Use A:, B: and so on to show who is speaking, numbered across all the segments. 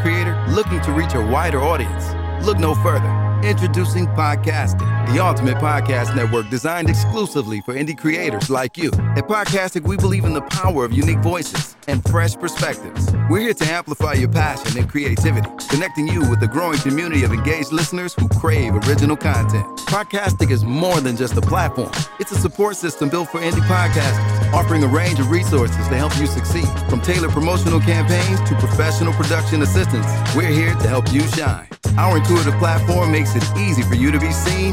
A: creator looking to reach a wider audience. Look no further. Introducing Podcasting, the ultimate podcast network designed exclusively for indie creators like you. At Podcastic, we believe in the power of unique voices and fresh perspectives. We're here to amplify your passion and creativity, connecting you with a growing community of engaged listeners who crave original content. Podcastic is more than just a platform, it's a support system built for indie podcasters, offering a range of resources to help you succeed. From tailored promotional campaigns to professional production assistance, we're here to help you shine. Our intuitive platform makes it easy for you to be seen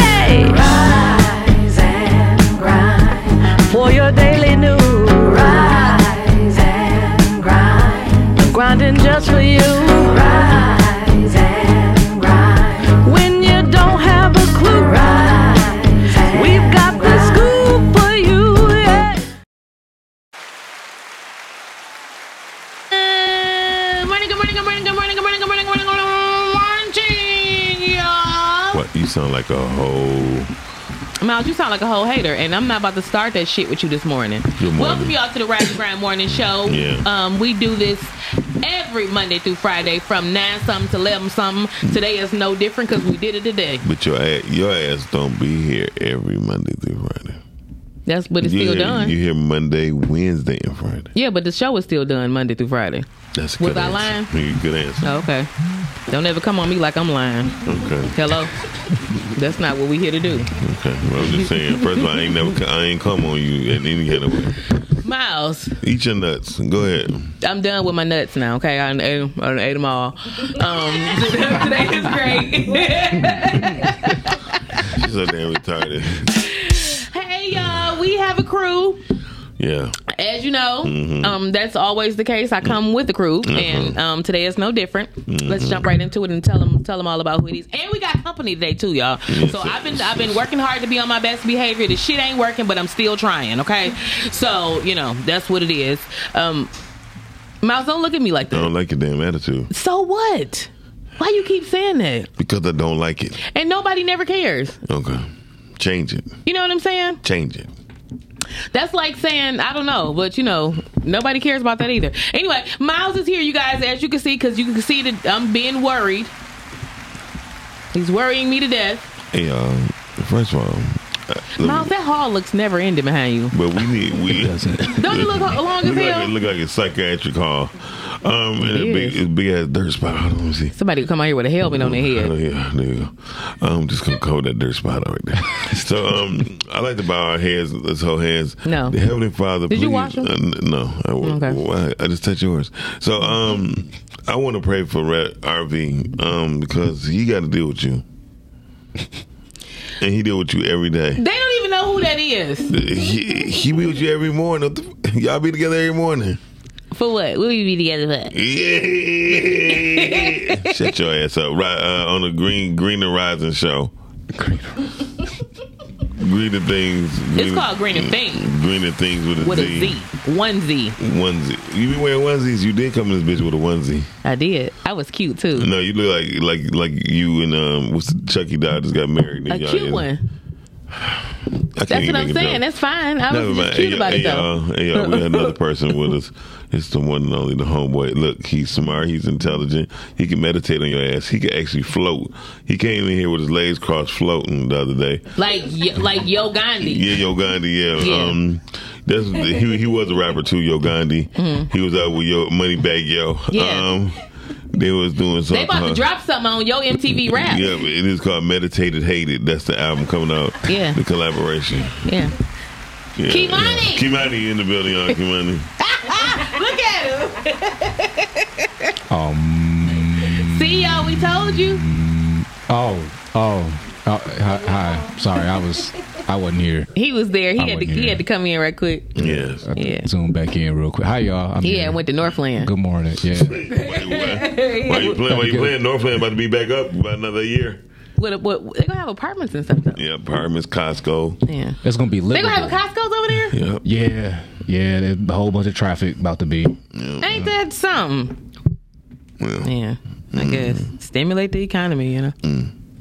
B: hey!
C: Rise and grind.
B: For your daily news,
C: Rise and grind.
B: grinding just for you.
C: Rise and grind.
B: When you don't have a clue,
C: Rise and
B: we've got the scoop for you. Yeah.
D: Good morning, good morning, good morning, good morning, good morning, good morning, good morning, good morning, y'all.
E: What you sound like a whole
D: Miles, you sound like a whole hater, and I'm not about to start that shit with you this morning.
E: Good morning.
D: Welcome y'all to the Rise and Grind Morning Show.
E: Yeah.
D: Um, we do this every Monday through Friday from nine something to eleven something. Today is no different because we did it today.
E: but your ass, your ass don't be here every Monday through Friday.
D: That's but it's
E: you
D: still
E: hear,
D: done.
E: You hear Monday, Wednesday, and Friday.
D: yeah, but the show is still done Monday through Friday.
E: That's a
D: Was
E: good
D: I Oh,
E: answer. Yeah, Good answer.
D: Okay. Don't ever come on me like I'm lying.
E: Okay.
D: Hello. That's not what we here to do.
E: Okay. Well, I'm just saying. First of all, I ain't never, I ain't come on you in any kind of way.
D: Miles.
E: Eat your nuts. Go ahead.
D: I'm done with my nuts now. Okay, I done ate, 'em- I done ate them all. Um, today is great.
E: She's so damn retarded.
D: hey y'all, we have a crew.
E: Yeah.
D: As you know,
E: Mm-hmm.
D: um, that's always the case. I come with the crew, and um, today is no different.
E: Mm-hmm.
D: Let's jump right into it and tell them tell them all about who it is. And we got company today too, y'all.
E: Yes,
D: so
E: yes,
D: I've been
E: yes,
D: I've been
E: yes.
D: working hard to be on my best behavior. The shit ain't working, but I'm still trying. Okay, so you know that's what it is. Um, Miles, don't look at me like
E: I
D: that.
E: don't like your damn attitude
D: So what? Why you keep saying that?
E: because I don't like it.
D: And nobody never cares.
E: Okay. Change it.
D: You know what I'm saying?
E: Change it.
D: That's like saying, I don't know, but you know, nobody cares about that either. Anyway, Miles is here, you guys, as you can see, because you can see that I'm being worried. He's worrying me to death.
E: Hey, uh, first of all, uh, look,
D: Miles, that hall looks never ending behind you.
E: but we need we.
D: Don't it look ho- long as
E: Look like, it
D: hell?
E: look like a psychiatric hall. Um, and a
D: It
E: big,
D: is.
E: a big ass dirt spot. Hold on, let me see.
D: Somebody could come out here with a helmet on their
E: Oh,
D: head.
E: yeah, there you go. I'm just gonna cover that dirt spot right there. so, um, I like to bow our heads. Let's hold hands.
D: No.
E: the Heavenly Father.
D: Did
E: please,
D: you wash 'em?
E: Uh, n- no, I,
D: Okay.
E: okay. I, I just touched yours. So, um, I want to pray for Red RV, um, because he got to deal with you, and he deal with you every day.
D: They don't even know who that is.
E: He, he be with you every morning. Y'all be together every morning.
D: For what? Will we be together for?
E: Yeah. Shut your ass up. Right uh, on the Green Green Horizon show. Greener things.
D: It's called Green and Things
E: Greener things with a
D: with a
E: Z.
D: Z. One Z.
E: Onesie. You be wearing onesies. You did come in this bitch with a onesie.
D: I did. I was cute too.
E: No, you look like like like you and um what's the Chucky Dodd just got married.
D: A
E: Y'all
D: cute
E: is-
D: one.
E: I can't
D: That's
E: even
D: what I'm
E: make a
D: saying.
E: joke.
D: That's fine. I was just cute
E: Hey,
D: about
E: hey,
D: it though.
E: y'all. Hey, y'all, we got another person with us. It's the one and only the homeboy. Look, he's smart. He's intelligent. He can meditate on your ass. He can actually float. He came in here with his legs crossed, floating the other day.
D: Like y- like Yo Gandhi.
E: Yeah, Yo Gandhi. Yeah,
D: Yeah.
E: Um, that's he. He was a rapper too. Yo Gandhi. He was out with Yo Moneybag Yo.
D: Mm-hmm. Yeah.
E: Um, they was doing something.
D: They about to drop something on your MTV rap.
E: Uh-huh. Yeah, it is called Meditated Hated. That's the album coming out.
D: Yeah.
E: the collaboration.
D: Yeah.
E: Yeah.
D: Kimani!
E: Kimani in the building, y'all. Kimani.
D: Look at him. um. See y'all, we told you.
F: Oh, oh, oh hi, hi. Sorry, I was, I wasn't here.
D: He was there. He
F: I
D: had to
F: wasn't
D: he
F: here.
D: had to come in right quick.
E: Yes.
D: Yeah.
F: Zoom back in real quick. Hi, y'all. I'm
D: Yeah,
F: here.
D: and went to Northland.
F: Good morning. Yeah.
E: Why you playing? Why you playing? Northland about to be back up by another year.
D: What, what, they're gonna have apartments and stuff though.
E: Yeah, apartments, Costco.
D: Yeah.
F: It's gonna be
D: They
F: lit.
D: gonna have a Costco's over there?
E: Yeah.
F: Yeah, yeah. There's a whole bunch of traffic about to be.
D: Ain't that something?
E: Well,
D: Yeah. I
E: Mm.
D: guess. Stimulate the economy, you know.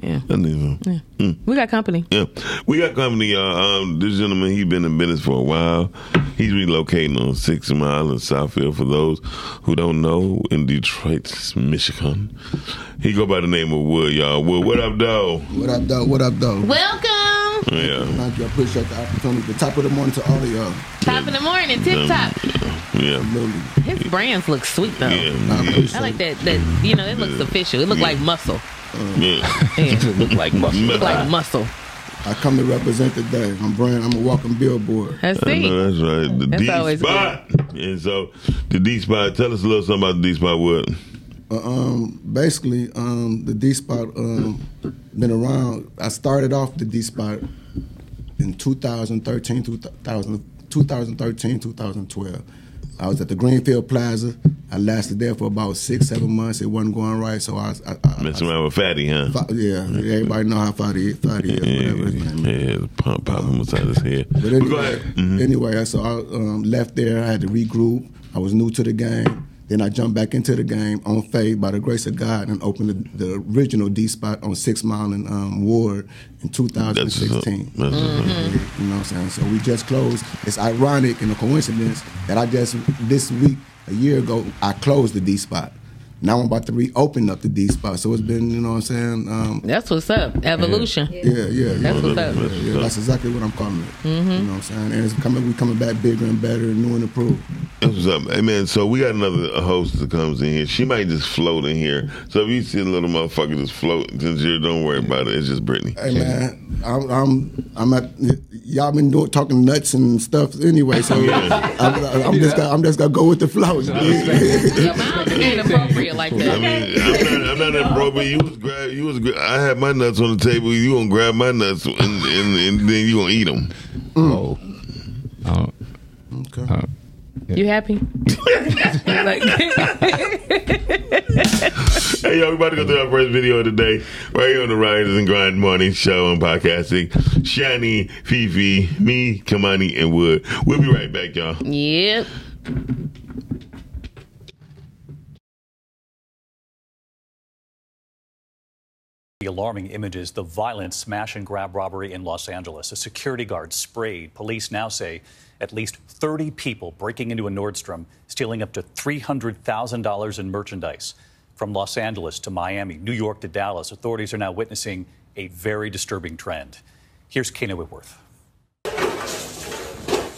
D: Yeah.
E: that needs a-
D: We got company.
E: Yeah, we got company. Uh, um, this gentleman, he's been in business for a while. He's relocating on Six Mile in Southfield. For those who don't know, in Detroit, Michigan, he go by the name of Wood. Y'all, Wood, what up, though?
G: What up, though? What up, though?
D: Welcome.
E: Yeah,
G: Thank you. I appreciate the opportunity. The top of the morning to all of y'all.
D: Top in the morning, tip top.
E: yeah,
G: Literally.
D: His brands look sweet though.
E: yeah,
G: I
D: I
G: appreciate
D: like that that you know, it looks official. It look like muscle.
E: yeah.
D: Yeah.
F: It look like muscle.
D: look like muscle.
G: I come to represent the day. I'm brand. I'm a walking billboard.
D: That's
E: I
D: it.
E: know that's right. The
D: That's
E: D
D: always
E: spot. And so, the D spot. Tell us a little something about the D spot. Wood.
G: Uh, um, basically, um, the D spot um, been around. I started off the D spot in 2013, 2000, 2013, 2012. I was at the Greenfield Plaza. I lasted there for about six, seven months. It wasn't going right, so I, I, I, I
E: Messing around with Fatty, huh?
G: fi- yeah, everybody know how far is, far is,
E: Yeah,
G: whatever. his name is.
E: yeah, pop, pop him inside his head.
G: But
E: But go
G: anyway, Mm-hmm.
E: ahead.
G: anyway, so I um, left there. I had to regroup. I was new to the game. Then I jumped back into the game on faith by the grace of God and opened the, the original D spot on Six Mile and um, Ward in
E: That's what's up.
G: 2016.
E: That's what's up.
G: Mm-hmm. You know what I'm saying? So we just closed. It's ironic and a coincidence that I just this week a year ago I closed the D spot. Now I'm about to reopen up the D spot. So it's been you know what I'm saying? Um,
D: That's what's up. Evolution.
G: yeah, yeah. yeah.
D: That's what's up. Mm-hmm.
E: That's
G: Yeah,
E: what's up.
G: that's exactly what I'm calling it. You know what I'm saying? And it's coming, we coming back bigger and better, new and improved.
E: That's what's up, hey man. So we got another host that comes in here. She might just float in here. So if you see a little motherfucker just float, since you don't worry about it, it's just Brittany.
G: Hey man, I'm, I'm, I'm at, y'all been doing, talking nuts and stuff anyway, so I'm, I'm just, gonna, I'm just gonna go with the flow.
D: Your mouth is inappropriate like
E: I
D: that.
E: mean, I'm not, I'm not that bro, but you was grab, you was. Gra- I had my nuts on the table. You gonna grab my nuts and, and, and then you gonna eat them.
F: Oh. Oh.
G: Okay.
F: Uh,
D: You happy? like
E: Hey, y'all, we about to go through our first video of the day right here on the Riders and Grind Morning Show and Podcasting. Shani, Fifi, me, Kamani, and Wood. We'll be right back, y'all.
D: Yep.
H: The alarming images, the violent smash and grab robbery in Los Angeles. A security guard sprayed. Police now say at least 30 people breaking into a Nordstrom, stealing up to $300,000 in merchandise. From Los Angeles to Miami, New York to Dallas, authorities are now witnessing a very disturbing trend. Here's Kena Whitworth.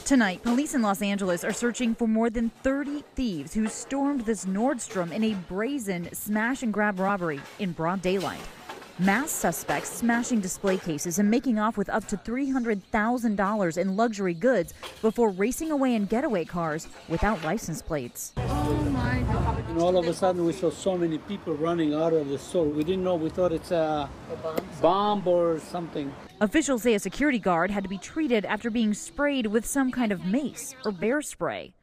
I: Tonight, police in Los Angeles are searching for more than 30 thieves who stormed this Nordstrom in a brazen smash and grab robbery in broad daylight. Mass suspects smashing display cases and making off with up to $300,000 in luxury goods before racing away in getaway cars without license plates.
J: And all of a sudden, we saw so many people running out of the store. We didn't know. We thought it's a, bomb or something.
I: Officials say a security guard had to be treated after being sprayed with some kind of mace or bear spray.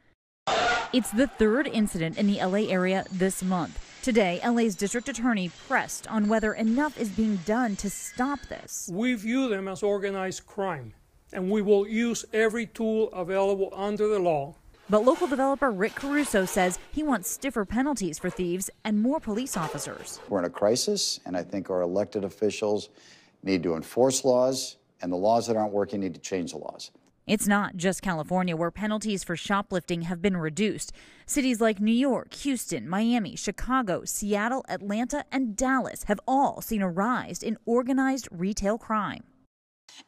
I: It's the third incident in the LA area this month. Today, LA's district attorney pressed on whether enough is being done to stop this.
K: We view them as organized crime, and we will use every tool available under the law.
I: But local developer Rick Caruso says he wants stiffer penalties for thieves and more police officers.
L: We're in a crisis, and I think our elected officials need to enforce laws, and the laws that aren't working need to change the laws.
I: It's not just California where penalties for shoplifting have been reduced. Cities like New York, Houston, Miami, Chicago, Seattle, Atlanta, and Dallas have all seen a rise in organized retail crime.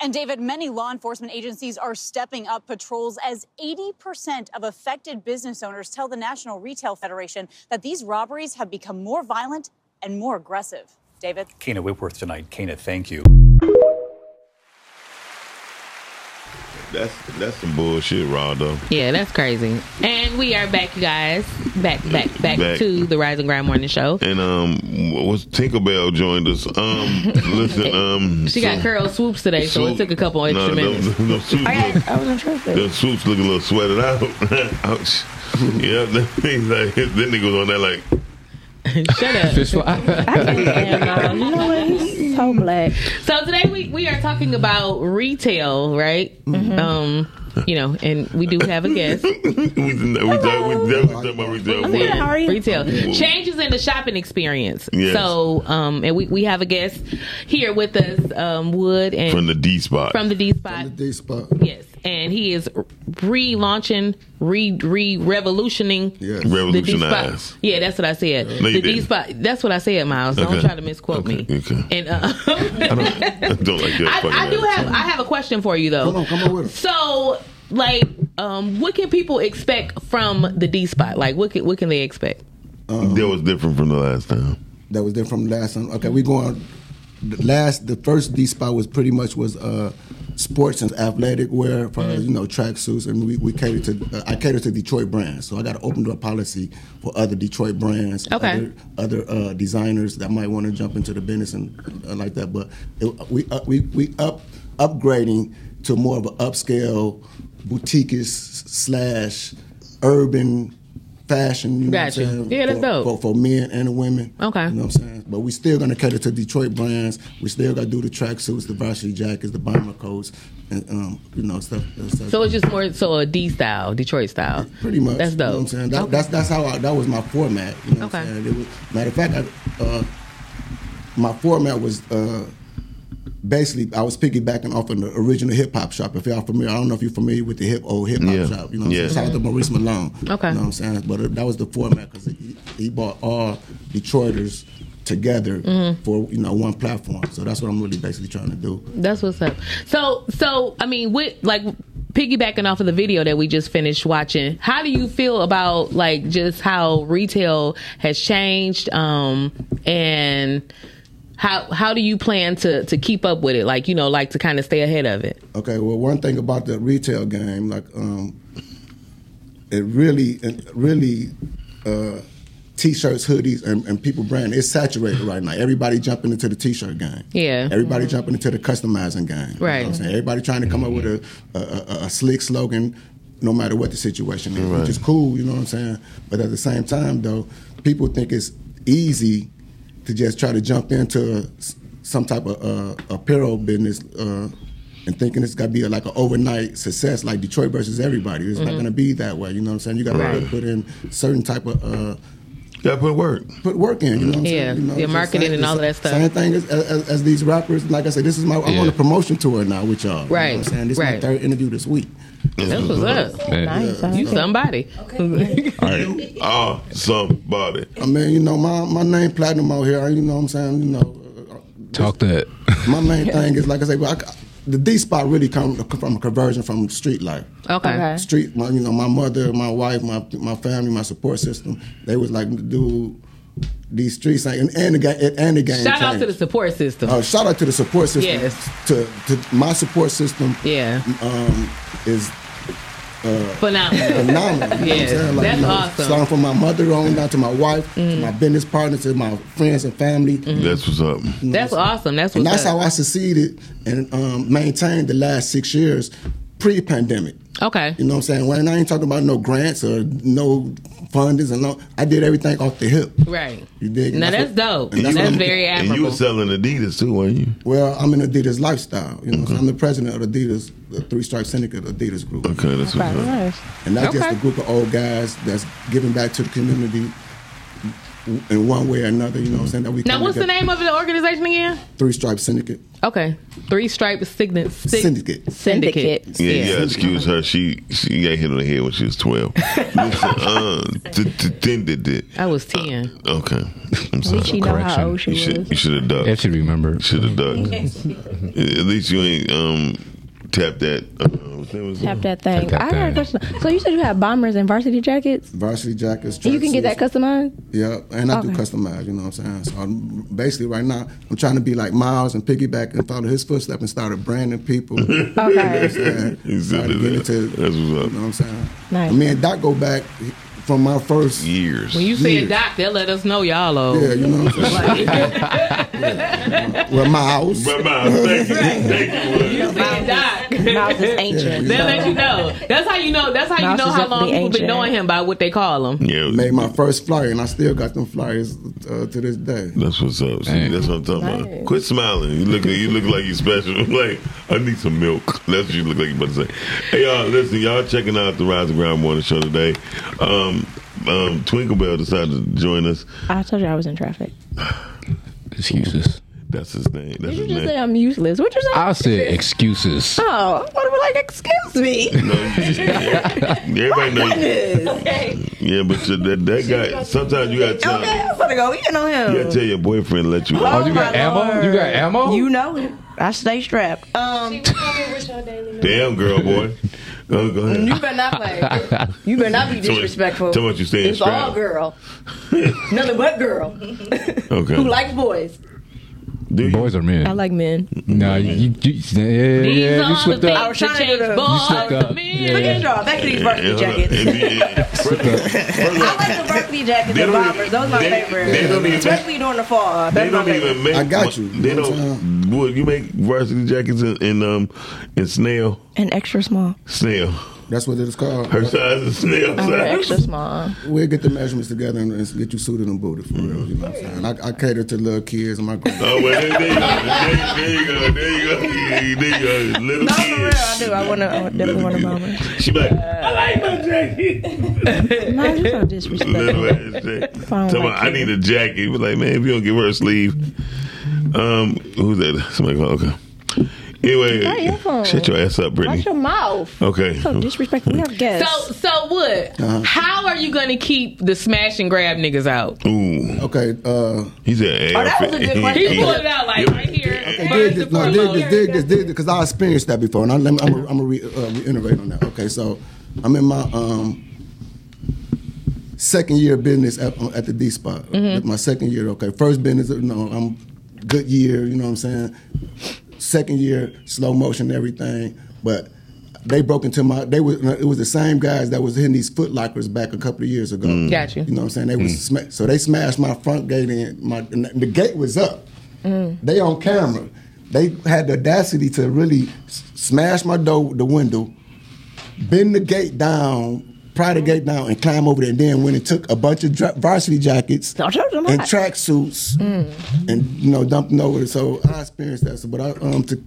J: And David, many law enforcement agencies are stepping up patrols as 80% of affected business owners tell the National Retail Federation that these robberies have become more violent and more aggressive. David?
H: Kena Whitworth tonight. Kena, thank you.
E: That's that's some bullshit, raw though.
D: Yeah, that's crazy. And we are back, you guys. Back, back, back,
E: Back.
D: to the Rise and Grind Morning Show.
E: And um, was Tinkerbell joined us? Um, listen, um,
D: She got curl swoops today, so it
E: swoop-
D: took a couple extra
E: no,
D: minutes.
E: Them, them swoops look,
D: I was interested.
E: them swoops look a little sweated out. Ouch. yeah, that thing like that nigga was on that like.
D: Shut up.
F: Fish fly.
D: I can't. You know what?
M: so black.
D: So today we, we are talking about retail, right? Um, you know, and we do have a guest.
E: we no, we talk, we definitely talk about retail.
D: I'm good, how are you? Retail. Changes in the shopping experience.
E: Yes.
D: So, um, and we, we have a guest here with us, um, Wood and
E: From the D spot.
D: from the D spot.
G: D spot.
D: Yes, and he is relaunching, re re revolutioning.
E: Yes.
D: the D spot.
E: Revolutionize.
D: Yeah, that's what I said.
E: No, you
D: the D
E: didn't.
D: spot. That's what I said, Miles. Don't
E: Okay.
D: try to misquote me.
E: Okay.
D: And uh,
E: I don't like that
D: I,
E: fucking
D: I do
E: attitude.
D: have I have a question for you though. Come on, come on with it. So, like, um, what can people expect from the D spot? Like, what can what can they expect?
E: that was different from the last time.
G: That was different from last time. Okay, we going. The last, the first D spot was pretty much was uh, sports and athletic wear for
D: Mm-hmm.
G: you know tracksuits, and we, we cater to uh, I cater to Detroit brands, so I got to open door policy for other Detroit brands,
D: Okay.
G: other, other uh, designers that might want to jump into the business and uh, like that. But it, we uh, we we up upgrading to more of an upscale boutique slash urban fashion. You know
D: Gotcha.
G: What I'm saying?
D: Yeah, that's
G: for,
D: dope.
G: For, for men and women.
D: Okay.
G: You know what I'm saying? But we still gonna cater to Detroit brands. We still gotta do the tracksuits, the varsity jackets, the bomber coats, and um, you know stuff. stuff.
D: So it's just more so a D style, Detroit style.
G: pretty much.
D: That's
G: You know
D: dope.
G: what I'm saying? That, That's that's how I, that was my format. You know what
D: Okay.
G: I'm saying? It was, matter of fact, I, uh, my format was. Uh, Basically, I was piggybacking off of the original hip hop shop. If y'all familiar, I don't know if you're familiar with the hip old hip hop
E: Yeah.
G: shop. You know, what I'm saying?
E: Yeah.
G: shout out to Maurice Malone.
D: Okay.
G: You know what I'm saying? But it- that was the format because he, he brought all Detroiters together
D: Mhm.
G: for you know one platform. So that's what I'm really basically trying to do.
D: That's what's up. So, so I mean, with like piggybacking off of the video that we just finished watching, how do you feel about like just how retail has changed, um, and how how do you plan to to keep up with it? Like you know, like to kind of stay ahead of it.
G: Okay, well, one thing about the retail game, like, um, it really, it really, uh, t-shirts, hoodies, and, and people brand it's saturated right now. Everybody jumping into the t-shirt game.
D: Yeah.
G: Everybody jumping into the customizing game. You know what
D: Right.
G: I'm saying? Everybody trying to come up with a, a, a, a slick slogan, no matter what the situation is,
E: Right.
G: which is cool. You know what I'm saying? But at the same time, though, people think it's easy to just try to jump into s- some type of uh, apparel business. Uh, and thinking it's gotta be like an overnight success, like Detroit versus everybody. It's not
D: Mm-hmm.
E: Mhm.
G: gonna be that way. You know what I'm saying? You gotta
E: Right.
G: put, put in certain type of uh,
E: Yeah, put work.
G: put work in. You know what I'm
D: Yeah,
G: saying? You know,
D: yeah,
G: it's the
D: marketing
G: same-
D: and all that stuff.
G: Same thing as, as, as these rappers. Like I said, this is my. I'm on a promotion tour now with y'all. You know
D: Right,
G: what I'm saying? This is
D: right.
G: my third interview this week.
D: That's what's up. You somebody.
E: You are Ah, somebody.
G: I mean, you know, my my name platinum out here. You know what I'm saying? You know, uh,
F: Talk that.
G: my main thing is like I say, well, I, the D spot really come from a conversion from street life.
D: Okay. Okay.
G: Street, my, you know, my mother, my wife, my my family, my support system. They was like, dude, these streets ain't and, and the game and the game.
D: Shout out
G: changed.
D: to the support system.
G: Uh, shout out to the support system.
D: Yes.
G: To, to my support system.
D: Yeah.
G: Um, is uh,
D: Phenomenal.
G: Phenomenal. You know
D: Yes,
G: what I'm saying?
D: that's
G: you know,
D: awesome. Mm-hmm.
G: Starting from my mother on down to my wife, to my business partners, to my friends and family.
E: That's what's up.
D: That's awesome. That's
G: and
D: what's
G: that's
D: up.
G: how I succeeded and um, maintained the last six years pre-pandemic.
D: Okay.
G: You know what I'm saying? When I ain't talking about no grants or no fundings and no, I did everything off the hip.
D: Right.
G: You dig? And
D: Now that's
G: what-
D: dope.
G: and
D: That's,
G: what I'm-
D: very admirable.
E: And you were selling Adidas too, weren't you?
G: Well, I'm in Adidas lifestyle. You know, so I'm the president of Adidas, the Three Stripe Syndicate Adidas group.
E: Okay, that's what's up.
G: And that's just
D: Okay.
G: a group of old guys that's giving back to the community in one way or another. You know what I'm saying? That we
D: now
G: come
D: what's the
G: together.
D: name of the organization again?
G: Three Stripe Syndicate.
D: Okay. Three Stripe Signet
G: Syndicate.
D: Syndicate.
E: Yeah, yeah. excuse her. She she got hit on the head when she was twelve. Listen, uh, t- t- then did it.
D: I was 10.
G: Uh,
E: Okay, I'm sorry.
M: she know how old she
E: you
M: was.
E: should you should have ducked. If
F: she remember,
E: should have ducked. At least you ain't um tapped that. Uh, what's that- what's
M: Tap that thing. I got a question. So you said you have bombers and varsity jackets.
G: Varsity jackets.
M: You can get that
G: tracksuits.
M: customized.
G: Yeah, and I do
M: Okay.
G: customize, you know what I'm saying? So I'm, basically, right now, I'm trying to be like Miles and piggyback and follow his footsteps and started branding people. You know what I'm saying?
E: He said
G: Started getting
E: that.
G: into, you
E: That's what's up.
G: know what I'm saying?
M: Nice.
G: Me and Doc go back from my first
E: years.
D: When you said
G: Years.
D: doc, they'll let us know y'all old.
G: Yeah, you know what I'm saying? Well, Miles.
E: But Miles, thank you, thank you.
D: You said doc. Mouse
N: is ancient.
D: They'll let you know. That's how you know. That's how
G: Mouse
D: you know
G: is
D: how
G: up to
D: long
G: be
D: people been
G: ancient.
D: knowing him by what they call him.
E: Yeah,
G: made my first flyer, and I still got them flyers uh, to this day.
E: That's what's up. Oh, See, that's what I'm talking about. Quit smiling. You look, you look like you special. like, I need some milk. That's what you look like you about to say. Hey, y'all, listen, y'all checking out the Rise of Ground Morning Show today. Um, um, Twinkle Bell decided to join us.
M: I told you I was in traffic.
E: Excuses. That's his name. That's his
M: You just "Oh,
E: name.
M: said I'm useless. What you say?
F: I said excuses.
M: Oh, what am I like? Excuse me.
E: Everybody knows.
M: Goodness.
E: Yeah, but you- that, that guy. Sometimes you gotta tell.
N: Okay, I'm gonna go in on him.
E: You gotta tell your boyfriend let you.
N: Oh, you got ammo? You got
F: ammo?
N: You know it. I stay strapped. Um,
E: Damn, girl, boy. Go, go ahead.
N: you better not play. You better not be
E: Tell me-
N: disrespectful.
E: tell me what you saying,
N: It's all
E: strapped.
N: girl. Nothing but girl.
E: Okay.
N: Who likes boys?
F: Boys are men.
M: I like men.
F: Nah, you, you, yeah, yeah, you slipped up.
N: I was trying to do the.
F: You slipped up.
N: Look at the draw. Back to these varsity jackets. I like the varsity jackets
E: They
N: and
E: don't
N: bombers. Those are my
E: they-
N: favorite.
E: they don't even-
N: Especially during the fall.
E: They
N: That's my
E: don't
N: favorite.
E: even make. I got you. They don't. Would you make varsity jackets in, in um in snail?
M: An extra small.
E: Snail.
G: That's what it's called.
E: Her size is snail
M: I'm an
E: size.
M: extra small.
G: We'll get the measurements together and, and get you suited and booted for real. You know what I'm saying? I, I cater to little kids and my
E: Oh, well, there, there you go. There, there you go. There you go. There you go. There you go. Little kids.
M: I do. I want to. I would definitely want a bomber.
E: She be like, I like my jacket.
M: No, you're so disrespectful.
E: Little ass jacket.
M: If
N: Oh
M: I don't
E: Tell me,
M: like
E: I
M: you.
E: need a jacket. He was like, man, if you don't give her a sleeve, um, who's that? Somebody called. Okay. Anyway,
M: Not your phone.
E: shut your ass up, Brittany.
M: Watch your mouth.
E: Okay.
M: So disrespectful. We have guests.
D: So so what?
E: Uh-huh.
D: How are you gonna keep the smash and grab niggas out?
E: Ooh.
G: Okay. Uh,
E: he said,
D: Oh, that was a good question. He pulled it out like right here.
G: dig this, no, dig this, dig this, dig this, because I experienced that before, and I, I'm gonna I'm re, uh, reiterate on that. Okay, so I'm in my um, second year of business at, uh, at the D spot.
O: Mhm.
G: My second year, okay. First business, you know, I'm good year, you know what I'm saying. Second year, slow motion, everything, but. They broke into my. They were. It was the same guys that was hitting these foot lockers back a couple of years ago.
D: Mm. Got you.
G: You know what I'm saying? They was sma- so they smashed my front gate in. My and the gate was up. They on camera. They had the audacity to really s- smash my door, the window, bend the gate down, pry the gate down, and climb over there. And then went and took a bunch of dra- varsity jackets
M: them
G: and
M: hot.
G: tracksuits,
D: Mm.
G: and you know dumped them over. So I experienced that. So, but I um to,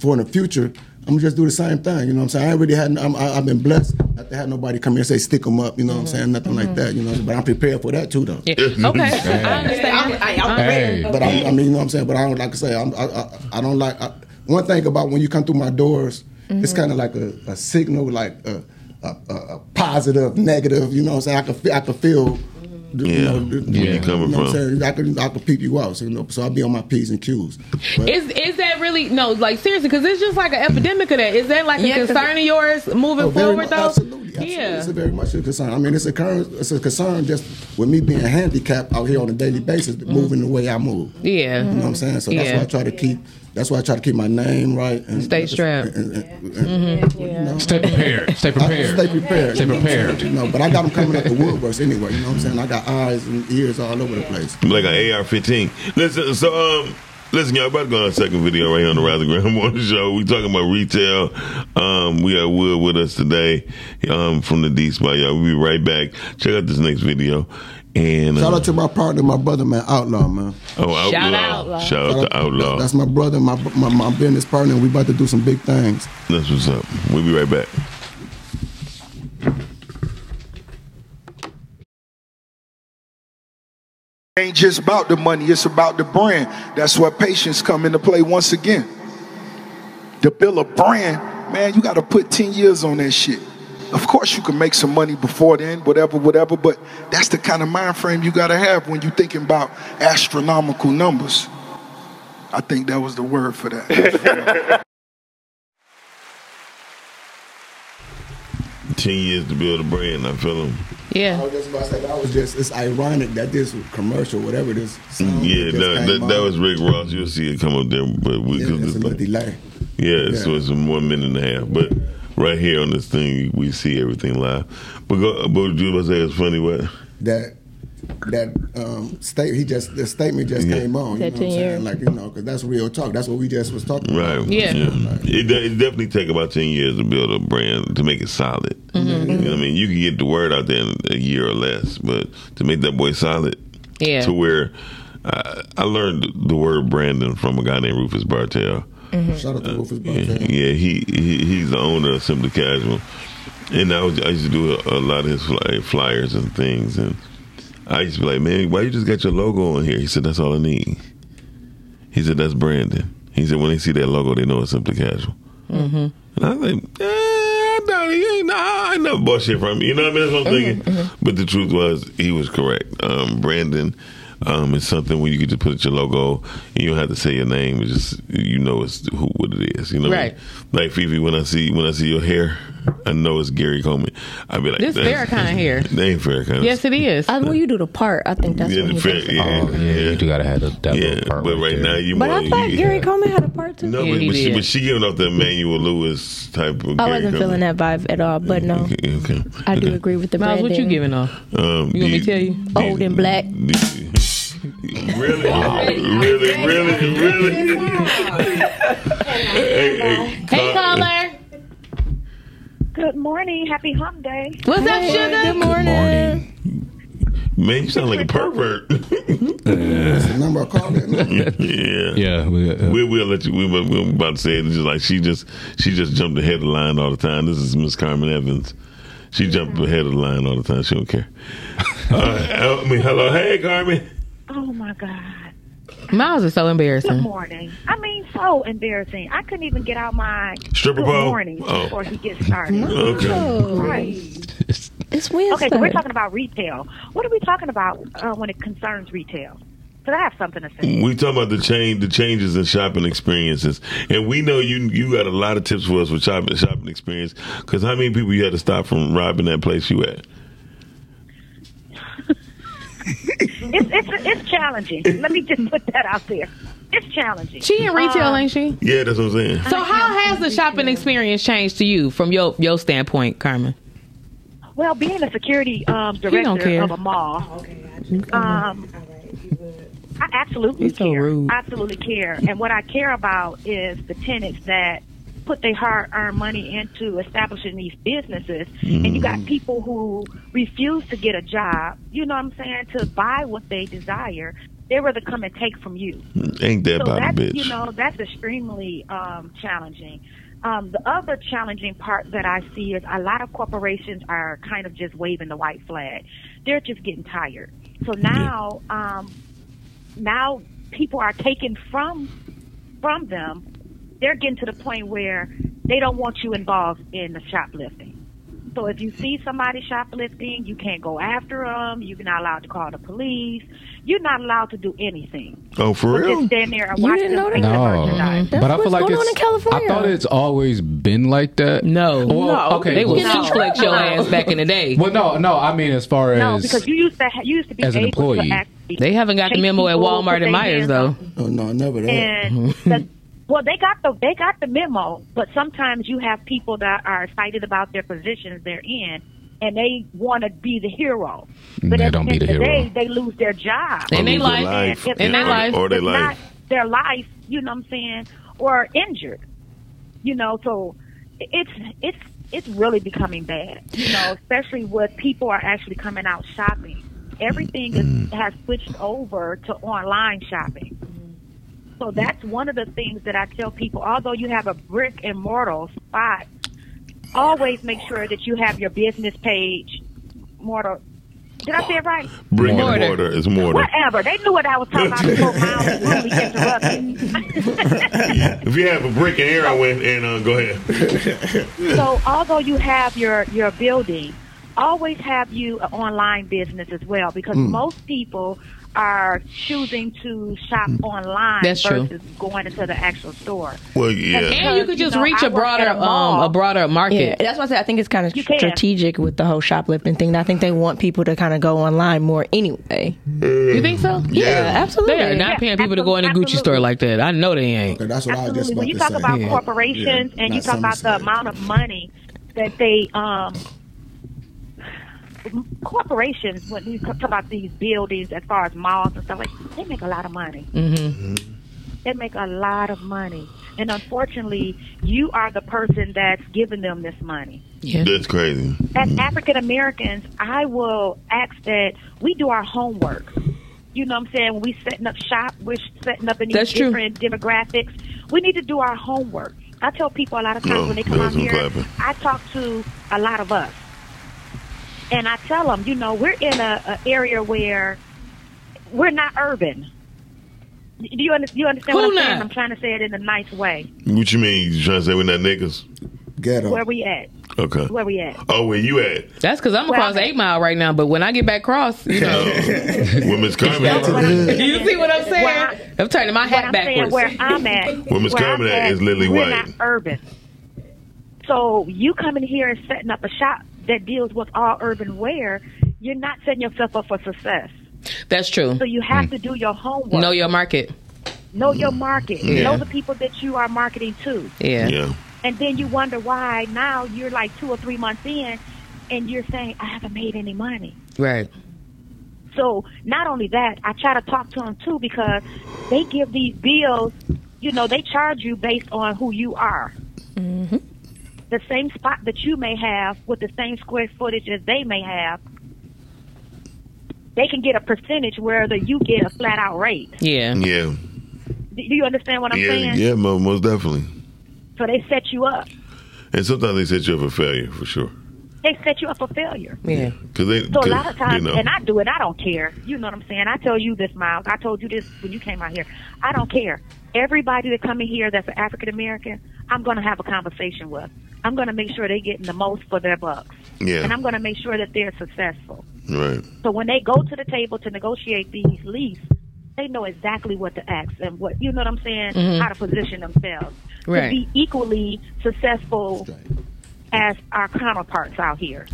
G: for in the future. I'm gonna just do the same thing, you know what I'm saying. I ain't really had, I'm, I, I've been blessed not to have nobody come here and say stick them up, you know what I'm saying, nothing like that, you know. But I'm prepared for that too, though.
D: Mm-hmm. Okay, I understand.
G: Hey. But I, I mean, you know what I'm saying. But I don't like I say. I'm, I, I I don't like I, one thing about when you come through my doors. It's
O: Mhm.
G: kind of like a, a signal, like a, a, a, a positive, negative. You know what I'm saying. I can feel, I can feel. the-
E: Yeah,
G: You know, the-
E: where you coming
G: know What
E: from.
G: I'm saying? I can I can peep you out. So, you know, so I'll be on my p's and q's.
D: Is is that really no? Like seriously, because it's just like an epidemic of that. Is that like a
G: Yeah, 'cause
D: concern of yours moving
G: Oh, very
D: forward
G: much-
D: though?
G: absolutely, It's a
D: Yeah.
G: very much a concern. I mean, it's a current, it's a concern just with me being handicapped out here on a daily basis, moving the way I move.
D: Yeah.
G: you know what I'm saying. So that's
D: Yeah.
G: why I try to keep. That's why I try to keep my name right and
D: Stay strapped. Mm-hmm.
G: and- and-
F: Stay prepared. Stay prepared.
G: I- stay prepared.
F: Stay
G: you know what I'm saying?
F: prepared.
G: You know, but I got them coming out the woodworks anyway. You know what I'm saying? I got eyes and ears all over the place.
E: like an AR-15. Listen, so um, listen, y'all about to go on a second video right here on the Rising Ground Morning Show. We talking about retail. Um, we got Wood with us today, um, from the D Spot. Y'all, we'll be right back. Check out this next video. And uh,
G: Shout out to my partner, my brother, man, Outlaw, man.
E: oh, Outlaw.
G: Shout
E: Shout
G: out,
E: out, to Outlaw.
G: That's my brother, my my, my business partner. and We about to do some big things.
E: That's what's up. We'll be right back.
P: ain't just about the money, it's about the brand. That's where patience come into play once again. To build a brand, man, you gotta put 10 years on that shit. Of course you can make some money before then, whatever, whatever, but that's the kind of mind frame you gotta have when you're thinking about astronomical numbers. I think that was the word for that.
E: Ten years to build a brand. I feel him.
D: Yeah.
G: I was just about to say that was just it's ironic that this commercial, whatever this. sound
E: Yeah,
G: just
E: that,
G: came
E: that, that
G: out.
E: was Rick Ross. You'll see it come up there, but we could
G: it's a little delay.
E: Yeah,
G: Yeah.
E: so it's one minute and a half. But right here on this thing, we see everything live. But go, but you was say it's funny. What?
G: that that um, state he just the statement just
E: Yeah.
G: came on. You
E: Said
G: know
E: 10
G: what I'm saying?
E: years.
G: Like you know, because that's real talk. That's what we just was talking
E: Right.
G: about.
E: It, de- it definitely take about ten years to build a brand to make it solid. You know what
G: Mm-hmm.
E: I mean? You can get the word out there in a year or less, but to make that boy solid,
D: Yeah.
E: to where I, I learned the word branding from a guy named Rufus Bartell.
G: Shout out to Rufus
E: Uh, Yeah,
G: Bartell.
E: yeah, he, he he's the owner of Simply Casual, and I was I used to do a, a lot of his fly, flyers and things, and I used to be like, man, why you just got your logo on here? He said, that's all I need. He said, that's branding. He said, when they see that logo, they know it's Simply Casual.
N: Mm-hmm.
E: And I was like, eh, I doubt he ain't. Nah, I ain't never bought shit from him. You know what I mean? That's what I'm thinking.
D: Mm-hmm,
E: But the truth was, he was correct. Um, Brandon um, is something where you could just put your logo and you don't have to say your name. It's just, you know, it's who, what it is. You know what I mean?
D: Right.
E: Like, Fifi, when I see when I see your hair, I know it's Gary Coleman. I'd be like,
D: This
E: "That's-
D: Farrakhan hair."
E: That ain't Farrakhan.
D: Yes, it is.
M: I, when you do the part, I think that's
E: yeah, the
M: when he
E: fair,
M: does it.
E: yeah, Oh, yeah, you do gotta have that yeah, but right now you
M: But
E: want
M: I thought Gary Coleman had a part too.
E: no, but, but, she, but she giving off the Emmanuel Lewis type. Of
M: I
E: Gary
M: wasn't
E: Coleman.
M: feeling that vibe at all, but no,
E: Okay, okay.
M: I do agree with the
D: Miles, what you
M: branding.
D: giving off?
E: Um,
M: You want me
E: the-
M: to tell you? Old and black.
E: Really, really, really, really. hey, hey,
D: Hey,
E: Carl.
D: caller.
O: Good morning. Happy hump day.
D: What's up, sugar? Good
E: morning. Man, you sound like a pervert.
G: number called
E: yeah, yeah. We, uh, we will let you. We will, we were about to say it. It's just like she just she just jumped ahead of the line all the time. This is Miss Carmen Evans. She jumped ahead of the line all the time. She don't care. uh, help me. Hello. Hey, Carmen.
O: Oh my God.
D: Miles is so
O: Good
D: embarrassing.
O: morning. I mean, so embarrassing. I couldn't even get out my
D: Stripper
O: good
D: pole?
O: morning
D: Oh.
O: before he gets started.
E: Okay.
O: Right.
M: It's Wednesday.
O: Okay, so we're talking about retail. What are we talking about uh, when it concerns retail? Because I have something to say.
E: We talking about the change, the changes in shopping experiences, and we know you you got a lot of tips for us with shopping shopping experience. Because how many people you had to stop from robbing that place you at?
O: it's, it's it's challenging. Let me just put that out there. It's challenging.
D: She in retail, ain't she?
E: Yeah, that's what I'm saying.
D: So how has the shopping experience changed to you from your your standpoint, Carmen?
O: Well, being a security um,
D: You don't
O: director
D: care.
O: of a mall, um, I absolutely
D: You're so
O: care.
D: rude.
O: I absolutely care. And what I care about is the tenants that put their hard-earned money into establishing these businesses. And you
D: Mm-hmm.
O: got people who refuse to get a job. You know what I'm saying? To buy what they desire, they rather come and take from you
E: Ain't that
O: so
E: about a
O: that's,
E: bitch?
O: You know, that's extremely um, challenging. Um, the other challenging part that I see is a lot of corporations are kind of just waving the white flag. They're just getting tired. So now, um, now people are taken from from them. They're getting to the point where they don't want you involved in the shoplifting. So if you see somebody shoplifting, you can't go after them. You're not allowed to call the police. You're not allowed to do anything
E: Oh, for
O: but
E: real?
O: Just stand there and watch them take the
F: No,
O: merchandise.
D: Mm-hmm.
F: but I feel like it's. I thought it's always been like that. No,
D: No.
F: okay,
D: They will
F: well-
D: suplex your ass back in the day.
F: Well, no, no. I mean, as far
O: No,
F: as
O: because you used to ha- you used to be
F: as an
O: able
F: employee.
O: to actually
D: They haven't got the
O: chase
D: memo at
O: people, put
D: Walmart
O: their
D: and
O: hands
D: Myers though.
G: Oh no, never that.
O: And the, well, they got the they got the memo, but sometimes you have people that are excited about their positions they're in, and they want to be the hero. But
F: They
O: at
F: don't
O: the
F: be
O: end
F: the
O: of
F: hero.
O: the day, they lose their job
F: Or And they lose their life. life.
O: If
F: And they
O: not-
F: life. Or they
O: if
F: life.
O: not their life. You know what I'm saying? Or injured. You know, so it's it's it's really becoming bad. You know, especially with people are actually coming out shopping. Everything
F: Mm.
O: is, has switched over to online shopping. So that's one of the things that I tell people. Although you have a brick and mortar spot, always make sure that you have your business page mortar. Did I say it right?
E: Bring it mortar. It's mortar.
O: Whatever. They knew what I was talking about before Miles rudely interrupted.
E: if you have a brick and heroin, and uh, go ahead.
O: So although you have your, your building, always have you an online business as well because
E: Mm.
O: most people are choosing to shop online
D: That's true.
O: versus going into the actual store.
E: well, yeah.
D: And you could
O: You
D: just
O: know,
D: reach
O: I
D: a
O: work at
D: broader
O: a
D: um
O: mall.
D: a broader
M: Yeah,
D: market.
M: that's why I said I think it's kind of
O: You can.
M: strategic with the whole shoplifting thing. And I think they want people to kind of go online more anyway.
D: You think so?
M: Yeah, absolutely.
D: They are not paying people to go in a Gucci store like that. I know they ain't.
G: that's what I
O: When you talk about corporations and you talk about the amount of money that they um corporations, when we talk about these buildings as far as malls and stuff like they make a lot of money.
D: Mm-hmm.
O: They make a lot of money. And unfortunately, you are the person that's giving them this money.
E: That's crazy.
O: As African Americans, I will ask that we do our homework. You know what I'm saying? When we setting up shop, we're setting up in these
D: That's true.
O: different demographics. We need to do our homework. I tell people a lot of times
E: No,
O: when they come
E: that
O: out
E: isn't
O: here,
E: clapping.
O: I talk to a lot of us, and I tell them, you know, we're in a, a area where we're not urban. Do you, under, you understand
E: Who
O: what I'm saying?
E: not?
O: I'm trying to say it in a nice way.
E: What you mean? You trying to say we're not niggas?
O: Where we at?
E: Okay.
O: Where we at?
E: Oh, where you at?
D: That's because I'm across eight mile right now. But when I get back across, you know,
E: Women's Uh, Carmen.
D: you see what I'm saying?
O: Where
D: I'm turning my hat
O: I'm saying
D: backwards.
O: where I'm at.
E: Where Miss
O: where I'm
E: Carmen at is Lily
O: we're
E: White.
O: not urban. So you coming here and setting up a shop that deals with all urban wear, you're not setting yourself up for success.
D: That's true. Mm.
O: So you have to do your homework.
D: Know your market.
O: Know your market.
D: Yeah.
O: Know the people that you are marketing to.
D: Yeah.
E: Yeah.
O: And then you wonder why now you're like two or three months in and you're saying, I haven't made any money.
D: Right.
O: So not only that, I try to talk to them too because they give these bills. You know, they charge you based on who you are.
B: Mm-hmm.
O: The same spot that you may have with the same square footage as they may have, they can get a percentage whether you get a flat out rate.
D: Yeah.
E: Yeah.
O: Do do you understand what I'm
E: yeah.
O: saying?
E: Yeah. mo- Most definitely.
O: So they set you up.
E: And sometimes they set you up for failure for sure.
O: They set you up for failure.
D: Yeah.
E: Cause they.
O: So a
E: 'cause,
O: lot of times,
E: you know,
O: and I do it. I don't care. You know what I'm saying? I tell you this, Miles. I told you this when you came out here. I don't care. Everybody that come in here that's an African American, I'm going to have a conversation with. I'm going to make sure they're getting the most for their bucks,
E: Yeah.
O: and I'm going to make sure that they're successful.
E: Right.
O: So when they go to the table to negotiate these lease, they know exactly what to ask and what you know what I'm saying,
B: Mhm.
O: how to position themselves to
B: Right.
O: be equally successful as our counterparts out here.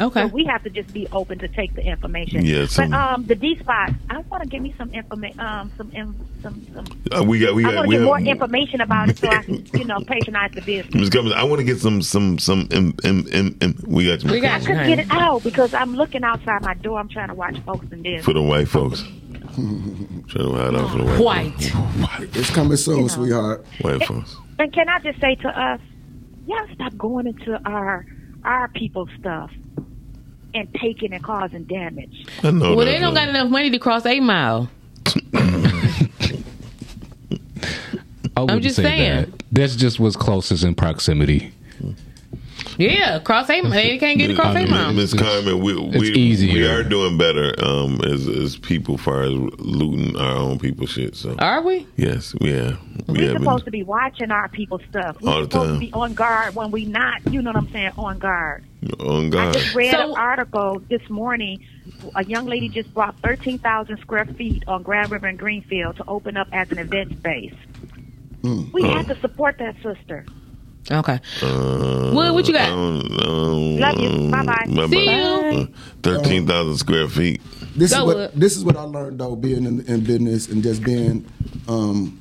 D: Okay.
O: So we have to just be open to take the information.
E: Yeah,
O: but
E: some-
O: um, the D spot, I want to give me some information, um, some, in- some, some.
E: Uh, we got. We
O: I
E: got.
O: want
E: We
O: to get
E: have,
O: more information about it so I can, you know, patronize the business.
E: Ms. Cummins, I want to get some some some. Um, um, um, um, we got you. Ms.
O: I
E: Cummins.
O: could get it out because I'm looking outside my door. I'm trying to watch folks and this.
E: for the white folks. Trying to hide out for the white.
D: White.
E: Oh,
G: It's coming soon, sweetheart.
E: White folks.
O: And can I just say to us, y'all stop going into our our people stuff and taking and causing damage.
E: I know
D: well,
E: that,
D: they don't got enough money to cross eight mile.
F: I wouldn't
D: just
F: say
D: saying.
F: That. That's just what's closest in proximity.
D: Yeah, cross eight mile. They can't get across eight mile.
E: Miss Carmen, we we, we are doing better um, as as people, far as looting our own people shit. So
D: Are we?
E: Yes, yeah, we
O: We're
E: have
O: supposed
E: been.
O: to be watching our people stuff. We're
E: All the
O: supposed
E: time.
O: to be on guard when we not, you know what I'm saying, on guard.
E: On oh, God,
O: Just read an article this morning. A young lady just bought 13,000 square feet on Grand River and Greenfield to open up as an event space. We have
E: Oh.
O: to support that sister.
D: Okay.
N: Uh,
E: Well,
D: what you got?
O: Love you. Bye-bye. See you.
E: Thirteen thousand square feet.
G: This
E: Go
G: is what
E: up.
G: this is what I learned though, being in, in business and just being, um,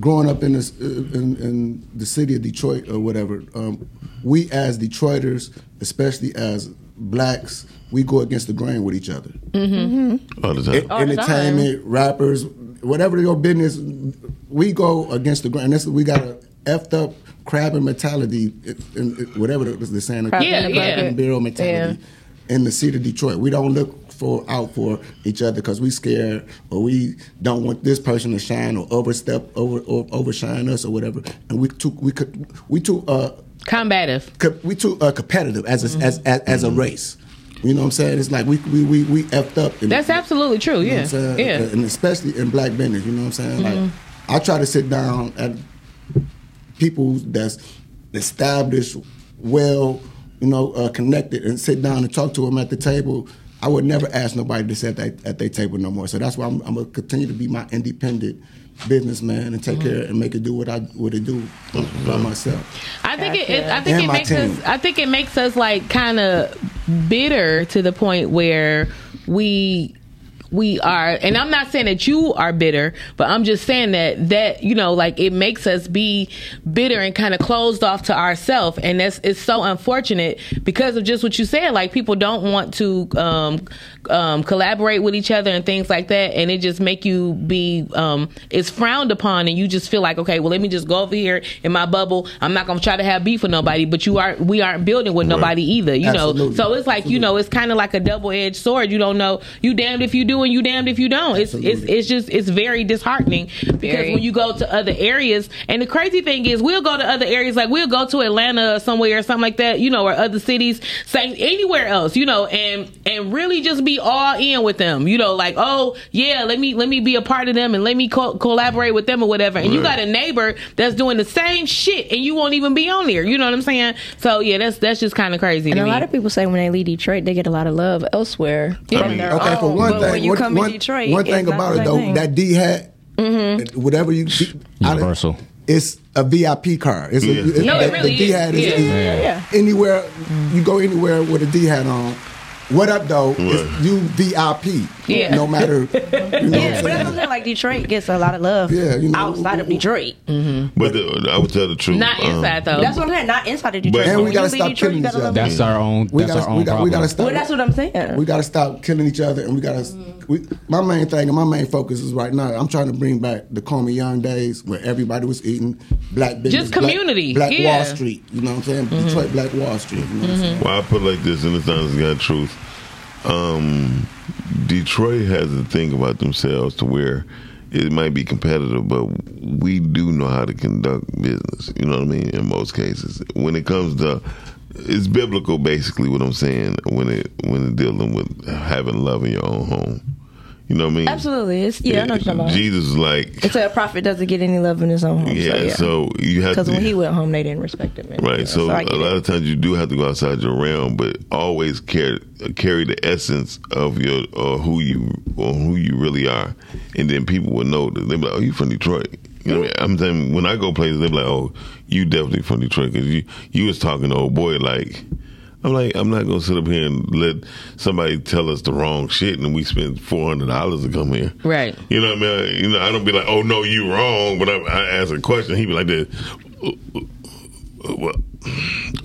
G: growing up in this uh, in, in the city of Detroit or whatever. Um, we as Detroiters, especially as blacks, we go against the grain with each other.
E: Mm-hmm. All the time.
G: E- entertainment, rappers, whatever your business, we go against the grain. This, we got a effed up crab and mentality, in, in, whatever the, the saying,
B: Crab in
G: crab
B: the bucket.
G: and barrel mentality in the city of Detroit. We don't look for out for each other because we scared or we don't want this person to shine or overstep over or overshine us or whatever. And we too we could we too uh,
D: combative.
G: we too uh, competitive as
E: Mm-hmm.
G: a, as, as as a race. You know what I'm saying? It's like we we we, we effed up. in-
D: That's absolutely true.
G: you know
D: Yeah.
G: what I'm saying?
D: Yeah.
G: And especially in black business, you know what I'm saying?
D: Mhm.
G: Like,
N: Mm-hmm.
G: I try to sit down at people that's established, well, you know, uh, connected, and sit down and talk to them at the table. I would never ask nobody to sit at, at their table no more. So that's why I'm, I'm gonna continue to be my independent businessman and take
N: Mm-hmm.
G: care and make it do what I what it do by myself.
D: I think it, it. I think
G: And
D: it
G: my
D: makes
G: team.
D: us. I think it makes us like kind of bitter to the point where we we are and i'm not saying that you are bitter but i'm just saying that that you know like it makes us be bitter and kind of closed off to ourselves and that's it's so unfortunate because of just what you said like people don't want to um, um, collaborate with each other and things like that and it just make you be um, it's frowned upon and you just feel like okay well let me just go over here in my bubble i'm not gonna try to have beef with nobody but you aren't we aren't building with nobody either you know
Q: Absolutely.
D: so it's like you know it's kind of like a double-edged sword you don't know you damned if you do and you damned if you don't it's it's, it's just it's very disheartening because
Q: Very.
D: when you go to other areas and the crazy thing is we'll go to other areas like we'll go to atlanta or somewhere or something like that you know or other cities saying anywhere else you know and and really just be all in with them you know like oh yeah let me let me be a part of them and let me co- collaborate with them or whatever and you
Q: Right.
D: got a neighbor that's doing the same shit and you won't even be on there you know what i'm saying so yeah that's that's just kind of crazy
N: And
D: to
N: a
D: me.
N: lot of people say when they leave Detroit, they get a lot of love elsewhere.
D: I
N: from
D: mean-
N: their
D: Okay,
N: own.
D: for one
N: but
D: thing,
N: when you
D: one-
N: come
D: one-
N: to Detroit,
G: One
N: it's
G: thing
N: not
G: about
N: the
G: it
N: same
G: though,
N: thing.
G: that D hat,
M: mm-hmm.
G: whatever you universal, it's a VIP card. It's
E: Yeah.
G: a, it's-
E: No, it
G: the,
E: really
G: the D hat
E: is.
G: is,
E: Yeah.
G: is
E: Yeah. Yeah.
G: anywhere you go anywhere with a D hat on. What up though? It's you VIP.
N: Yeah.
G: No matter.
N: yeah, but that's what I'm saying. Like Detroit gets a lot of love outside of Detroit.
D: Mm-hmm.
E: But the, I would tell the truth. um,
N: Not
E: inside
N: That's what I'm saying. Not inside of Detroit.
G: and
N: When
G: we
N: you
G: gotta
N: leave
G: stop
N: Detroit,
G: killing
N: you
G: each
N: gotta
G: other.
N: love
F: That's
N: people.
F: our own.
G: We
F: that's
G: gotta-
F: our own
G: we gotta- we
F: problem.
G: gotta stop.
N: Well, that's what I'm saying.
G: We gotta stop killing each other, and we gotta. We, my main thing and my main focus is right now. I'm trying to bring back the Comey Young days where everybody was eating black business,
D: Just
G: black-
D: community,
G: black,
D: yeah.
G: Wall Street. You know what I'm saying? Detroit Black Wall Street. You know what I'm saying?
E: Well, I put it like this, and it's honest to God truth. Um, Detroit has a thing about themselves to where it might be competitive, but we do know how to conduct business. You know what I mean? In most cases, when it comes to it's biblical, basically what I'm saying. When it when it dealing with having love in your own home, you know what I mean?
N: Absolutely. It's, yeah, I know what you're talking
E: Jesus is like,
N: about. Until a prophet doesn't get any love in his own home.
E: yeah.
N: so, yeah.
E: So you have
N: Because
E: to
N: when he went home, they didn't respect him. anymore.
E: Right. So,
N: I
E: a
N: get
E: lot of times you do have to go outside your realm, but always carry carry the essence of your or who you or who you really are, and then people will know that they'll be like, "Oh, you from Detroit." You know what I mean? I'm saying when I go places, they're like, "Oh, you definitely from Detroit," because you you was talking to old boy like. I'm like, I'm not gonna sit up here and let somebody tell us the wrong shit, and we spend four hundred dollars to come here.
D: Right.
E: You know what I mean? You know, I don't be like, oh no, you wrong. But I, I ask a question, he be like this. Well,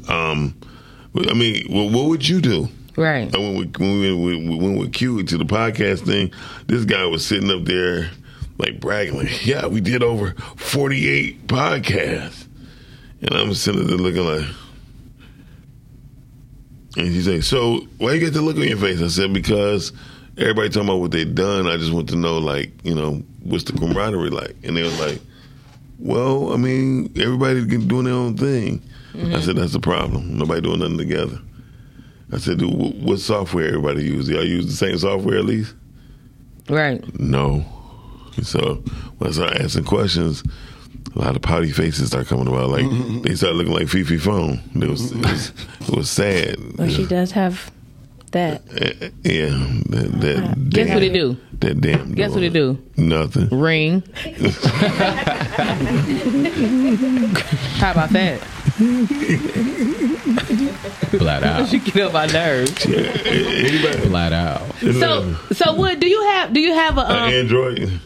E: um, I mean, well, what would you do? And
D: Right.
E: when we when we, when we, when we queued to the podcast thing, this guy was sitting up there like bragging, like, "Yeah, we did over forty eight podcasts," and I'm sitting there looking like. And she's like, "So why you get the look on your face?" I said, "Because everybody talking about what they done. I just want to know, like, you know, what's the camaraderie like?" And they was like, "Well, I mean, everybody's doing their own thing." I said, "That's the problem. Nobody doing nothing together." I said, "Dude, wh- "What software everybody use? Y'all use the same software at least?"
D: Right.
E: No. So when I start asking questions, a lot of potty faces start coming about. Like they start looking like Fifi phone. It was, it was, it was sad.
N: Well, she does have that.
E: Uh, Yeah, that, that
D: Guess
E: damn-
D: what it do?
E: That damn
D: Guess what it do?
E: nothing.
D: Ring. How about that?
F: Flat out.
D: She get on my nerves.
F: Flat out.
D: So, so what do you have? Do you have a um,
E: Android?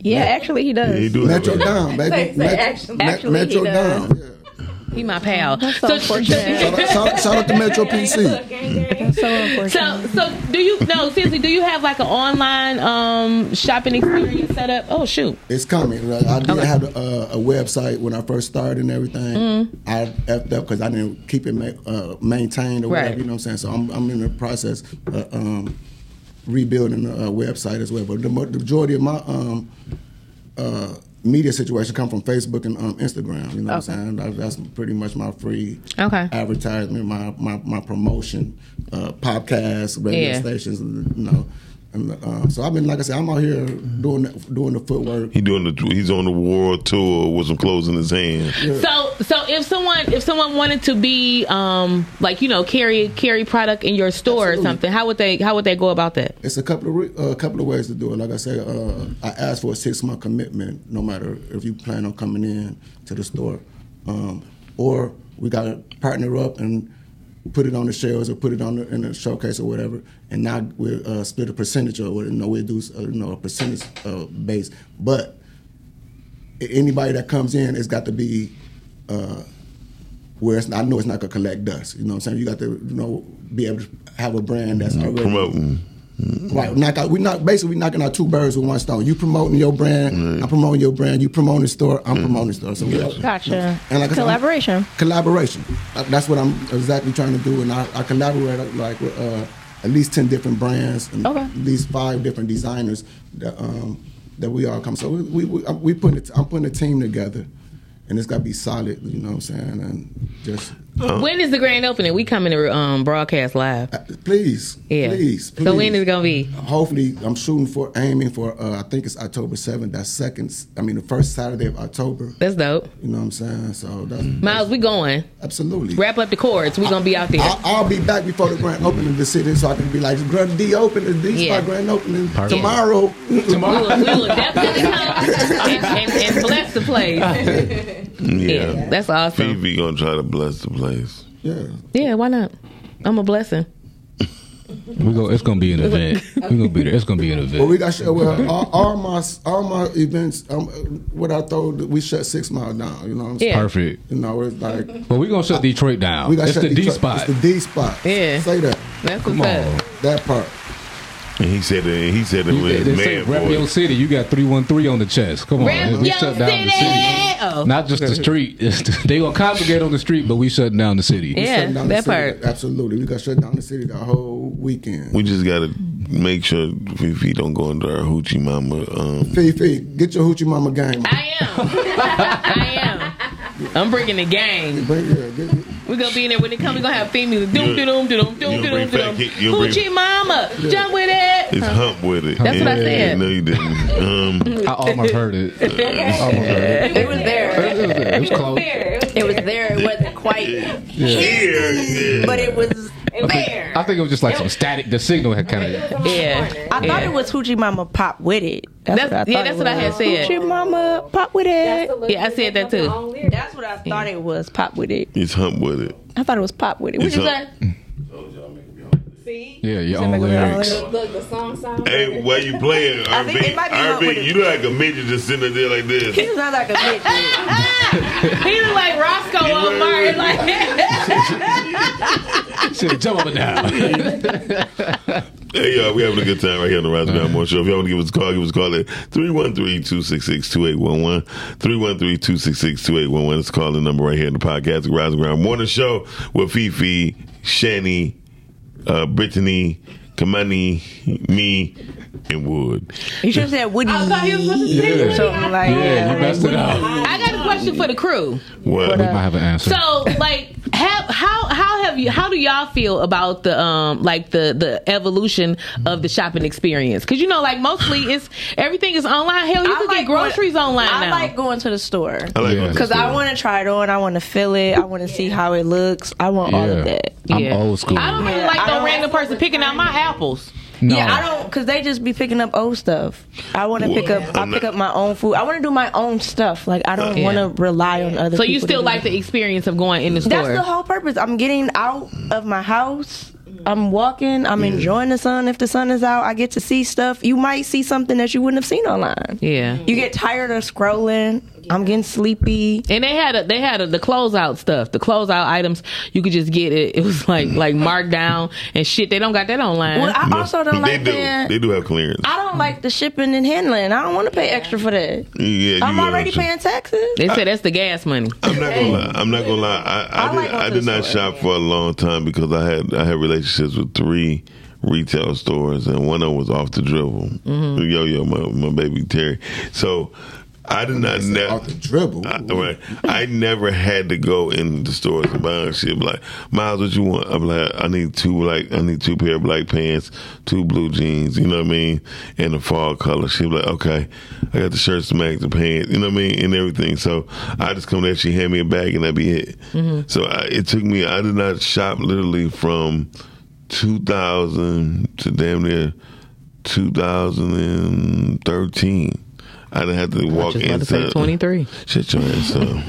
N: Yeah, actually, he does.
E: He do Metro have it. Dom,
G: baby.
N: Say- say
G: Metro-
N: actually,
G: Me-
N: actually,
G: Metro
N: he does.
G: Dom.
D: He my pal.
N: That's so unfortunate.
G: Shout out- shout out- shout out to Metro PC.
N: That's so unfortunate.
D: So, so do you? No, seriously, do you have like an online um shopping experience set up? Oh shoot.
G: It's coming. Like, I did have a, a website when I first started and everything.
D: Mhm.
G: I effed up because I didn't keep it ma- uh, maintained or whatever.
D: Right.
G: You know what I'm saying? So I'm, I'm in the process of um, rebuilding the uh, website as well. But the, mo- the majority of my um, uh, media situation come from Facebook and um, Instagram. You know what I'm saying? That- That's pretty much my free
D: Okay.
G: advertisement, my my, my promotion, uh, podcasts, radio
D: Yeah.
G: stations, you know. And, uh, so I've been, like I said, I'm out here doing the, doing the footwork.
E: He doing the he's on the world tour with some clothes in his hand.
D: So, so if someone if someone wanted to be um like you know carry carry product in your store or something, how would they how would they go about that?
G: It's a couple of re- uh, a couple of ways to do it. Like I said, uh, I asked for a six month commitment, no matter if you plan on coming in to the store, um, or we got to partner up and put it on the shelves or put it on the, in a showcase or whatever, and now we'll uh, split a percentage or you know, we'll do uh, you know a percentage uh, base. But a- anybody that comes in has got to be uh, where it's, I know it's not gonna collect dust. You know what I'm saying? You got to you know be able to have a brand
E: Mm-hmm.
G: that's already
E: promoting.
G: Right, Mm, knock out. We knock basically we knocking out two birds with one stone. You promoting your brand, I'm promoting your brand. You promoting the store, I'm promoting the store. So
E: uh,
G: we all-
M: Gotcha.
G: And like I said, I'm-
M: Collaboration.
G: collaboration. Uh, That's what I'm exactly trying to do, and I, I collaborate uh, like with uh, at least ten different brands, and
M: Okay.
G: at least five different designers that um, that we all come. So we we, we, I'm, we putting it, I'm putting a team together, and it's got to be solid. You know what I'm saying? And just
D: when is the grand opening? We coming to um, broadcast live.
G: please,
D: yeah,
G: please,
D: So
G: please.
D: when is it gonna be?
G: hopefully I'm shooting for aiming for uh, I think it's October 7th. That second, s- I mean the first Saturday of October.
D: That's dope. Mm.
G: You know what I'm saying? So that's
D: Miles, we going.
G: Absolutely. Uh,
D: Wrap up the chords. We gonna be out there.
G: I, I'll be back before the grand opening to sit in so I can be like, Grand D opening, D
D: Yeah.
G: spot grand opening
D: Perfect.
G: tomorrow.
D: we, will, we will definitely come and, and, and bless the place.
E: Yeah.
D: that's awesome.
E: Phoebe gonna try to bless the place.
G: Yeah.
D: Yeah, why not? I'm a blessing.
F: We go. It's gonna be an event. We gonna be there. It's gonna be an event.
G: Well, we got shut. Well, all, all my all my events, um, what I throw, we shut Six Mile down. You know what I'm saying?
F: Yeah. Perfect.
G: You know, it's like
F: But we gonna shut Detroit down.
G: we got
F: It's
G: shut
F: the D
G: Detroit-
F: spot.
G: It's the D spot. Yeah, say that.
D: That's
F: Come what's on. up.
G: That part.
E: And he said it. He said it
F: You-
E: with
F: they
E: his
F: say
E: man
F: rap your
E: voice.
F: city. You got three one three on the chest. Come on,
E: Rap
F: we
E: your
F: shut down the city.
D: Oh.
F: Not just the street. It's the- they gonna congregate on the street, but we shutting down the city.
G: We shutting down the city. Absolutely, we got shut down the city the whole weekend.
E: We just gotta make sure Fifi don't go into our hoochie mama. Um,
G: Fifi, get your hoochie mama game.
D: I am. I'm bringing the gang. We're gonna be in there when it comes. We're gonna have theme music. Doom,
E: You-
D: doom, doom, doom,
E: you'll
D: doom, doom,
E: bring fat
D: doom.
E: kid- you'll bring-
D: Hoochie mama, jump with it.
E: it's hump with it.
D: That's what I
E: Yeah,
D: said.
E: No, you didn't. Um,
F: I almost heard it.
N: It was there.
F: It was there. It was close.
N: It was there. It wasn't quite here,
E: Yeah.
N: but it was there.
F: I think it was just like some static. The signal had kind of.
N: Yeah. I thought it was Hoochie Mama Pop with it.
D: That's- yeah, that's what I had said.
N: Hoochie Mama Pop with it.
D: Yeah, I said that too.
N: That's what I thought it was. Pop with it.
E: it's hump with it.
N: I thought it was Pop with it.
E: It's
N: What you
E: a-
N: say?
F: Yeah, your own lyrics.
Q: Look, the song sounds.
E: Hey, why you playing,
N: I think
E: Irving?
N: it might be hump with
E: Irving,
N: it.
E: you look like a midget just sitting there like this.
N: He sounds like a bitch.
D: He look like Roscoe on Martin. Like,
F: Should jump up and down.
E: Hey, y'all, we having a good time right here on the Rise of Down More Show. If y'all want to give us a call, give us a call at 313-266-2811. 313-266-2811. It's the calling number right here in the podcast, the Rise of Ground Morning Show with Fifi, Shani, uh, Brittany, Kamani, me, and Wood.
N: You should have said Woody. I thought he was supposed
E: to say Yeah. Woody.
N: Something like
E: Yeah, you messed it up.
D: I got a question for the crew.
E: What?
F: We might have an answer.
D: So, like, have, how how have you? How do y'all feel about the um like the the evolution of the shopping experience? Because you know, like, mostly it's everything is online. Hell, you
N: I
D: can
N: like
D: get groceries
N: going-
D: online
N: I
D: now.
N: like going to the
E: I
N: store.
E: like going to the
N: Because I
E: store.
N: want to try it on. I want to feel it. I want to see how it looks. I want all of that.
F: I'm old school.
D: I don't really
N: Yeah,
D: like
N: I
D: no
N: don't-
D: random person picking out my apples.
F: No.
N: Yeah, I don't because they just be picking up old stuff. I want to
D: Well,
N: pick up.
D: I'm
N: I pick up
D: not-
N: my own food. I want to do my own stuff. Like I don't
D: Yeah.
N: want to rely on other.
D: So you
N: people to
D: still
N: do
D: like
N: it.
D: the experience of going in the store?
N: That's the whole purpose. I'm getting out of my house. I'm walking. I'm enjoying the sun. If the sun is out, I get to see stuff. You might see something that you wouldn't have seen online.
D: yeah.
N: You get tired of scrolling. I'm getting sleepy.
D: And they had a, they had a, the closeout stuff, the closeout items. You could just get it. It was like like marked down and shit. They don't got that online.
N: Well, I also don't
E: they
N: like
E: do.
N: being-
E: They do have clearance.
N: I don't like the shipping and handling. I don't want to pay extra for that.
E: Yeah,
N: I'm
E: you
N: already
E: know,
N: paying taxes.
D: They said that's the gas money.
E: I'm not gonna lie. I'm not gonna lie. I, I, did, I did not shop for a long time because I had I had relationships with three retail stores and one of them was off the dribble.
D: Mm-hmm.
R: Mhm.
E: Yo yo, my my baby Terry. So I did not ne- off the
G: dribble.
E: I, right. I never had to go in the stores and buy shit. Be Like Miles, what you want? I'm like, I need two like I need two pair of black pants, two blue jeans. You know what I mean? And a fall color. She be like, okay, I got the shirts to match the pants. You know what I mean? And everything. So I just come there. She hand me a bag and that be it.
R: Mhm.
E: So I, it took me. I did not shop literally from 2000 to damn near 2013. I didn't have to walk
D: just about to say
E: inside.
D: 23.
E: Shut your ass up.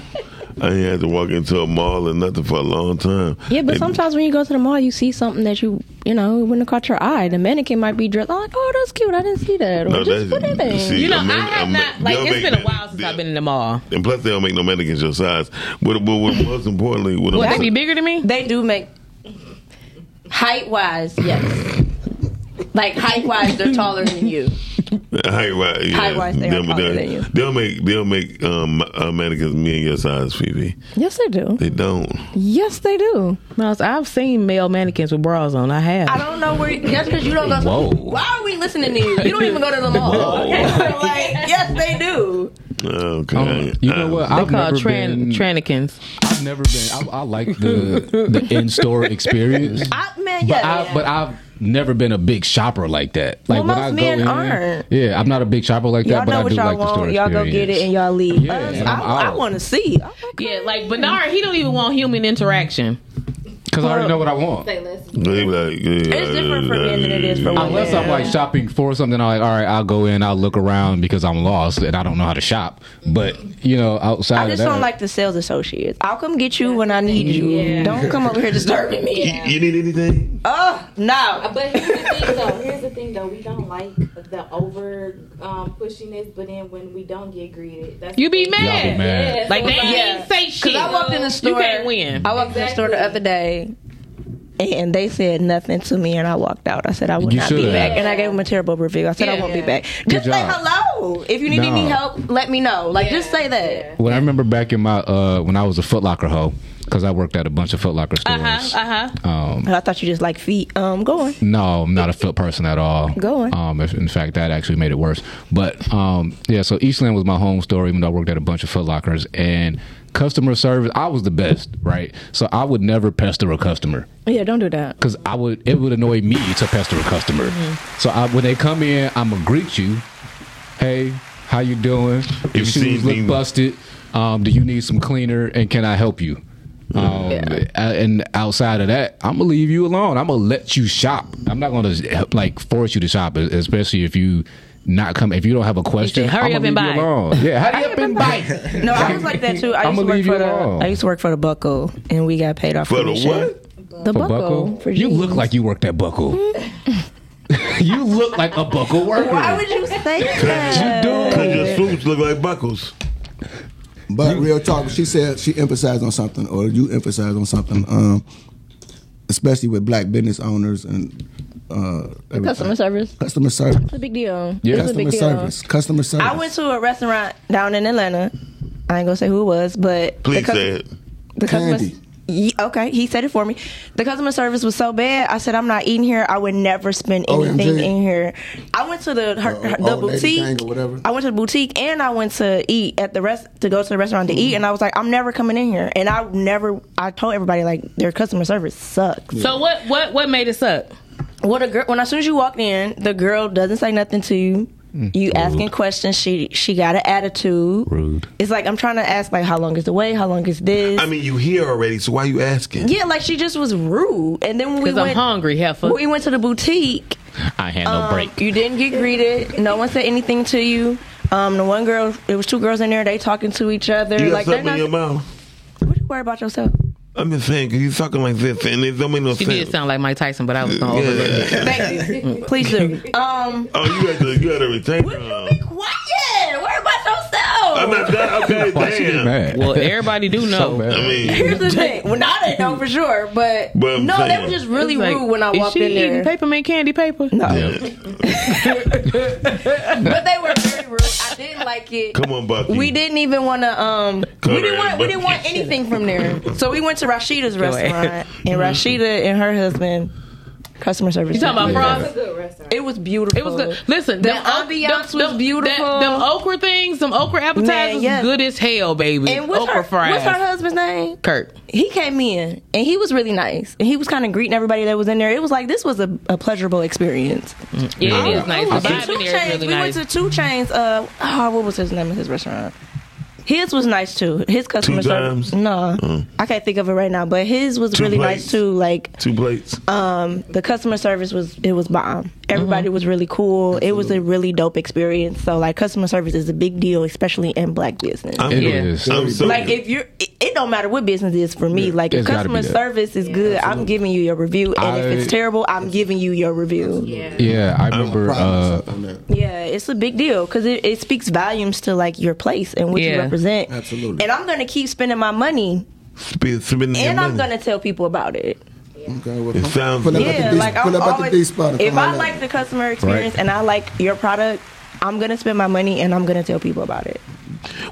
E: I ain't had to walk into a mall or nothing for a long time.
M: Yeah, but
E: And-
M: sometimes when you go to the mall, you see something that you, you know, wouldn't have caught your eye. The mannequin might be dressed. I'm like, oh, that's cute. I didn't see that. Or
E: No,
M: just
E: that's-
M: put it in.
E: see,
D: you know,
E: a man-
D: I have
E: a man-
D: not. Like,
E: they'll
D: it's
E: make
D: been a
E: that-
D: while since I've been in the mall.
E: And plus, they don't make no mannequins your size. But, but what most importantly, what
M: Would
E: I'm
M: they be
E: saying-
D: bigger than me?
M: They do make height wise, yes. like height wise, they're taller than you.
E: Height wise, uh, yeah.
M: Height-wise, they are
E: They'll-
M: taller
E: they'll-
M: than you.
E: They'll make they'll make um, uh, mannequins me and your size, Phoebe.
M: Yes, they do.
E: They don't.
M: Yes, they do.
D: Miles, I've seen male mannequins with bras on. I have.
M: I don't know where. That's because you don't go.
D: Whoa.
M: Why are we listening to you? You don't even go to the mall.
E: Whoa.
F: Oh.
M: Okay, so like, yes, they do.
E: Okay.
F: you know what?
D: They
F: I've
D: call
F: never
D: tran-
F: been.
D: trannequins.
F: I've never been. I, I like the the in store experience.
M: I, man,
F: But, I,
M: yeah.
F: but I've never been a big shopper like that. Like
M: Well,
F: when
M: most
F: I go
M: men
F: in,
M: aren't.
F: Yeah, I'm not a big shopper like that.
M: Y'all
F: but
M: know
F: I
M: what
F: do
M: y'all
F: like the store
M: want. Y'all go get
F: experience.
M: it and y'all leave.
F: Yeah,
M: Us,
F: and I'm
M: I, I
F: out.
M: want to see.
D: Yeah, like Bernard, he don't even want human interaction.
F: Because I already know what I want.
E: They be like, it's different for men than it is for
F: Unless I'm like shopping for something, I'm like, all right, I'll go in, I'll look around because I'm lost and I don't know how to shop. But you know, outside
M: I just
F: of Oh, that,
M: don't like the sales associates. I'll come get you when I need you. Don't come over here disturbing me.
E: You need anything?
M: Oh no!
Q: Uh, But here's the thing, though. Here's the thing, though. We don't like the over um, pushiness, but then when we don't get greeted, that's
D: You be mad.
F: Y'all be mad.
Q: Yeah,
D: Like
Q: so
D: they
Q: it's
D: ain't say
M: Cause
D: shit.
M: I walked in the store.
D: You can't win.
M: I walked in the store the other day, and they said nothing to me, and I walked out. I said I would
F: You
M: not be
F: should've.
M: back, and I gave them a terrible review. I said I
Q: Yeah.
M: won't be back.
F: Good
M: Just say
F: job.
M: hello. If you need any
F: No.
M: help, let me know. Like just say that.
F: when I remember back in my uh when I was a Foot Locker hoe because I worked at a bunch of Foot Locker stores.
M: Uh
F: huh. Um,
M: I thought you just like feet. Um, go on.
F: No, I'm not a foot person at all.
M: Go on.
F: Um, if, in fact, that actually made it worse. But um, yeah, so Eastland was my home store, even though I worked at a bunch of Foot Lockers and customer service. I was the best, right? So I would never pester a customer
M: Yeah, don't do that.
F: because I would it would annoy me to pester a customer. So I, when they come in, I'm gonna greet you. Hey, how you doing? Your
E: you see
F: shoes look
E: anything-
F: busted. Um, do you need some cleaner? And can I help you?
E: Mm.
F: Um, uh, And outside of that, I'm gonna leave you alone. I'm gonna let you shop. I'm not gonna like force you to shop, e, especially if you not come if you don't have a question.
D: hurry
F: I'ma
D: up and
F: leave you
D: buy.
F: alone. Yeah, hurry up and buy.
M: No, I was like that too. I
F: I'ma
M: used to work
F: leave you
M: for the
F: alone.
M: I used to work for the Buckle, and we got paid off
F: For the
M: commission.
F: what?
M: The Buckle. For
F: you look like you worked at Buckle. you look like a Buckle worker.
M: Why would you say that?
E: Because your suits look like buckles.
G: But real talk, she said she emphasized on something, or you emphasized on something, um, especially with black business owners and uh, everything.
M: Customer service.
G: customer service,
M: It's a big deal. It's a
G: customer
M: big deal.
G: service, customer service.
M: I went to a restaurant down in Atlanta. I ain't gonna say who it was, but
E: Please
M: the cus-
E: say it.
M: The customer.
G: Candy.
M: Ye- okay, he said it for me. The customer service was so bad. I said, "I'm not eating here. I would never spend
G: OMG.
M: anything in here." I went to the her, her- the
G: Uh, old lady gang
M: boutique.
G: or whatever.
M: I went to the boutique and I went to eat at the rest to go to the restaurant to
G: Mm-hmm.
M: eat. And I was like, "I'm never coming in here." And I never. I told everybody like their customer service sucks.
D: So what? What? What made it suck?
M: Well, the girl when as soon as you walked in, the girl doesn't say nothing to you.
E: Mm,
M: You asking questions. She she got an attitude.
E: Rude.
M: It's like I'm trying to ask like how long is the wait? How long is this?
E: I mean, you here already, so why you asking?
M: yeah, like she just was rude. And then when we
D: 'Cause I'm
M: went
D: hungry, heifer.
M: When we went to the boutique.
F: I had
M: um, You didn't get greeted. No one said anything to you. Um, the one girl, it was two girls in there. They talking to each other.
E: You got
M: like they're
E: something in
M: not.
E: your mouth.
M: What you worry about yourself?
E: I'm just saying, because you're talking like this, and it don't make no
D: She
E: sense.
D: did sound like Mike Tyson, but I was gonna overlook it.
M: Thank you. Please do. Um,
E: Oh, you had to, you had to retain her.
M: quiet. Worry about yourself.
E: I'm not that okay. damn.
D: Well, everybody do know.
E: I mean,
M: Here's the thing. Well, I didn't know for sure, but,
E: But I'm
M: no, they
E: saying-
M: were just really
D: It's like,
M: rude when I
D: is
M: walked
D: she
M: in there.
D: eating papermint candy paper? No.
M: but they were very rude. I didn't like it.
E: come on, Bucky.
M: We didn't even want to. Um,
E: Come
M: we didn't
E: on,
M: want. We didn't
E: Bucky.
M: want anything from there. So we went to Rashida's
D: Go ahead.
M: restaurant, and Rashida and her husband, customer service.
D: You talking about fries?
M: It was beautiful.
D: It was good. Listen,
M: The
D: them o-
M: ambiance
D: them-
M: was
D: them-
M: beautiful.
D: that- them okra things, them okra appetizers,
M: Man, yes.
D: good as hell, baby.
M: And what's
D: okra
M: her,
D: fries.
M: what's her husband's name?
D: Kirk.
M: he came in and he was really nice and he was kind of greeting everybody that was in there. It was like this was a, a pleasurable experience.
D: Yeah, it is nice.
M: We
D: The
M: went to
D: vibe
M: Two
D: in there is
M: Chainz.
D: really
M: we
D: nice.
M: went to Two Chains. Uh, oh, what was his name of his restaurant? His was nice too. His customer service.
E: times?
M: No,
E: Mm.
M: I can't think of it right now. But his was
E: Two
M: really
E: plates.
M: nice too. Like
E: Two plates.
M: um, the customer service was it was bomb. Everybody
E: Mm-hmm.
M: was really cool. It was a really dope experience. So like customer service is a big deal, especially in black business.
E: I'm- It Yeah. is. I'm so-
M: like if you're, it, it don't matter what business it is for me. Like if
E: It's gotta be
M: customer
E: that.
M: service is good, I'm giving you your review, and if
F: I-
M: it's terrible, I'm giving you your review.
F: Yeah, I remember. Uh,
M: Yeah, it's a big deal because it, it speaks volumes to like your place and what you
E: Yeah.
M: represent.
E: Absolutely.
M: And I'm gonna keep spending my money,
E: Spend, spending your
M: and I'm
E: money.
M: gonna tell people about it.
G: Okay, well,
E: It
G: come-
E: sounds
G: pull up at the
M: Yeah,
G: D-
M: like I'm
G: pull up at the D
M: always.
G: spot and
M: If
G: come on
M: I
G: out.
M: like the customer experience and I like your product, I'm gonna spend my money and I'm gonna tell people about it.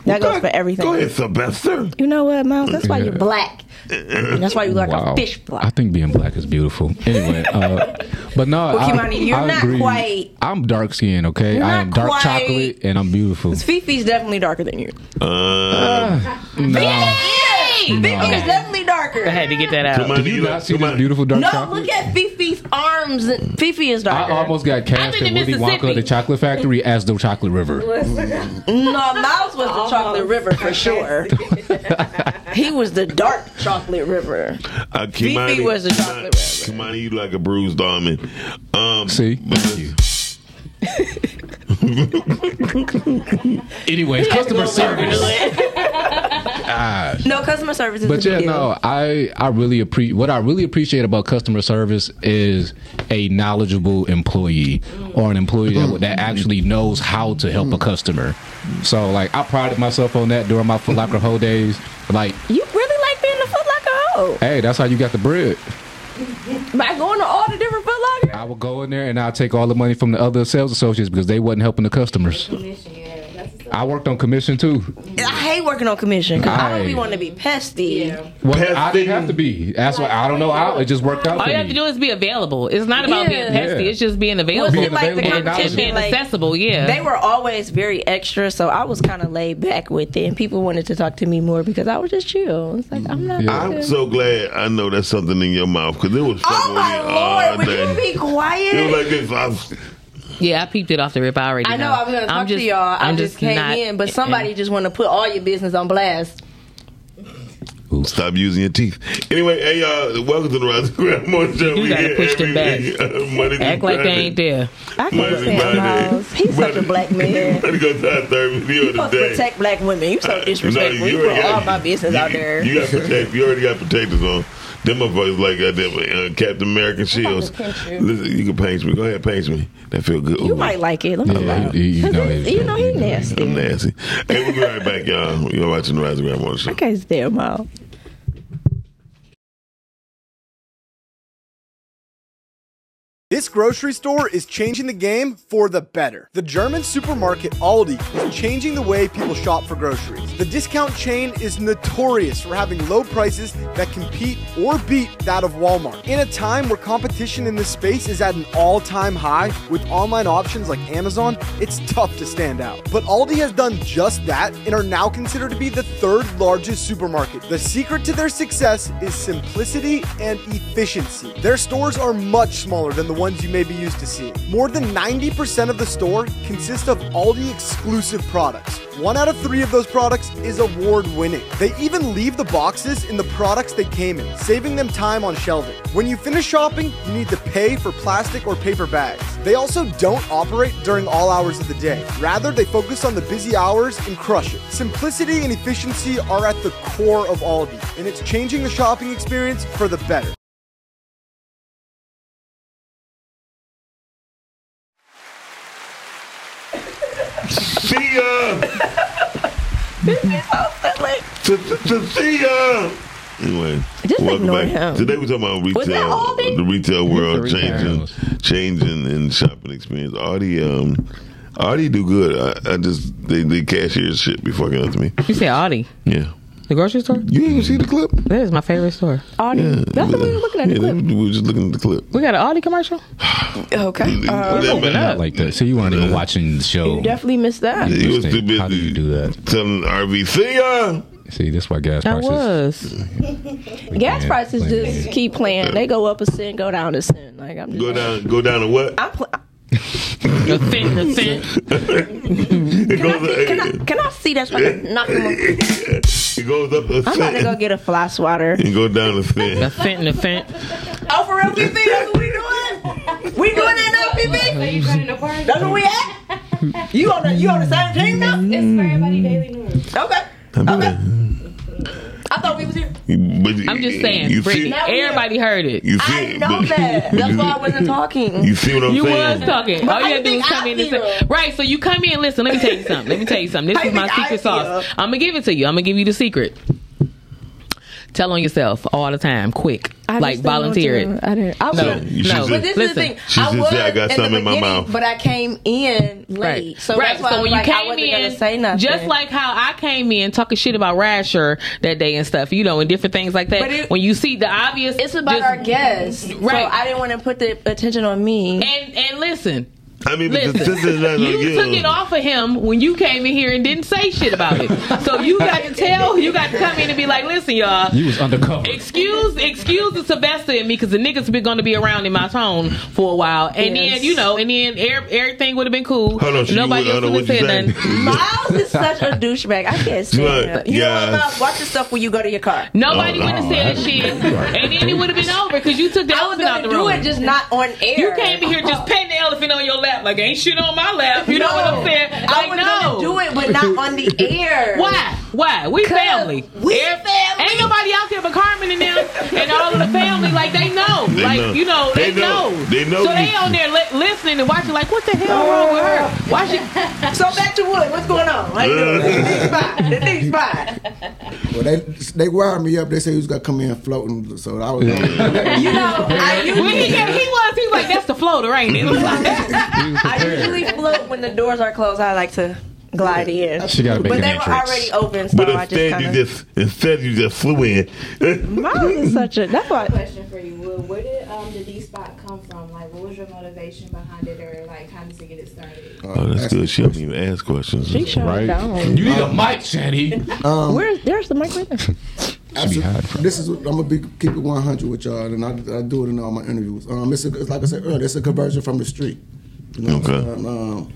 M: That goes for everything.
E: Go ahead, Sylvester.
M: You know what, Miles? That's why
F: Yeah.
M: you're black. That's why you look like
F: wow.
M: a fish fly.
F: I think being black is beautiful. Anyway, uh, but no,
M: Well,
F: I,
M: Kimani, you're
F: I
M: not
F: agree.
M: quite-
F: I'm dark skinned, okay?
M: You're
F: I
M: not
F: am dark
M: quite-
F: chocolate and I'm beautiful. Ah,
M: Fifi's definitely darker than you.
E: Uh,
F: no.
M: Fifi
F: Okay.
M: is definitely darker.
D: I had to get that out.
F: Did you not see this beautiful dark
M: No,
F: chocolate?
M: look at Fifi's arms. Fifi is
F: I
M: darker.
F: almost got cast
M: in
F: in Willy Wonka, the Chocolate Factory, as the Chocolate River.
M: no, Miles was the chocolate river for sure. he was the dark chocolate river.
E: Uh, Kimani,
M: Fifi was a chocolate
E: Kimani, you like a bruised almond. Um, See,
F: Anyways, customer service. Ah.
M: No, customer service is
F: But
M: a
F: yeah,
M: big deal.
F: no, I I really appreciate what I really appreciate about customer service is a knowledgeable employee or an employee that, that actually knows how to help a customer. So like I prided myself on that during my Foot Locker whole days. Like,
M: You really like being a Foot Locker hoe
F: hey, that's how you got the bread.
M: by going to all the different Foot Lockers.
F: I would go in there and I'll take all the money from the other sales associates because they wasn't helping the customers. I worked on commission too.
M: I hate working on commission because I don't be
F: Aye.
M: want to be pesty. Yeah.
F: Well, I didn't have to be. That's why I don't know how it just worked out.
D: All
F: for
D: you
F: me.
D: have to do is be available. It's not about
M: Yeah.
D: being pesty.
F: Yeah.
D: It's just being available.
F: Wasn't it like the
D: and, and
F: competition,
D: being
M: like-
D: accessible. Yeah.
M: They were always very extra, so I was kind of laid back with it, and people wanted to talk to me more because I was just chill. It's like I'm not.
E: I'm so glad I know that's something in your mouth because it was. Oh
M: my
E: all
M: Lord, would
E: day.
M: you be
E: It
M: quiet?
E: was like this. I,
D: yeah, I peeped it off the rip. I already.
M: I know I was gonna
D: I'm
M: talk
D: just-
M: to y'all. i
D: I'm
M: just, came
D: not-
M: in, but somebody just want to put all your business on blast.
E: Stop using your teeth. Anyway, hey y'all, welcome to the Rise of Grand Morning Show.
D: You
E: We
D: gotta
E: here
D: push them
E: every
D: back.
E: week, uh, Monday through
D: Act like they
E: Friday.
D: ain't there.
M: I
E: Money
M: can't stand
E: Friday.
M: Miles. He's such a black man.
E: Better go to our third review
M: You
E: of the
M: supposed to
E: day.
M: protect black women. You so disrespectful.
E: you
M: you
E: already
M: put
E: got-
M: all my business out there.
E: You got protect. You already got protectors on. Them motherfuckers like goddamn uh, Captain American shields.
M: about to pinch you.
E: Listen, you can pinch me. Go ahead, pinch me. That feel good.
M: You
E: Ooh.
M: might like it. Let me
E: Oh, Yeah,
M: lie.
E: you- you- you know
M: Cause
E: it.
M: you know he nasty.
E: I'm nasty. Hey, we'll be right back, y'all. You're watching the Rise of Grand Morning Show.
M: Okay, it's there, Miles.
R: This grocery store is changing the game for the better. The German supermarket Aldi is changing the way people shop for groceries. The discount chain is notorious for having low prices that compete or beat that of Walmart. In a time where competition in this space is at an all time high with online options like Amazon, it's tough to stand out. But Aldi has done just that and are now considered to be the third largest supermarket. The secret to their success is simplicity and efficiency. Their stores are much smaller than the ones you may be used to seeing. More than 90% of the store consists of Aldi exclusive products. One out of three of those products is award winning. They even leave the boxes in the products they came in, saving them time on shelving. When you finish shopping, you need to pay for plastic or paper bags. They also don't operate during all hours of the day. Rather, they focus on the busy hours and crush it. Simplicity and efficiency are at the core of Aldi, and it's changing the shopping experience for the better.
E: See ya. To, to, to see ya. Anyway,
M: Just
E: welcome
M: ignore
E: back.
M: him.
E: Today we're talking about
M: Was that
E: retail,
M: Aldi?
E: the retail world
M: It's the retail.
E: changing, changing and shopping experience. Aldi, um, Aldi do good. I, I just they they cashier shit be fucking up to me.
D: You said Audi.
E: Yeah.
D: The grocery store?
E: You didn't even see the clip?
D: That is my favorite store.
M: Audi.
D: That's what we were looking at.
E: Yeah,
D: The clip.
E: they- we were just looking at the clip.
D: We got an Audi commercial?
M: Okay. Uh,
F: Not like that. So you weren't even watching the show.
M: you definitely missed that.
E: He was too busy.
F: How do you do that?
E: Telling RV, see ya.
F: See, this why gas
M: I
F: prices.
D: was.
M: Gas
F: Yeah,
M: prices
F: like-
M: just keep playing. They go up a cent, go down a cent. Like I'm just
E: Go down, go down to what?
M: I'm pl-
D: A cent, a cent.
E: it goes.
M: can I can I see that fucking knock them off?
E: it goes up a
M: I'm about to
E: cent
M: go get a fly swatter.
E: and go down a cent.
D: A cent and a cent.
M: Oh, for real, PB? That's what we doing? We doing that now, PB? That's where we at? You on the you on the same team now? It's for everybody daily news. Okay. Okay. I thought we was here.
E: uh, But
D: I'm just saying, Brittany, everybody heard it.
E: You see,
M: I know that. That's why I wasn't talking.
E: You see what I'm
D: you
E: saying?
D: was talking.
M: But
D: All
M: how you
D: you had to do
M: think
D: was come
M: I
D: in and say, right. So you come in. Listen, let me tell you something. Let me tell you something. This
M: How you
D: is my
M: think I
D: secret sauce.
M: feel?
D: I'm gonna give it to you. I'm gonna give you the secret. Tell on yourself all the time, quick,
N: I
D: like
N: just don't want
D: volunteer
N: to.
D: it.
N: I didn't. I
D: No,
N: would-
D: you should
N: But
D: just-
N: this is the
D: listen.
N: thing.
D: She
N: I
D: just
N: was
D: said, "I got
N: in the
D: something in my
N: beginning,
D: mouth."
N: But I came in late,
D: Right.
N: so
D: right.
N: that's why
D: so
N: I'm
D: when
N: like,
D: you
N: I
D: came
N: wasn't
D: in,
N: gonna say nothing.
D: just like how I came in talking shit about Rasher that day and stuff, you know, and different things like that.
M: But it-
D: when you see the obvious,
M: it's about
D: just-
M: our guests,
D: right?
M: So I didn't want to put the attention on me.
D: And and listen,
E: I mean, but
D: Listen,
E: the sister's not gonna
D: you
E: give
D: took it off of him when you came in here and didn't say shit about it. So you got to tell, you got to come in and be like, listen, y'all.
F: You was undercover.
D: Excuse, excuse the Sylvester and me because the niggas been going to be around in my tone for a while, and
M: Yes.
D: then you know, and then er- everything would have been cool.
E: Hold on, she
D: Nobody
E: would-
D: else
E: hold on,
D: would have
E: what you
D: said
E: saying?
D: nothing.
M: Miles is such a douchebag. I can't stand him. Oh,
E: Look,
M: You know
E: yeah.
M: what, Miles? Watch the stuff when you go to your car.
D: Nobody would have said shit, and then it would have been over because you took the
M: I was
D: elephant out
M: gonna
D: the
M: do
D: room.
M: it, just not on air.
D: You came in here just petting the elephant on your lap, like ain't shit on my lap. You know what I'm saying? Like,
M: I was
D: no.
M: gonna do it, but not on the air.
D: Why? Why? We family.
M: we
D: If- Ain't nobody out there but Carmen and them and all of the family. Like they know.
E: They
D: like
E: know.
D: you know, they,
E: They know. They know
D: So they
E: you-
D: on there li- listening and watching. Like what the hell wrong with her? Why she?
M: So back to Wood. What's going on? How you doing? The thing's fine. The thing's fine.
G: Well, they they wired me up. They said you was gonna come in floating, so I was.
M: You know, I
D: Well, he,
M: usually,
D: yeah, he was. He was like that's the floater, ain't it? It was like,
M: I usually float when the doors are closed. I like to glide in.
E: She gotta make
M: But
E: an
M: they were
E: entrance.
M: already open, so
E: But
M: I just
E: instead, you
M: kind of.
E: just instead you just flew in.
M: Miles is such a. That's why.
Q: Question for you, Will. Where did um, the D spot come from? Like, what was your motivation behind it, or like, how did you get it started?
E: oh, that's good. She don't even ask questions.
M: She sure
E: right?
M: don't.
F: You need a mic, Shanny.
G: Um,
M: Where's there's the mic right there?
G: Absolutely. This is what I'm gonna be keep it 100 with y'all, and I, I do it in all my interviews. Um, it's, a, it's like I said earlier, it's a conversion from the street. You know what I'm
E: Okay.
G: saying? Um,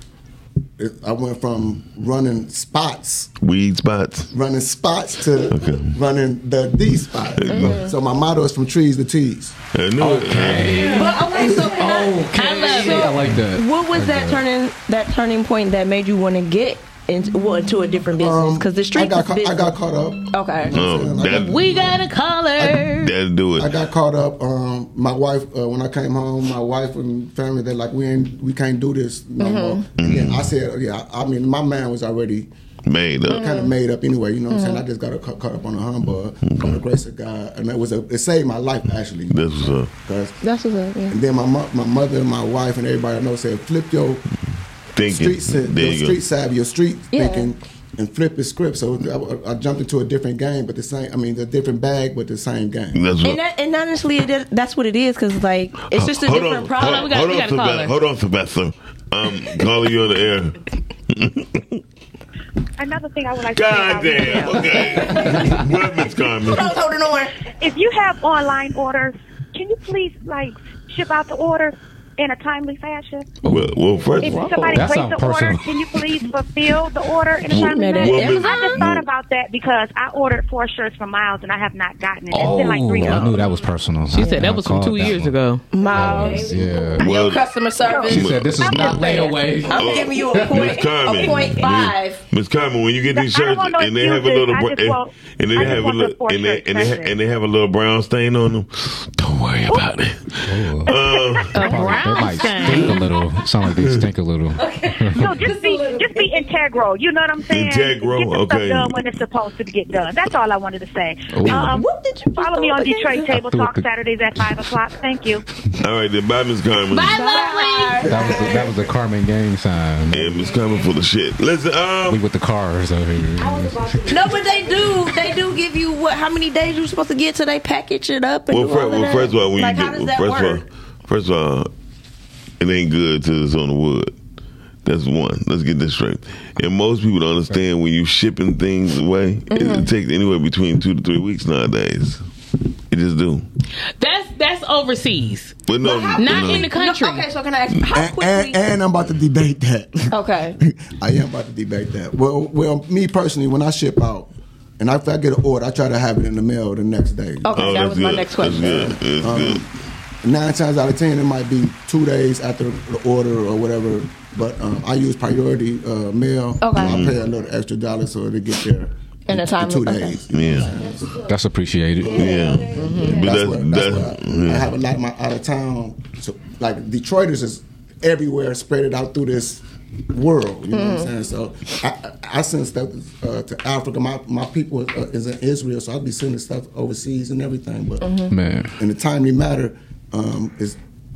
G: it, I went from running spots,
E: Weed spots.
G: running spots to
E: Okay.
G: running the D spot. So my motto is from trees to tees.
E: I knew it.
M: But okay, so can
E: Oh,
M: I-
D: I love
M: so
D: it.
F: like that.
M: What was that turning that turning point that made you want to get into, well, into a different business? Because the
G: Um, I
M: street
G: got
M: is
G: ca- I
M: business.
G: got caught up.
M: okay.
E: Oh, that
D: We got a color.
E: that do
G: I
E: it.
G: got caught up. Um, my wife, uh, when I came home, my wife and family, they're like, we ain't, we can't do this no more.
E: Mm-hmm.
G: And then I said, yeah, I, I mean, my mind was already
E: Made up.
G: kind of made up anyway. You know what I'm saying? I just got ca- caught up on a humbug,
E: Mm-hmm.
G: on the grace of God, and that was a, it saved my life actually.
E: That's what's up.
G: 'Cause-
M: That's what's up. Yeah.
G: and then my mo- my mother and my wife and everybody I know said, flip your
E: Thinking.
G: street sen-
E: there
G: your
E: you
G: street
E: go.
G: savvy, your street
M: Yeah.
G: thinking, and flip the script. So I, I jumped into a different game, but the same. I mean, a different bag, but the same game.
E: That's
M: And,
E: what.
M: that, and honestly, it is, that's what it is. Because like, it's just a
E: Hold
M: different
E: on,
M: problem.
E: Hold,
D: We got-
E: hold
D: we
E: on,
D: got a caller.
E: Sylvester. Hold on, Sylvester. I'm calling you on the air.
O: Another thing I would like
E: God
O: to say
E: damn.
O: about retail.
E: Okay. what, Miss Carmen?
M: I was holding on.
O: If you have online orders, can you please like ship out the order in a timely fashion?
E: Well, well first
O: If somebody
F: that
O: places
F: sounds
O: the order,
F: personal.
O: can you please fulfill the order in a timely
M: Made it
O: fashion?
E: Amazon?
O: I just thought about that because I ordered four shirts from Miles and I have not gotten it. It's
F: Oh,
O: been like three
F: I
O: months.
F: knew that was personal.
D: She said that was from two years ago.
M: Miles,
F: Yeah.
E: Well,
M: your customer service.
F: She said this is not layaway.
M: I'm giving you a point,
E: Oh, Miss Carmen,
M: a point five.
E: Miss Carmen, when you get these
O: I don't
E: shirts
O: want no
E: and they have a
O: excuses.
E: little
O: I
E: bra-
O: just want-
E: and
O: I
E: they
O: just
E: have a
O: want
E: little
O: the
E: and they
O: four
E: and they, ha-
O: shirts,
E: and they have a little brown stain on them, don't worry about it. Uh,
D: A
F: Oh. That
D: brown
F: might stink a
D: stain.
F: little. Sound like they stink a little.
O: No, just be just be integral. You know what I'm saying?
E: Integral,
O: Get the
E: okay. Oh,
O: stuff done when it's supposed to get done. That's all I wanted to say.
F: Ooh.
O: Um,
M: What did you
O: follow me on Detroit Table
F: threw it
O: Talk
F: the-
O: Saturdays at five o'clock. Thank you.
E: all right, then bye, Miss Carmen.
D: Bye, lovely.
F: That was the, that was the Carmen gang sign.
E: Yeah, Miss Carmen full of shit. Listen,
F: We
E: um,
F: with the cars over here.
M: No, but they do. They do give you what? How many days you supposed to get till they package it up? And
E: well,
M: do all
E: fir-
M: of
E: well,
M: that?
E: first of all, when
M: like,
E: you
M: how
E: get
M: does
E: well,
M: that
E: first
M: work?
E: of all, first of all, it ain't good till it's on the wood. That's one. Let's get this straight. And most people don't understand when you shipping things away,
O: Mm-hmm.
E: it takes anywhere between two to three weeks nowadays. It just do.
D: That's that's overseas,
E: But no,
D: not
E: no.
D: in the country.
M: No, okay, so can I ask how
G: And,
M: quickly?
G: and, and I'm about to debate that.
M: okay.
G: I am about to debate that. Well, well, me personally, when I ship out, and if I get an order, I try to have it in the mail the next day.
M: Okay,
E: Oh,
M: that
E: that's
M: was my
E: good.
M: next question.
E: That's good. That's
G: Um, Nine times out of ten, it might be two days after the order or whatever But um, I use priority uh, mail.
M: Okay.
G: I pay a little extra dollar so they get there
M: In a timely-
G: two
M: okay.
G: days.
E: Yeah.
F: That's appreciated.
E: Yeah. But
G: Mm-hmm. That's
E: that's,
G: what- that's
E: that's-
G: I
E: yeah.
G: have a lot of my out of town. So like Detroiters is everywhere, spread it out through this world. You know what
D: Mm.
G: I'm saying? So I, I I send stuff uh, to Africa. My my people uh, is in Israel, so I'll be sending stuff overseas and everything. But
D: Mm-hmm.
F: Mhm. Man.
G: in a timely matter, um, is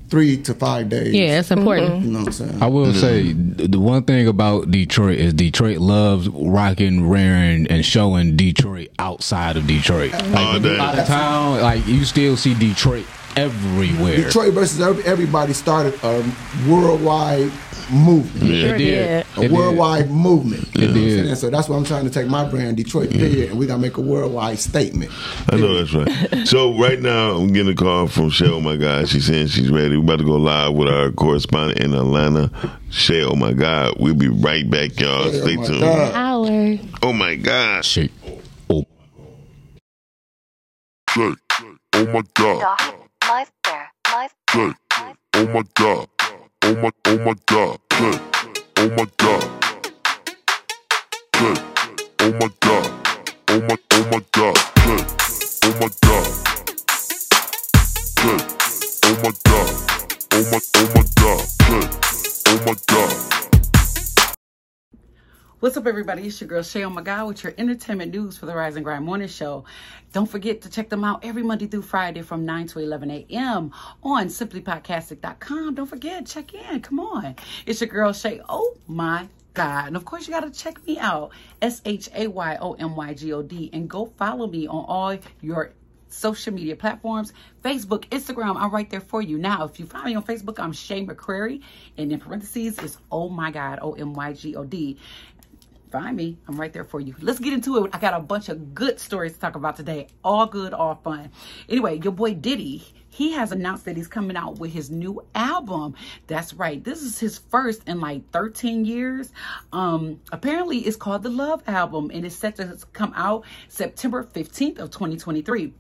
G: three to five days.
D: Yeah, it's important. Mhm.
G: You know what I'm saying?
F: I
E: Mm-hmm.
F: will say th- the one thing about Detroit is Detroit loves rocking, raring, and showing Detroit outside of Detroit.
E: All
G: Mm-hmm.
F: Like, when you
E: day.
F: out of town, like you still see Detroit everywhere.
G: Detroit versus ev- everybody started a worldwide movement.
F: Yeah. Sure It did.
G: A
F: did.
G: worldwide movement.
F: It
G: You know what I'm
F: did.
G: saying? So that's why I'm trying to take my brand, Detroit, period, and we gotta make a worldwide statement.
E: I know that's right. so right now I'm getting a call from Shell. My God, she's saying she's ready. We're about to go live with our correspondent in Atlanta, Shell. My God, we'll be right back, y'all. Stay tuned.
D: Howard.
E: Oh my God.
F: Shake.
E: Oh.
S: Shake. Oh my God.
C: Life there. Life.
S: Shake. Oh my God. Oh my. Oh my God. Shake. Oh my God. Shake. Oh my God. Oh my. Oh my God. Shake. Oh my God. Shake. Oh my God. Oh my. Oh my God. Shake. Oh my God.
T: What's up, everybody? It's your girl Shay my guy with your entertainment news for the Rise and Grind Morning Show. Don't forget to check them out every Monday through Friday from 9 to 11 a.m. on simplypodcastic.com. Don't forget, check in. Come on. It's your girl Shay. Oh my God. And of course, you got to check me out S H A Y O M Y G O D and go follow me on all your social media platforms Facebook, Instagram. I'm right there for you. Now, if you find me on Facebook, I'm Shay McCrary. And in parentheses, it's Oh My God, O M Y G O D. Find me. I'm right there for you. Let's get into it. I got a bunch of good stories to talk about today. All good, all fun. Anyway, your boy Diddy, he has announced that he's coming out with his new album. That's right. This is his first in like 13 years. Um, apparently it's called the Love Album and it's set to come out September 15th of 2023.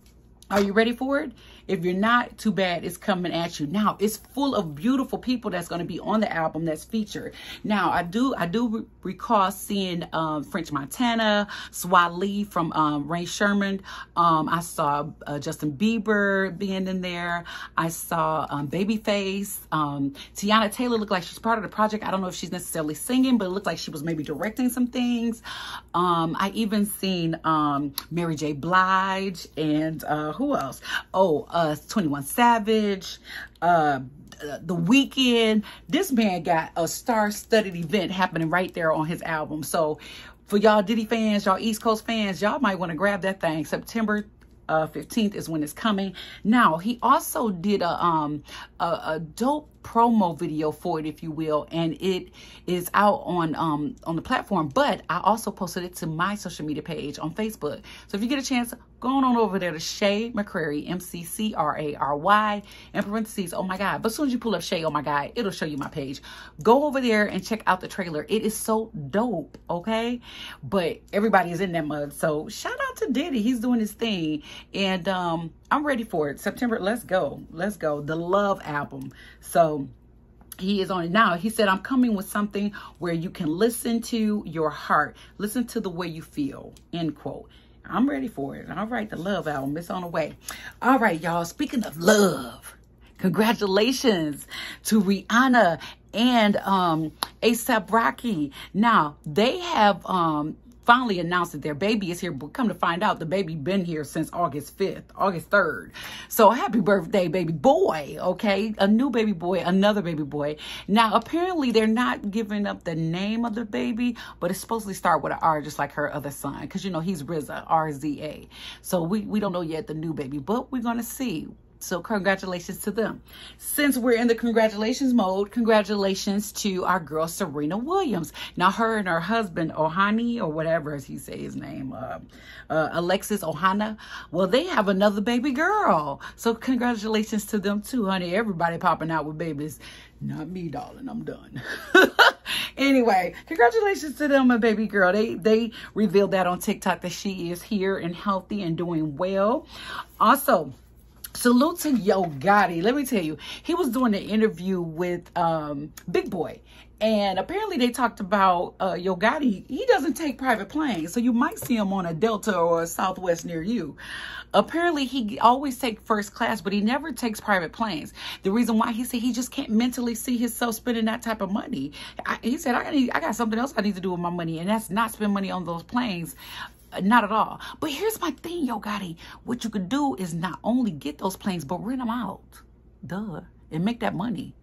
T: Are you ready for it? If you're not, too bad. It's coming at you now. It's full of beautiful people that's going to be on the album that's featured. Now, I do, I do re- recall seeing um, French Montana, Swali from um, Ray Sherman. Um, I saw uh, Justin Bieber being in there. I saw um, Babyface. Um, Tiana Taylor looked like she's part of the project. I don't know if she's necessarily singing, but it looked like she was maybe directing some things. Um, I even seen um, Mary J. Blige and uh, who else? Oh, uh, 21 Savage, uh, The Weeknd. This man got a star studded event happening right there on his album. So, for y'all Diddy fans, y'all East Coast fans, y'all might want to grab that thing. September uh, 15th is when it's coming. Now he also did a um a, a dope promo video for it, if you will, and it is out on um on the platform. But I also posted it to my social media page on Facebook. So if you get a chance, go on over there to Shay McCrary, M C C R A R Y, in parentheses. Oh my God! But as soon as you pull up Shay, oh my God, it'll show you my page. Go over there and check out the trailer. It is so dope. Okay, but everybody is in that mug. So shout out to Diddy. He's doing his thing. And um, I'm ready for it. September, let's go. Let's go. The Love album. So he is on it now. He said, I'm coming with something where you can listen to your heart, listen to the way you feel. End quote. I'm ready for it. All right, the Love album. It's on the way. All right, y'all. Speaking of love, congratulations to Rihanna and um ASAP Rocky. Now they have um finally announced that their baby is here, but come to find out the baby been here since August 5th, August 3rd. So happy birthday, baby boy. Okay. A new baby boy, another baby boy. Now apparently they're not giving up the name of the baby, but it's supposed to start with an R just like her other son. Because you know he's RZA, R Z A. So we, we don't know yet the new baby, but we're gonna see. So congratulations to them. Since we're in the congratulations mode, congratulations to our girl Serena Williams. Now her and her husband Ohani or whatever as he say his name, uh, uh, Alexis Ohana. Well, they have another baby girl. So congratulations to them too, honey. Everybody popping out with babies. Not me, darling. I'm done. anyway, congratulations to them, my baby girl. They they revealed that on TikTok that she is here and healthy and doing well. Also Salute to Yo Gotti. Let me tell you, he was doing an interview with um, Big Boy, and apparently they talked about uh, Yo Gotti. He doesn't take private planes, so you might see him on a Delta or a Southwest near you. Apparently, he always take first class, but he never takes private planes. The reason why he said he just can't mentally see himself spending that type of money. I, he said, "I need, I got something else I need to do with my money, and that's not spend money on those planes." Uh, Not at all. But here's my thing, Yo Gotti. What you could do is not only get those planes, but rent them out. Duh. And make that money.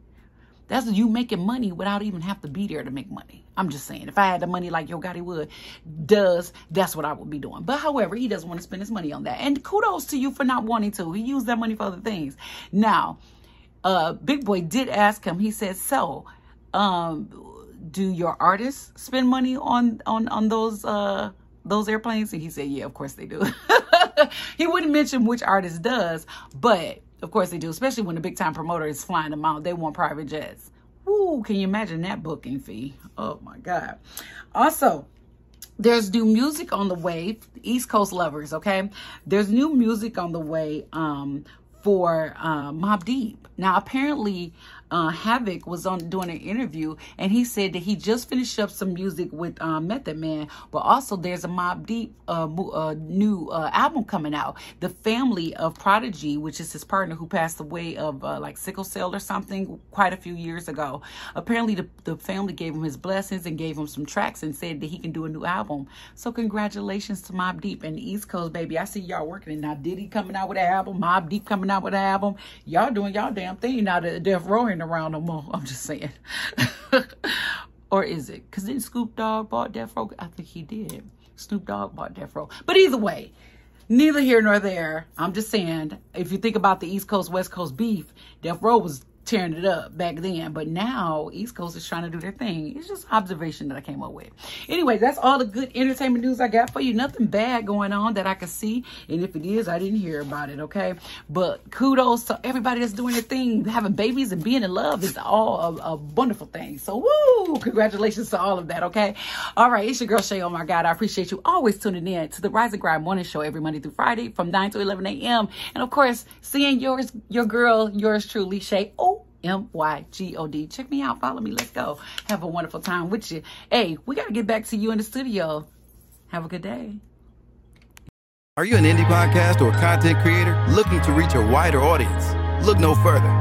T: That's you making money without even have to be there to make money. I'm just saying, if I had the money like Yo Gotti would does, that's what I would be doing. But however, he doesn't want to spend his money on that. And kudos to you for not wanting to. He used that money for other things. Now, uh, Big Boy did ask him. He said, "So, um, do your artists spend money on on on those uh those airplanes?" And he said, "Yeah, of course they do." he wouldn't mention which artist does, but of course they do, especially when a big time promoter is flying them out. They want private jets. Woo, can you imagine that booking fee? Oh my God. Also, there's new music on the way, East Coast lovers, okay? There's new music on the way um, for uh, Mob Deep. Now, apparently, uh, Havoc was on doing an interview, and he said that he just finished up some music with uh, Method Man, but also there's a Mob Deep uh, mo- uh, new uh, album coming out. The family of Prodigy, which is his partner who passed away of uh, like sickle cell or something quite a few years ago. Apparently, the, the family gave him his blessings and gave him some tracks and said that he can do a new album. So, congratulations to Mob Deep and the East Coast, baby. I see y'all working. And now, Diddy coming out with an album, Mob Deep coming out with an album. Y'all doing y'all damn thing. Now, the Death Row ain't around no more. I'm just saying. or is it? Because then Snoop Dogg bought Death Row. I think he did. Snoop Dogg bought Death Row. But either way, neither here nor there. I'm just saying, if you think about the East Coast, West Coast beef, Death Row was tearing it up back then. But now, East Coast is trying to do their thing. It's just observation that I came up with. Anyway, that's all the good entertainment news I got for you. Nothing bad going on that I could see. And if it is, I didn't hear about it, okay? But kudos to everybody that's doing their thing. Having babies and being in love is all a, a wonderful thing. So, woo! Congratulations to all of that, okay? All right, it's your girl Shay. Oh my God, I appreciate you always tuning in to the Rise and Grind Morning Show every Monday through Friday from 9 to 11 a.m. And of course, seeing yours, your girl, yours truly, Shay. O M Y G O D. Check me out. Follow me. Let's go. Have a wonderful time with you. Hey, we got to get back to you in the studio. Have a good day.
A: Are you an indie podcast or content creator looking to reach a wider audience? Look no further.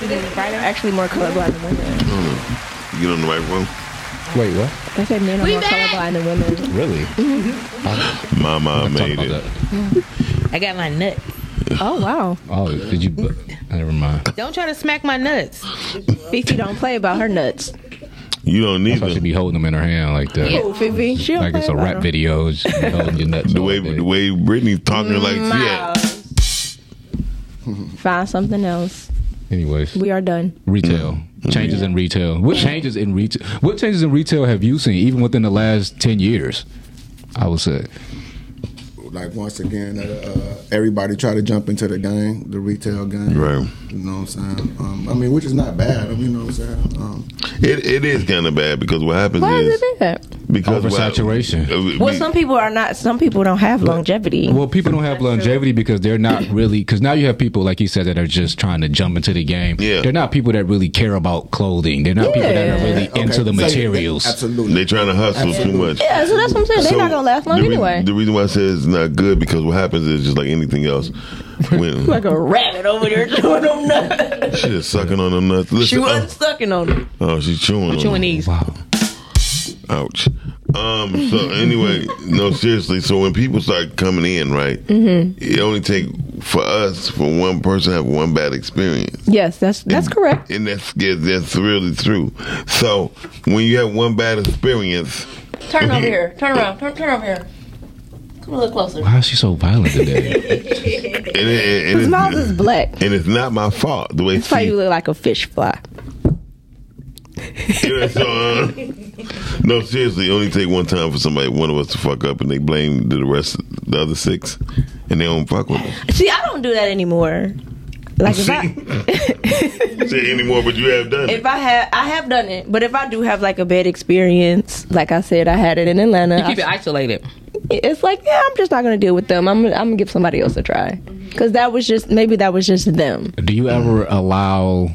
M: Right now, actually more colorblind than women.
E: You get on the right one.
F: Wait, what?
M: They say men are
D: We
M: more
D: back.
M: colorblind than women.
F: Really?
M: Mm-hmm.
E: Mama made it.
D: I got my nut.
M: Oh wow!
F: Oh, did you? Never mind.
D: Don't try to smack my nuts.
M: Fifi don't play about her nuts.
E: You don't need
F: them. She be holding them in her hand like that.
M: Who, Fifi? She don't
F: Like
M: play
F: it's a
M: about
F: rap
M: them.
F: video. She be holding your nuts.
E: The way the way Britney's talking like yeah.
M: Find something else.
F: Anyways.
M: We are done.
F: Retail
G: Mm.
F: changes in retail. What changes in retail? What changes in retail have you seen, even within the last ten years? I would say.
G: Like once again, uh, everybody try to jump into the game, the retail game.
E: Right.
G: You know what I'm saying? Um, I mean, which is not bad. You know what I'm saying? Um,
E: It it is kind of bad because what happens
M: Why
E: is
M: is it bad?
E: because
F: Oversaturation.
G: Uh,
E: What,
M: Well, some people are not. Some people don't have longevity.
F: Well, people don't have longevity because they're not really. Because now you have people like you said that are just trying to jump into the game. Yeah. They're not people that really care about clothing. They're not people that are really
G: Okay,
F: into the
G: so-
F: materials.
G: absolutely.
E: They trying to hustle too much.
M: Yeah, so that's what I'm saying. They're
E: So
M: not gonna last long
E: the rea-
M: anyway.
E: The reason why I say it's not good because what happens is just like anything else. When,
M: Like a rabbit over there doing them nuts.
E: she was sucking on them nuts. Listen,
M: she
F: uh,
M: wasn't sucking on them.
E: Oh, oh, she's chewing.
M: I'm
E: on
M: chewing
E: them.
M: these.
E: Wow. Ouch. Um. So anyway, no, seriously. So when people start coming in, right?
M: Mm-hmm.
E: It only take for us for one person to have one bad experience.
M: Yes, that's that's correct.
E: And that's yeah, that's really true. So when you have one bad experience,
M: Turn over here. Turn around. Turn, turn over here. Come a little closer.
F: Why is she so violent today?
E: and, it, and,
M: His
E: it's,
M: mouth is black.
E: and it's not my fault the way
M: That's why
E: she
M: you look like a fish fly.
E: Yeah, so, uh, no, seriously, it only take one time for somebody, one of us, to fuck up, and they blame the rest, the other six, and they don't fuck with us.
M: See, I don't do that anymore. Like if I
E: Say anymore, but you have done it.
M: if I have I have done it, but if I do have like a bad experience, like I said, I had it in Atlanta.
D: You keep
M: I-
D: it isolated.
M: it's like yeah, I'm just not gonna deal with them. I'm I'm gonna give somebody else a try because that was just maybe that was just them.
F: Do you
G: Mm.
F: ever allow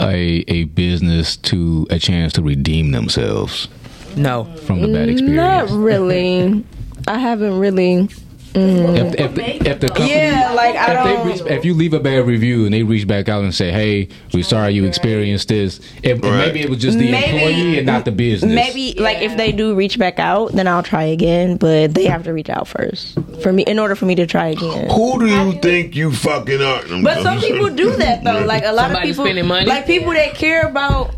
F: a a business to a chance to redeem themselves?
D: No,
F: from the bad experience.
M: Not really. I haven't really. mm.
F: If, if, the, if the company,
M: yeah, like I
F: if,
M: don't.
F: they reach, if you leave a bad review and they reach back out and say, "Hey, we're sorry you experienced this," if, and maybe it was just the
M: Maybe-
F: employee and not the business.
M: Maybe like if they do reach back out, then I'll try again. But they have to reach out first for me in order for me to try again.
E: Who do you think you fucking are?
M: But some people do that though. Like a lot
D: Somebody
M: of people,
D: spending money.
M: like people that care about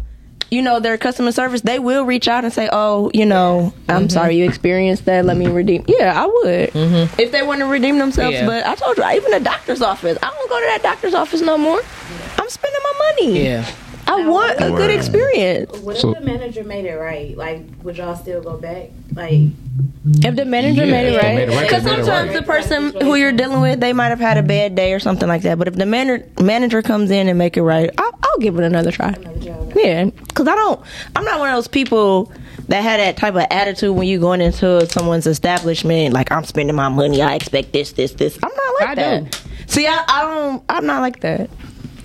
M: you know their customer service, they will reach out and say, "Oh, you know, I'm
D: Mm-hmm.
M: sorry you experienced that. Let me redeem." Yeah, I would if they want to redeem themselves.
D: Mm-hmm. Yeah.
M: But I told you, even the doctor's office, I don't go to that doctor's office no more. I'm spending my money.
D: Yeah.
M: I want a good
F: Wow.
M: experience.
Q: What if
F: So-
Q: the manager made it right? Like, would y'all still go back? Like,
M: If the manager
F: Yeah,
M: made
F: if
M: it
F: they made it
M: right,
F: right,
M: because
F: they made it
M: sometimes
F: right.
M: the person who you're dealing with, they might have had a bad day or something like that. But if the manager manager comes in and make it right, I'll, I'll give it another try. Yeah, because I don't, I'm not one of those people that had that type of attitude when you going into someone's establishment. Like I'm spending my money, I expect this, this, this. I'm not like that. See, I, I don't, I'm not like that.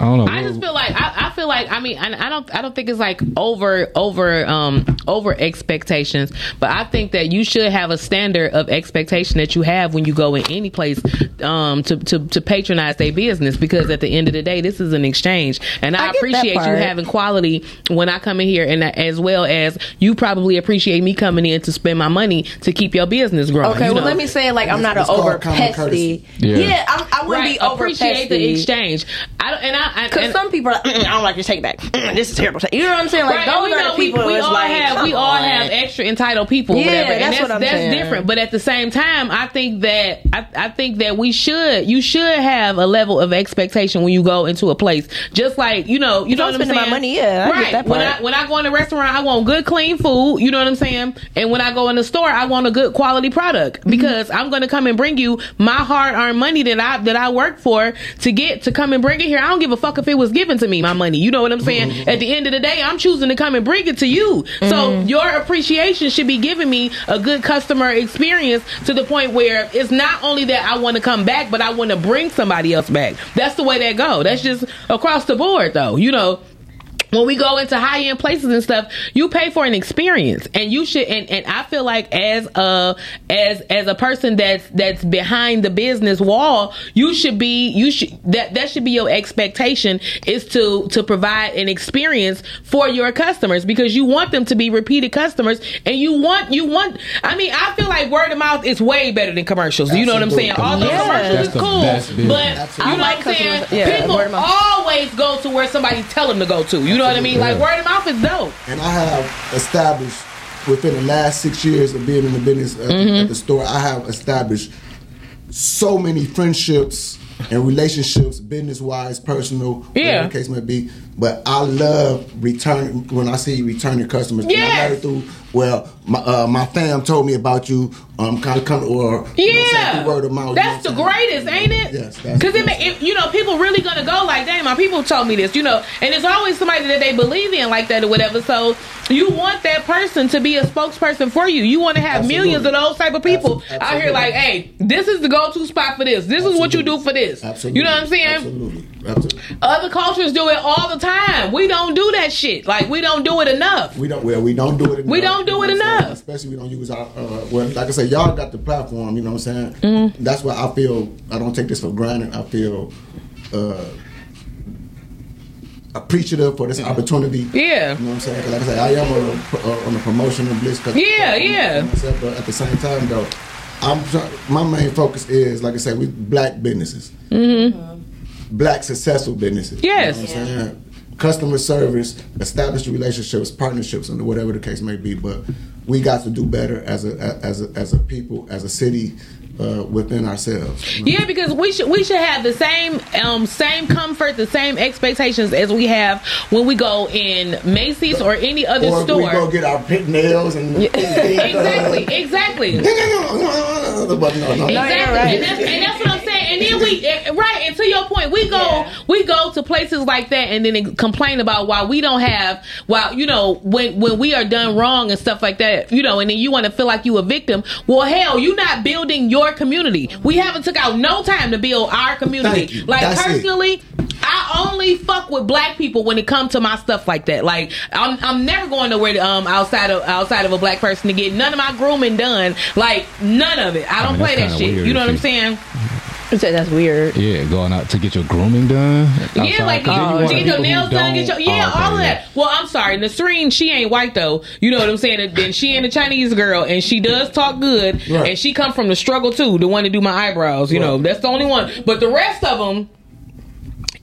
F: I don't know.
D: I just feel like I, I feel like I mean I, I don't I don't think it's like over over um over expectations, but I think that you should have a standard of expectation that you have when you go in any place um to to, to patronize their business because at the end of the day this is an exchange and I,
M: I get that
D: appreciate you
M: part.
D: having quality when I come in here and as well as you probably appreciate me coming in to spend my money to keep your business growing.
M: Okay,
D: you
M: well,
D: know?
M: let me say it like I'm not an
D: It's called
M: over
D: common courtesy.
M: pesty.
D: Yeah.
M: Yeah, I'm, I wouldn't be
D: Right,
M: over
D: appreciate the
M: pesty.
D: exchange. I don't, and I
M: Because some people are like, "Mm, I don't like your take back. Mm, this is terrible. You know what I'm saying? Like,
D: Right, and
M: those
D: we
M: are
D: know
M: the
D: we-
M: people
D: we,
M: that's
D: all
M: like,
D: have we
M: come
D: all
M: on.
D: have extra entitled people, or
M: Yeah,
D: whatever. And
M: that's what I'm
D: that's
M: saying.
D: different. But at the same time, I think that I, I think that we should you should have a level of expectation when you go into a place. Just like you know, you
M: If
D: know
M: I'm
D: what I'm
M: spending my
D: saying?
M: money, yeah, I get
D: right.
M: that
D: When
M: part.
D: I when I go in a restaurant, I want good, clean food. You know what I'm saying? And when I go in the store, I want a good quality product because I'm going to come and bring you my hard earned money that I that I work for to get to come and bring it here. I don't give a fuck if it was given to me my money. You know what I'm saying? At the end of the day, I'm choosing to come and bring it to you. So your appreciation should be giving me a good customer experience to the point where it's not only that I want to come back, but I want to bring somebody else back. That's the way that go. That's just across the board though. You know, when we go into high end places and stuff, you pay for an experience, and you should. And, and I feel like as a as as a person that's that's behind the business wall, you should be you should that that should be your expectation is to to provide an experience for your customers because you want them to be repeated customers, and you want you want. I mean, I feel like word of mouth is way better than commercials. You know what I'm saying? Although
B: Absolutely.
D: commercials
B: That's
D: is
B: the best
D: cool,
B: business.
D: but you
B: I
D: know
B: like
D: what I'm saying?
B: customers- yeah,
D: People
B: word of mouth.
D: always go to where somebody tell them to go to. You know what I mean? Like
G: Yeah.
D: word of mouth is dope.
G: and I have established within the last six years of being in the business at,
D: Mm-hmm.
G: at the store, I have established so many friendships and relationships, business wise, personal,
D: Yeah.
G: whatever the case may be. But I love return when I see returning customers. And I
D: Yes.
G: learned through well, my uh, my fam told me about you. Um, kind of come or you know what I'm saying,
D: Yeah,
G: through word of mouth. you know
D: that's the greatest, ain't it?
G: Yes, that's
D: Because it, ma- it, you know, people really gonna go like, "Damn, my people told me this," you know. And it's always somebody that they believe in, like that or whatever. So you want that person to be a spokesperson for you. You want to have millions of those type of people out here, like, "Hey, this is the go-to spot for this. This is what you do for this." You know what I'm saying?
G: Absolutely.
D: Other cultures do it all the time. We don't do that shit. Like we don't do it enough.
G: We don't. Well, we don't do it.
D: We don't do it enough.
G: Especially we don't use our. Uh, well, like I said, y'all got the platform. You know what I'm saying?
D: Mm-hmm.
G: That's why I feel I don't take this for granted. I feel uh, appreciative for this opportunity.
D: Yeah.
G: You know what I'm saying? 'Cause like I said, I am on the, pro- uh, on the promotion of Bliss. 'cause-
D: Yeah, yeah.
G: But at the same time, though, I'm try- my main focus is like I said, we black businesses,
D: Mm-hmm.
G: black successful businesses.
D: Yes.
G: You know what I'm saying? Customer service, established relationships, partnerships, and whatever the case may be. But we got to do better as a as a as a people, as a city, uh, within ourselves.
D: Yeah, because we should we should have the same um same comfort, the same expectations as we have when we go in Macy's or any other
G: or
D: store.
G: we go get our pit nails and
D: exactly, exactly.
G: But no, no.
D: Exactly, and, that's, and that's what I'm saying. And then we, eh, right, and to your point, we go, we go to places like that, and then ex- complain about why we don't have, why you know, when when we are done wrong and stuff like that, you know, and then you want to feel like you a victim. Well, hell, you not building your community. We haven't took out no time to build our
G: Thank
D: community.
G: you.
D: Like
G: That's it.
D: personally. I only fuck with black people when it comes to my stuff like that. Like I'm, I'm never going nowhere to, um outside of outside of a black person to get none of my grooming done. Like none of it. I don't
F: mean,
D: play
F: that's
D: that
F: kinda
D: shit.
F: weird
D: You know
F: if
D: what I'm
F: you-
D: saying?
N: that's weird.
F: Yeah, going out to get your grooming done.
D: yeah,
F: Outside, 'cause
D: like
F: then
D: to get
F: you
D: your
F: want people who
D: nails done, get your
F: don't-
D: yeah,
F: Oh, okay,
D: all of that. Well, I'm sorry, Nasreen, she ain't white though. You know what I'm saying? Then she ain't a Chinese girl, and she does talk good,
F: Right.
D: and she come from the struggle too. The one to do my eyebrows, you know, that's the only one. But the rest of them.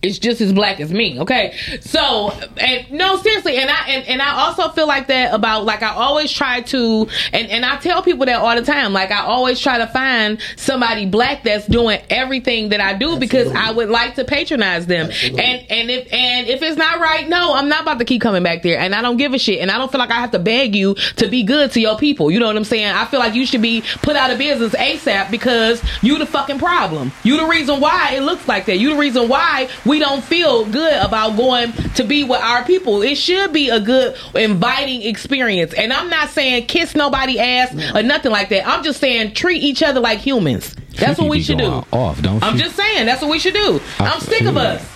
D: It's just as black as me, okay? So, and no, seriously, and I and, and I also feel like that about like I always try to, and and I tell people that all the time. Like I always try to find somebody black that's doing everything that I do because I would like to patronize them. And and if and if it's not right, no, I'm not about to keep coming back there. And I don't give a shit. And I don't feel like I have to beg you to be good to your people. You know what I'm saying? I feel like you should be put out of business ASAP because you the fucking problem. You the reason why it looks like that. You the reason why we don't feel good about going to be with our people. It should be a good inviting experience. And I'm not saying kiss nobody ass or nothing like that. I'm just saying treat each other like humans. That's what
F: Kiki
D: we
F: be
D: should do.
F: going Off, don't
D: I'm
F: she?
D: just saying that's what we should do.
F: I
D: I'm sick of
F: feel
D: us.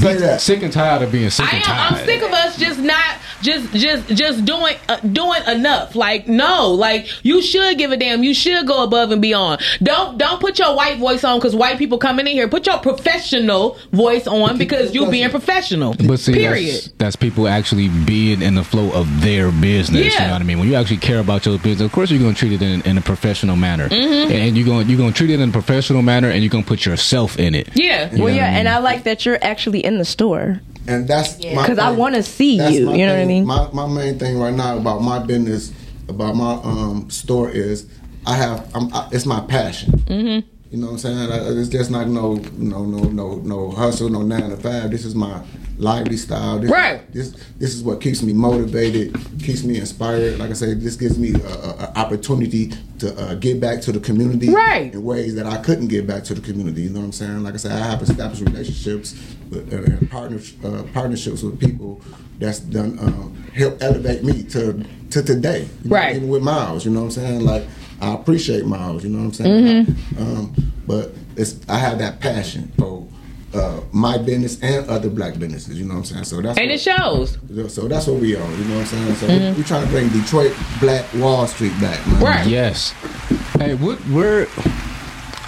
F: Be Sick and tired of being sick
D: I
F: and
D: am.
F: tired.
D: I'm sick of us just not just just just doing uh, doing enough. Like no, like you should give a damn. You should go above and beyond. Don't don't put your white voice on because white people coming in here. Put your professional voice on because you being professional.
F: But see,
D: period.
F: That's, that's people actually being in the flow of their business.
D: Yeah.
F: You know what I mean? When you actually care about your business, of course you're going to treat it in, in a professional manner,
D: Mm-hmm.
N: Mhm.
F: and you're going you're going to treat it in a professional manner, and you're going to put yourself in it.
D: Yeah.
F: You know
N: Well,
F: what
N: yeah,
F: I mean?
N: and I like that you're actually in the store
G: And that's my
N: because I
G: thing.
N: want to see
G: That's
N: you.
G: my
N: You know what I
G: thing.
N: mean?
G: My my main thing right now about my business, about my um store is I have I'm, I, it's my passion.
N: Mm-hmm.
G: You know what I'm saying? I- It's just not no no no no no hustle, no nine to five. This is my lifestyle. This,
D: Right.
G: This this is what keeps me motivated, keeps me inspired. Like I say, this gives me an opportunity to uh, give back to the community
D: Right.
G: in ways that I couldn't give back to the community. You know what I'm saying? Like I said, I have established relationships with, uh, and partner, uh, partnerships with people that's done um, help elevate me to to today. You know,
D: Right.
G: even with Miles, you know what I'm saying? Like I appreciate Miles. You know what I'm saying?
D: Mhm.
G: Um, but it's I have that passion for uh, my business and other black businesses. You know what I'm saying? So that's
D: And it shows.
G: what, so that's what we are. You know what I'm saying? So
D: Mhm.
G: we, are trying to bring Detroit Black Wall Street back, man.
D: Right.
F: Yes. Hey, what where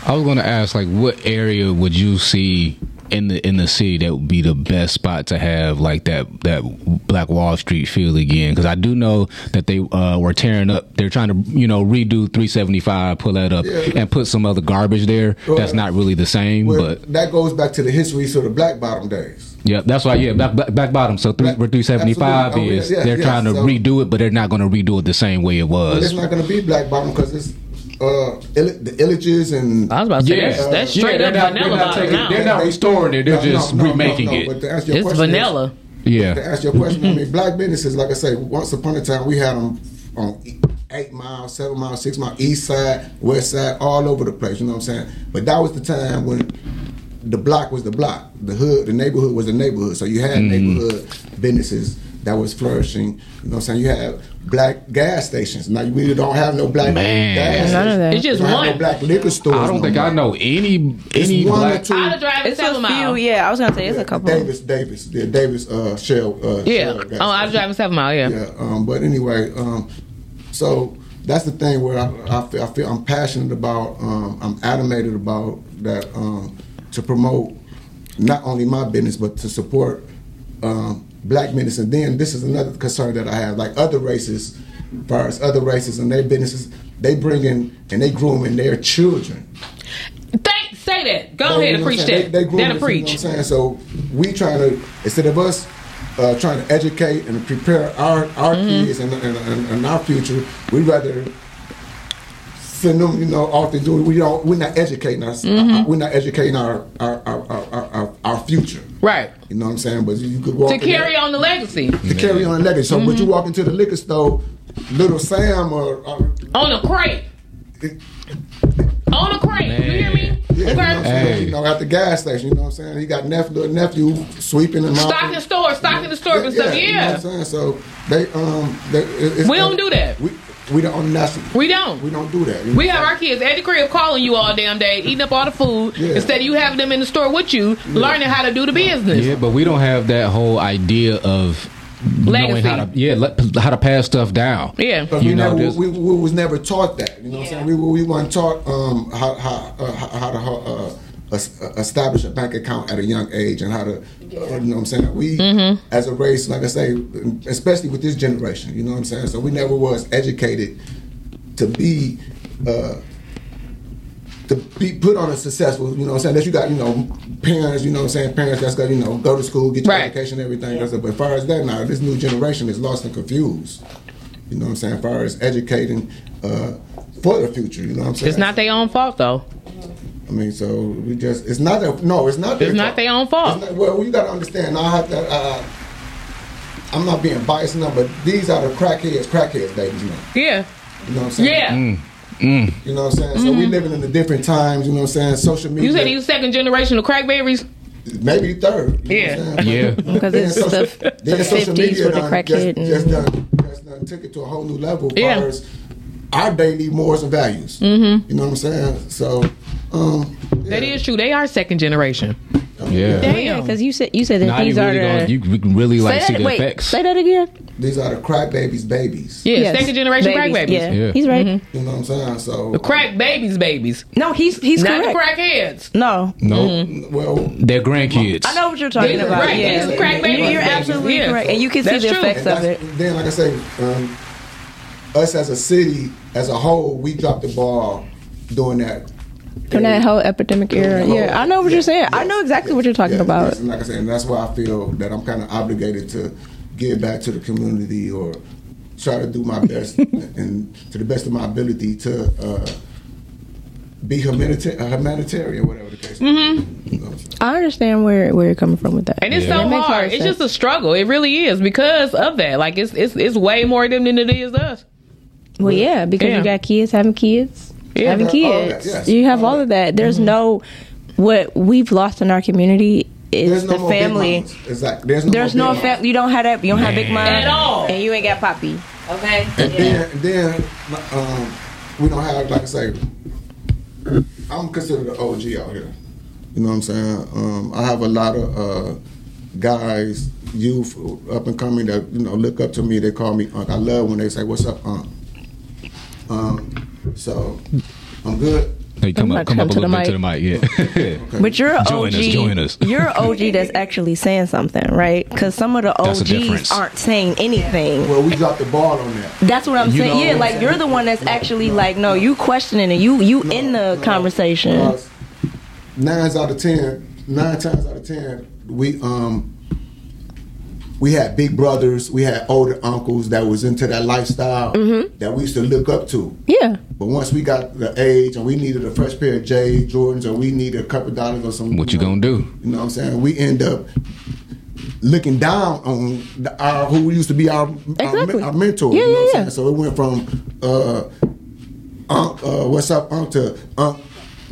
F: I was going to ask like what area would you see in the in the city that would be the best spot to have like that that Black Wall Street feel again cuz I do know that they uh, were tearing up they're trying to you know redo 375 pull that up and put some other garbage there that's not really the same but
G: That goes back to the history of the Black Bottom days.
F: yeah, that's why. Yeah, back, back, back bottom. So three, where three seventy five
G: Absolutely. Oh,
F: is,
G: yeah, yeah,
F: they're
G: yeah.
F: trying to
G: So-
F: redo it, but they're not going to redo it the same way it
G: But it's
F: was.
G: not going to be Black Bottom because it's uh, Ill- the illages and I was
D: about to say, that's- that's Yeah, straight they're up not- vanilla they're not bottom taking- now. they're not
F: restoring it, they're just remaking it.
G: But to answer your
F: It's
G: question is-
F: vanilla. Yeah.
G: To answer your question, I mean, black businesses, like I say, once upon a time we had them on e- eight mile, seven mile, six mile, east side, west side, all over the place. You know what I'm saying? But that was the time when
F: Mm-hmm.
G: the block was the block, the hood, the neighborhood was the neighborhood. So you had neighborhood businesses that was flourishing. You know what I'm saying? You have black gas stations. Now, we don't have no black
F: Man.
G: gas
F: None of
G: stations.
F: that. It's just
G: We don't have
F: one.
G: No black liquor stores.
F: I don't think I know any
G: It's
F: any
G: one or
F: black.
G: two. I'd have
D: drive
M: It's a few. Yeah, I was gonna say it's a couple.
G: Davis, Davis, yeah, Davis, uh, Shell. Uh,
D: Yeah.
G: Shell gas
D: Oh, I was driving seven mile. Yeah.
G: yeah. Um, but anyway, um, so that's the thing where I, I, feel, I feel I'm passionate about. Um, I'm animated about that um, to promote not only my business but to support um, black business. And then this is another concern that I have, like other races, far as other races and their businesses, they bring in and they grooming their children.
D: Thank. Say that. Go
G: They-
D: ahead
G: you
D: and
G: know what
D: preach
G: I'm saying?
D: that.
G: They, they grew
D: That'll
G: up, you know
D: preach.
G: what I'm saying? So we trying to instead of us uh, trying to educate and prepare our our
D: Mm-hmm.
G: kids and, and, and, and our future, we rather send them. You know, off to do we don't we're not educating us.
D: Mhm.
G: uh, we're not educating our our our, our, our, our, our future.
D: Right.
G: You know what I'm saying? But you could walk
D: To
G: in there-
D: carry on Mm-hmm. the legacy.
G: to carry on that. So when you walk into the liquor store, little Sam or, or
D: On a crate. On a crate. You hear me?
G: Yeah, you know, what I'm
D: Okay.
G: saying? you know, at the gas station, you know what I'm saying? He got nephew, little nephew sweeping him out.
D: Stocking the store. Stocking the store and stuff.
G: you know what I'm
D: Yeah.
G: saying? So they um they, it- it's,
D: We don't do that.
G: We we don't on national.
D: We don't.
G: We don't do that. you know
D: We
G: what I'm
D: have our kids at the crib calling you all damn day, eating up all the food,
F: Yeah.
D: instead of you having them in the store with you, learning how to do the business.
F: Yeah, but we don't have that whole idea of knowing
D: Legacy.
F: how to yeah let, how to pass stuff down.
D: Yeah.
G: Because
F: You
G: we,
F: know,
G: never,
F: there's-
G: we, we was never taught that. You know what I'm saying? We, we weren't taught um, how, how, uh, how how to uh, es- uh, establish a bank account at a young age and how to, uh, you know what I'm saying? We,
D: Mm-hmm.
G: as a race, like I say, especially with this generation, you know what I'm saying? So we never was educated to be. Uh, to be put on a successful, you know what I'm saying? That you got, you know, parents, you know what I'm saying? Parents that's got, you know, go to school, get your education, everything. That's it. But as far as that now, this new generation is lost and confused. You know what I'm saying? As far as educating uh, for the future, you know what I'm saying?
D: It's not their own fault though.
G: I mean, so we just, it's not, a, no, it's not.
D: It's not their own fault.
G: It's not- well, you got to understand, I have to, uh, I'm not being biased now, but these are the crackheads, crackheads babies now.
D: Yeah.
G: You know what I'm saying?
D: Yeah. Mm-hmm.
G: You know what I'm saying? So we living in the different times, you know what I'm saying? Social media.
D: You said you second generation of crackberries.
G: maybe third.
D: Yeah.
F: Yeah.
G: Because
D: it's the- the 50s with the
G: just,
D: crackhead and-
G: just done, just done took it to a whole new level as
D: Yeah.
G: far as our daily morals and values.
M: Mm-hmm.
D: Mhm.
G: You know what I'm saying? So, um,
D: That is true. They are second generation.
F: Yeah.
M: Yeah, because you said you said that
F: Now you
M: these are
F: really
M: the.
F: gonna, you we can really like
M: say
F: see
M: that,
F: the
M: wait,
F: effects.
M: Say that again.
G: these are the crack babies' babies.
D: Yeah, second generation crack babies.
M: Yeah. he's right.
D: Mm-hmm.
M: Mm-hmm.
G: You know what I'm saying? So
D: The crack babies, babies.
M: No, he's he's
D: Not the
M: correct.
D: crackheads. Mm-hmm.
M: No,
F: No,
G: well,
F: they're grandkids.
M: I know what you're talking
D: These are
M: about.
D: crack-
M: yeah,
D: these are crack
M: You-
D: babies.
M: You're absolutely
D: Yeah.
M: correct, and you can
D: That's
M: see the
D: true.
M: effects
G: And
M: of it.
G: that's- Then, like I say, um, us as a city, as a whole, we dropped the ball doing that.
M: From that whole epidemic era.
G: whole-
M: Yeah, I know what you're saying. I know exactly what you're talking about.
G: Yes, and like I said, and that's why I feel that I'm kind of obligated to give back to the community or try to do my best and to the best of my ability to uh, be humanita- uh, humanitarian, whatever the case.
D: Mm-hmm.
M: I understand where where you're coming from with that.
D: And it's
M: That
D: so
M: makes
D: hard. It's just a struggle. It really is because of that. Like it's it's it's way more them than it is us.
M: Well, yeah, because
D: Yeah.
M: you got kids having kids,
D: Yeah, Mm-hmm.
M: having
D: that- all that,
M: kids.
D: yes,
M: You have all of that. There's no what we've lost in our community is the
G: more big
M: family.
G: mamas. Exactly. There's no.
M: There's
G: more
M: no
G: big
M: family. You don't have that. You don't have big mom
G: At all.
M: and you ain't got poppy. Okay.
G: And then, and then um, we don't have, like I say, I'm considered an OG out here. You know what I'm saying? Um, I have a lot of uh, guys, youth, up and coming that you know look up to me. They call me Unc. I love when they say, "What's up, Unc?" Um, so I'm good.
F: Hey, come
M: I'm
F: up, come
M: gonna
F: up a
M: come
F: little bit
M: to
F: to the
M: the
F: mic. Yeah.
M: But you're an OG.
F: Join us, join us.
M: You're an OG that's actually saying something, right? Because some of the
F: That's the
M: OGs
F: difference.
M: aren't saying anything.
G: Well, we dropped the ball on that.
M: That's what I'm
G: You
M: saying.
G: know-
M: yeah, like you're the one that's actually like, no, you questioning it. You you in the conversation.
G: Because nines out of ten, nine times out of ten, we um we had big brothers, we had older uncles that was into that lifestyle
M: Mm-hmm.
G: that we used to look up to.
M: Yeah.
G: But once we got the age and we needed a fresh pair of J Jordans or we needed a couple dollars or something,
F: What you gonna do?
G: you know what I'm saying? We end up looking down on the, our who used to be our our, our mentor. you know what I'm saying? So it went from uh, Unc, uh, what's up, Unc to Unc,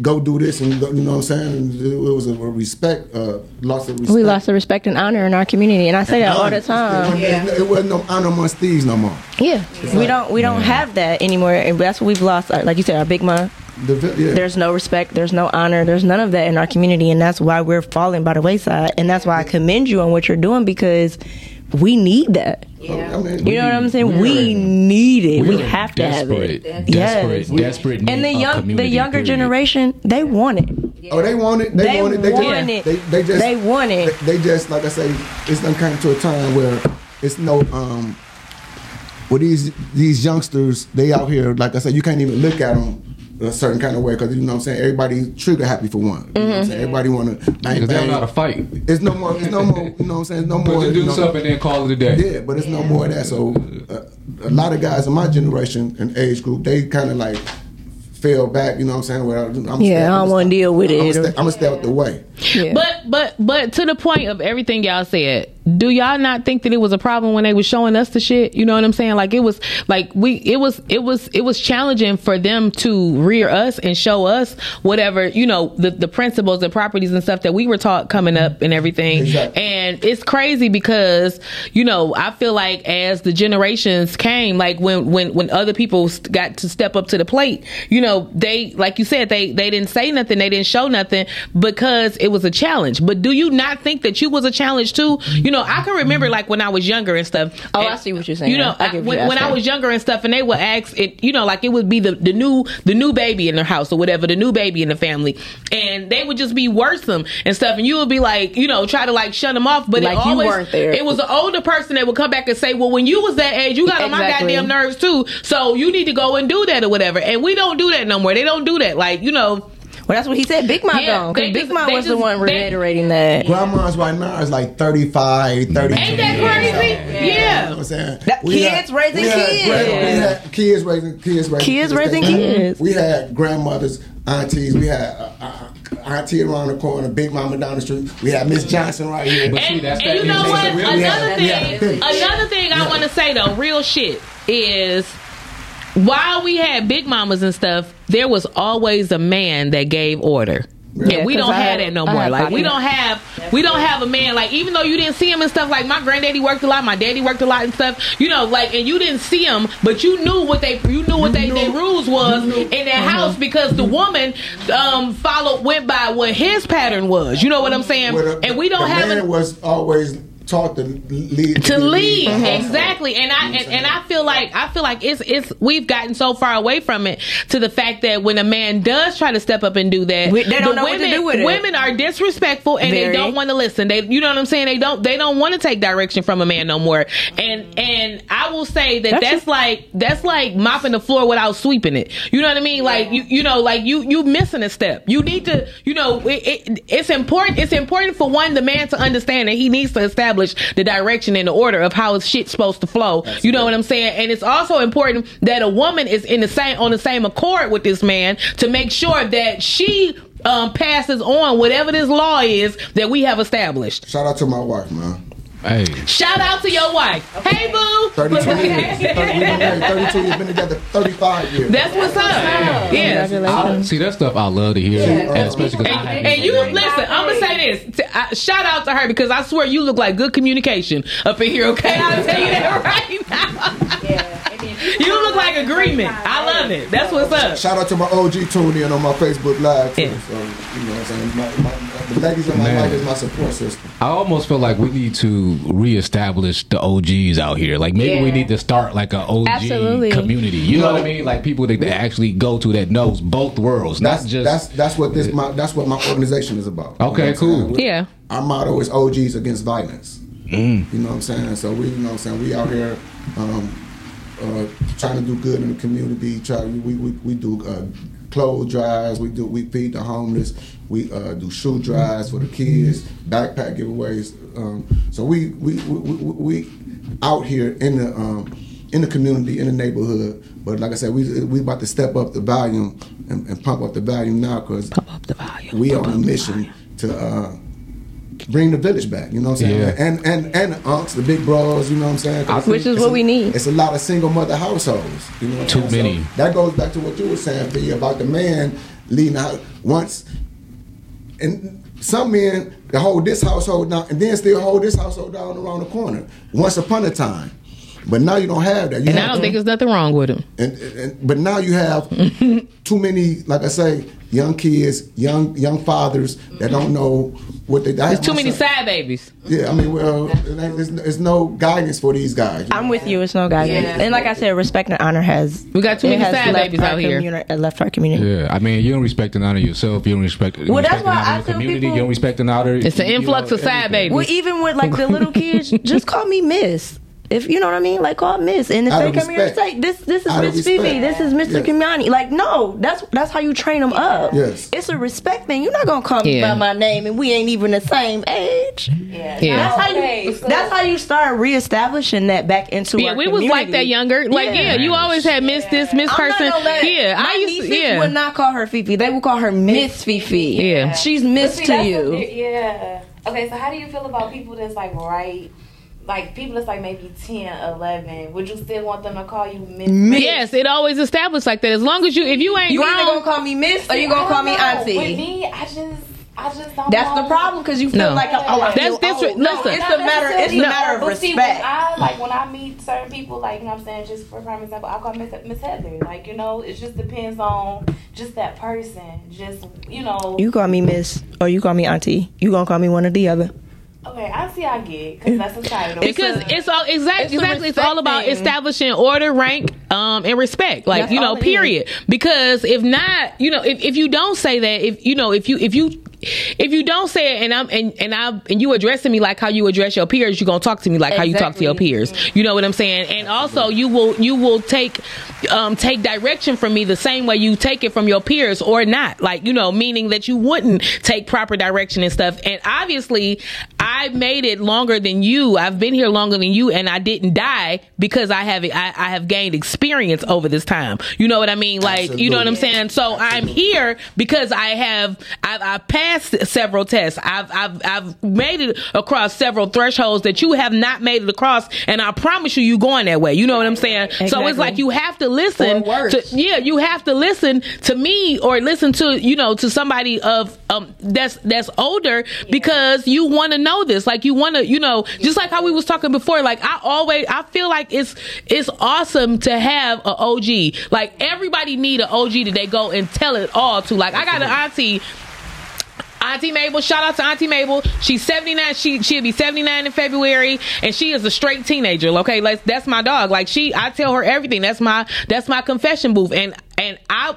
G: go do this and go, you know what I'm saying. And It was a respect, uh, loss of respect.
M: We lost the respect and honor in our community, and I say that all the time.
G: It, it, it wasn't no honor amongst thieves no more.
M: Yeah, we don't we don't have that anymore, and that's what we've lost. uh, Like you said, our big ma.
G: The vi- yeah.
M: There's no respect. There's no honor. There's none of that in our community, and that's why we're falling by the wayside. And that's why I commend you on what you're doing because we need that.
G: I mean,
M: You know what I'm saying? We need it. We have to have it.
F: Desperate,
M: Yes.
F: desperate, desperate
N: Oh,
F: need
M: And the
F: of
M: young, the
F: community,
M: younger
F: period.
M: generation, they want it.
G: Oh, they want it. They,
M: They
G: want it. They
M: want
G: just,
M: it.
G: They, they just.
M: They want it.
G: They, just like I say. It's done come to a time where it's no. um Well, these these youngsters, they out here. Like I said, you can't even look at them a certain kind of way because you know what I'm saying. Everybody trigger happy for one. You know
M: Mm-hmm.
G: what I'm saying? Everybody want to bang
F: Because they don't
G: bang.
F: know how to fight.
G: It's no more. It's no more. You know what I'm saying? No more.
F: Put the
G: you know-
F: deuce up and then call it a day.
G: Yeah, but it's no more of that. So uh, a lot of guys in my generation and age group, they kind of like fell back. You know what I'm saying? Well, I'm
M: Yeah, I don't want to deal with
G: I'm
M: it.
G: gonna, stay, I'm gonna stay out the way.
D: But but but to the point of everything y'all said, do y'all not think that it was a problem when they was showing us the shit? You know what I'm saying? Like it was like we it was it was it was challenging for them to rear us and show us whatever, you know, the, the principles and properties and stuff that we were taught coming up and everything. And it's crazy because, you know, I feel like as the generations came, like when when when other people st- got to step up to the plate, you know, they like you said, they they didn't say nothing, they didn't show nothing because it was a challenge. But do you not think that you was a challenge too? You know, I can remember like when I was younger and stuff.
M: Mm-hmm. Oh,
D: and-
M: I see what you're saying.
D: You know,
M: I
D: I-
M: get what
D: when,
M: you're
D: when I
M: saying.
D: was younger and stuff, and they would ask it, you know, like it would be the, the new the new baby in their house or whatever, the new baby in the family, and they would just be worrisome and stuff, and you would be like, you know, try to like shut them off, but it
M: Like, you
D: always
M: weren't there.
D: it was an older person that would come back and say, well, when you was that age, you got on my
M: Exactly.
D: goddamn nerves too, so you need to go and do that or whatever, and we don't do that no more. They don't do that, like you know.
M: Well, that's what he said. Big Mom gone, 'cause Big Mom was the one reiterating that.
G: Grandmas right now is like 35, 32.
M: Ain't that
D: crazy?
G: You know what I'm saying?
M: That-
G: We
M: kids raising
G: we had
M: kids.
G: grand- we had kids raising kids raising
M: Kids raising
G: They-
M: kids.
G: We had grandmothers, aunties. We had uh, uh, auntie around the corner, big mama down the street. We had Miss Johnson right here.
D: But see, that's And- that and you know irritation. what?
G: We had-
D: Another
G: we had
D: thing,
G: bitch.
D: another thing I want to say though, real shit is while we had big mamas and stuff, there was always a man that gave order.
M: Yeah,
D: and we
M: 'cause
D: don't
M: I
D: have
M: had-
D: that no
M: I
D: more.
M: had
D: Like we
M: Fatima.
D: don't have we don't have a man. Like even though you didn't see him and stuff, like my granddaddy worked a lot, my daddy worked a lot and stuff. You know, like and you didn't see him, but you knew what they you knew Uh-huh. what they, their rules was in that house because the woman um followed went by what his pattern was. You know what I'm saying?
G: Where the-
D: and we don't
G: the
D: have
G: man
D: an
G: was always taught to lead
D: to lead
G: the household.
D: exactly and i and, and i feel like i feel like it's it's we've gotten so far away from it to the fact that when a man does try to step up and do that
M: We- they don't
D: the
M: know what to
D: women,
M: do with it.
D: women are disrespectful and
M: Very.
D: they don't want to listen they you know what i'm saying they don't they don't want to take direction from a man no more and and i will say that that's,
M: That's
D: like that's like mopping the floor without sweeping it you know what i mean like you you know like you you missing a step you need to you know it, it, it's important it's important for one the man to understand that he needs to establish the direction and the order of how his shit's supposed to flow you know what i'm saying and it's also important that a woman is in the same on the same accord with this man to make sure that she um, passes on whatever this law is that we have established.
G: Shout out to my wife, man.
F: Hey.
D: Shout out to your wife. Hey, boo.
G: 32 years. 30, we've been married 32 years, been together 35 years.
D: That's what's up. Yes.
F: I- see that stuff I love to hear, and especially because I
D: And you listen, I'm gonna say this. T- I- shout out to her because I swear you look like good communication up in here. Okay, I'll tell you that right now. You look like agreement. I love it. That's what's up.
G: Shout out to my OG tuned in on my Facebook Live too. So, you know what I'm saying? My, my, the ladies in my
F: Man.
G: life is my support system.
F: I almost feel like we need to reestablish the OGs out here. Like maybe we
M: Yeah.
F: need to start like an OG
M: Absolutely.
F: community. You know what I mean? Like people that, that actually go to that knows both worlds,
G: That's
F: not just
G: that's that's what this my that's what my organization is about. You
F: Okay,
G: know what I'm saying?
F: cool.
G: We-
D: Yeah.
G: Our motto is OGs against violence.
F: Mm.
G: You know what I'm saying? So we you know what I'm saying we out here um, uh, trying to do good in the community. Try we we, we do uh, clothes drives. We do we feed the homeless. We uh, do shoe drives for the kids. Backpack giveaways. Um, so we we, we we we out here in the um, in the community in the neighborhood. But like I said, we we about to step up the volume and, and pump up the volume now because we on a mission to. Uh, Bring the village back, you know what I'm saying,
F: Yeah.
G: and and and the aunts, the big bros, you know what I'm saying, 'Cause
M: Which is
G: it's
M: what
G: a-
M: we need.
G: It's a lot of single mother households. You know what I'm
F: Too
G: saying? So
F: many.
G: that goes back to what you were saying, B, about the man leading out once. And some men that hold this household down and then still hold this household down around the corner once upon a time. But now you don't have that. You have
D: and I don't think there's nothing wrong with him.
G: and, and but now you have too many, like I say, young kids, young young fathers that don't know what they. I
D: There's
G: have
D: too
G: my
D: many
G: son-
D: side babies.
G: Yeah, I mean, well, it ain't- there's, there's no guidance for these guys.
M: I'm with you. It's no guidance.
G: Yeah.
M: And like I said, respect and honor has
D: we got
G: too many
M: has
G: sad
M: left
G: babies
M: our
G: out here.
M: communi- uh, left our community.
F: Yeah, I mean, you don't respect and honor yourself. You don't respect. you
M: Well, that's
F: respect and
M: why
F: honor
M: I
F: your
M: tell
F: community.
M: people-
F: you don't respect and honor.
D: It's an influx of side babies.
M: Well, even with like the little kids, just call me Miss. If you know what I mean, like call Miss, and if
N: Out
M: they
N: of
M: come here and
N: respect.
M: say this, this is
N: Out of
M: Miss Phoebe,
N: respect.
M: this is Mr.
N: Yeah.
M: Kimiani. Like, no, that's that's how you train them up.
N: Yes.
M: it's a respect thing. You're not gonna call me
N: Yeah.
M: by my name, and we ain't even the same age. Yeah, That's, how you, that's how you start reestablishing that back into.
D: Yeah,
M: our
D: we was like
M: community.
D: that younger. Like, yeah, you always had Miss this, Miss
M: I'm not
D: person.
M: gonna let-
D: Yeah,
M: my
D: I used to.
M: nieces
D: Yeah,
M: would not call her Fifi. They would call her Miss Fifi.
D: Yeah.
M: she's Miss
Q: But see,
M: to
Q: that's
M: you.
Q: what it- yeah. Okay, so how do you feel about people that's like right, like people that's like maybe 10, 11? Would you still want them to call you Miss?
D: Yes, it always established like that. As long as you, if you ain't
M: You
D: grown,
M: either gonna call me Miss or you
Q: I
M: gonna call
Q: don't
M: me
Q: know.
M: Auntie.
Q: With me, I just, I just don't.
M: That's the
Q: know.
M: problem because you feel
D: No.
M: like oh, I
D: That's
M: feel
D: disre-
M: old. No,
D: listen.
M: it's
Q: Not
M: a matter. It's a
Q: necessarily,
M: matter of
Q: but See, when
M: respect.
Q: I like when I meet certain people, like you know, what I'm saying, just for prime example, I call Miss Miss Heather. Like you know, it just depends on just that person. Just you know,
M: You call me Miss or you call me Auntie. You gonna call me one or the other.
Q: okay, I see, I get because that's societal.
D: because it's all exact,
Q: it's a
D: exactly. It's all
Q: respect
D: about
Q: thing.
D: establishing order, rank, um, and respect. Like
Q: That's
D: you know,
Q: all it
D: period. Because if not, you know, if, if you don't say that, if you know, if you if you if you don't say it, and I'm and and I and you addressing me like how you address your peers, you're gonna talk to me like how you talk to your
Q: Exactly.
D: peers. You know what I'm saying? And also, you will you will take um take direction from me the same way you take it from your peers or not. Like you know, meaning that you wouldn't take proper direction and stuff. And obviously, I made it longer than you. I've been here longer than you, and I didn't die because I have I, I have gained experience over this time. You know what I mean? Like you know what I'm
Q: Absolutely.
D: saying? So I'm here because I have I've, I've passed several tests. I've I've I've made it across several thresholds that you have not made it across, and I promise you, you going that way. You know what I'm saying? So
Q: Exactly.
D: it's like you have to listen. To, yeah, you have to listen to me or listen to you know to somebody of um that's that's older because you want to know this. Like you want to you know just like how we was talking before. Like I always I feel like it's it's awesome to have a OG. Like everybody need an OG that they go and tell it all to. Like I got an auntie Auntie Mabel, shout out to Auntie Mabel. She's 79. She she'll be 79 in February, and she is a straight teenager. Okay, like that's my dog. Like she, I tell her everything. That's my that's my confession booth, and and I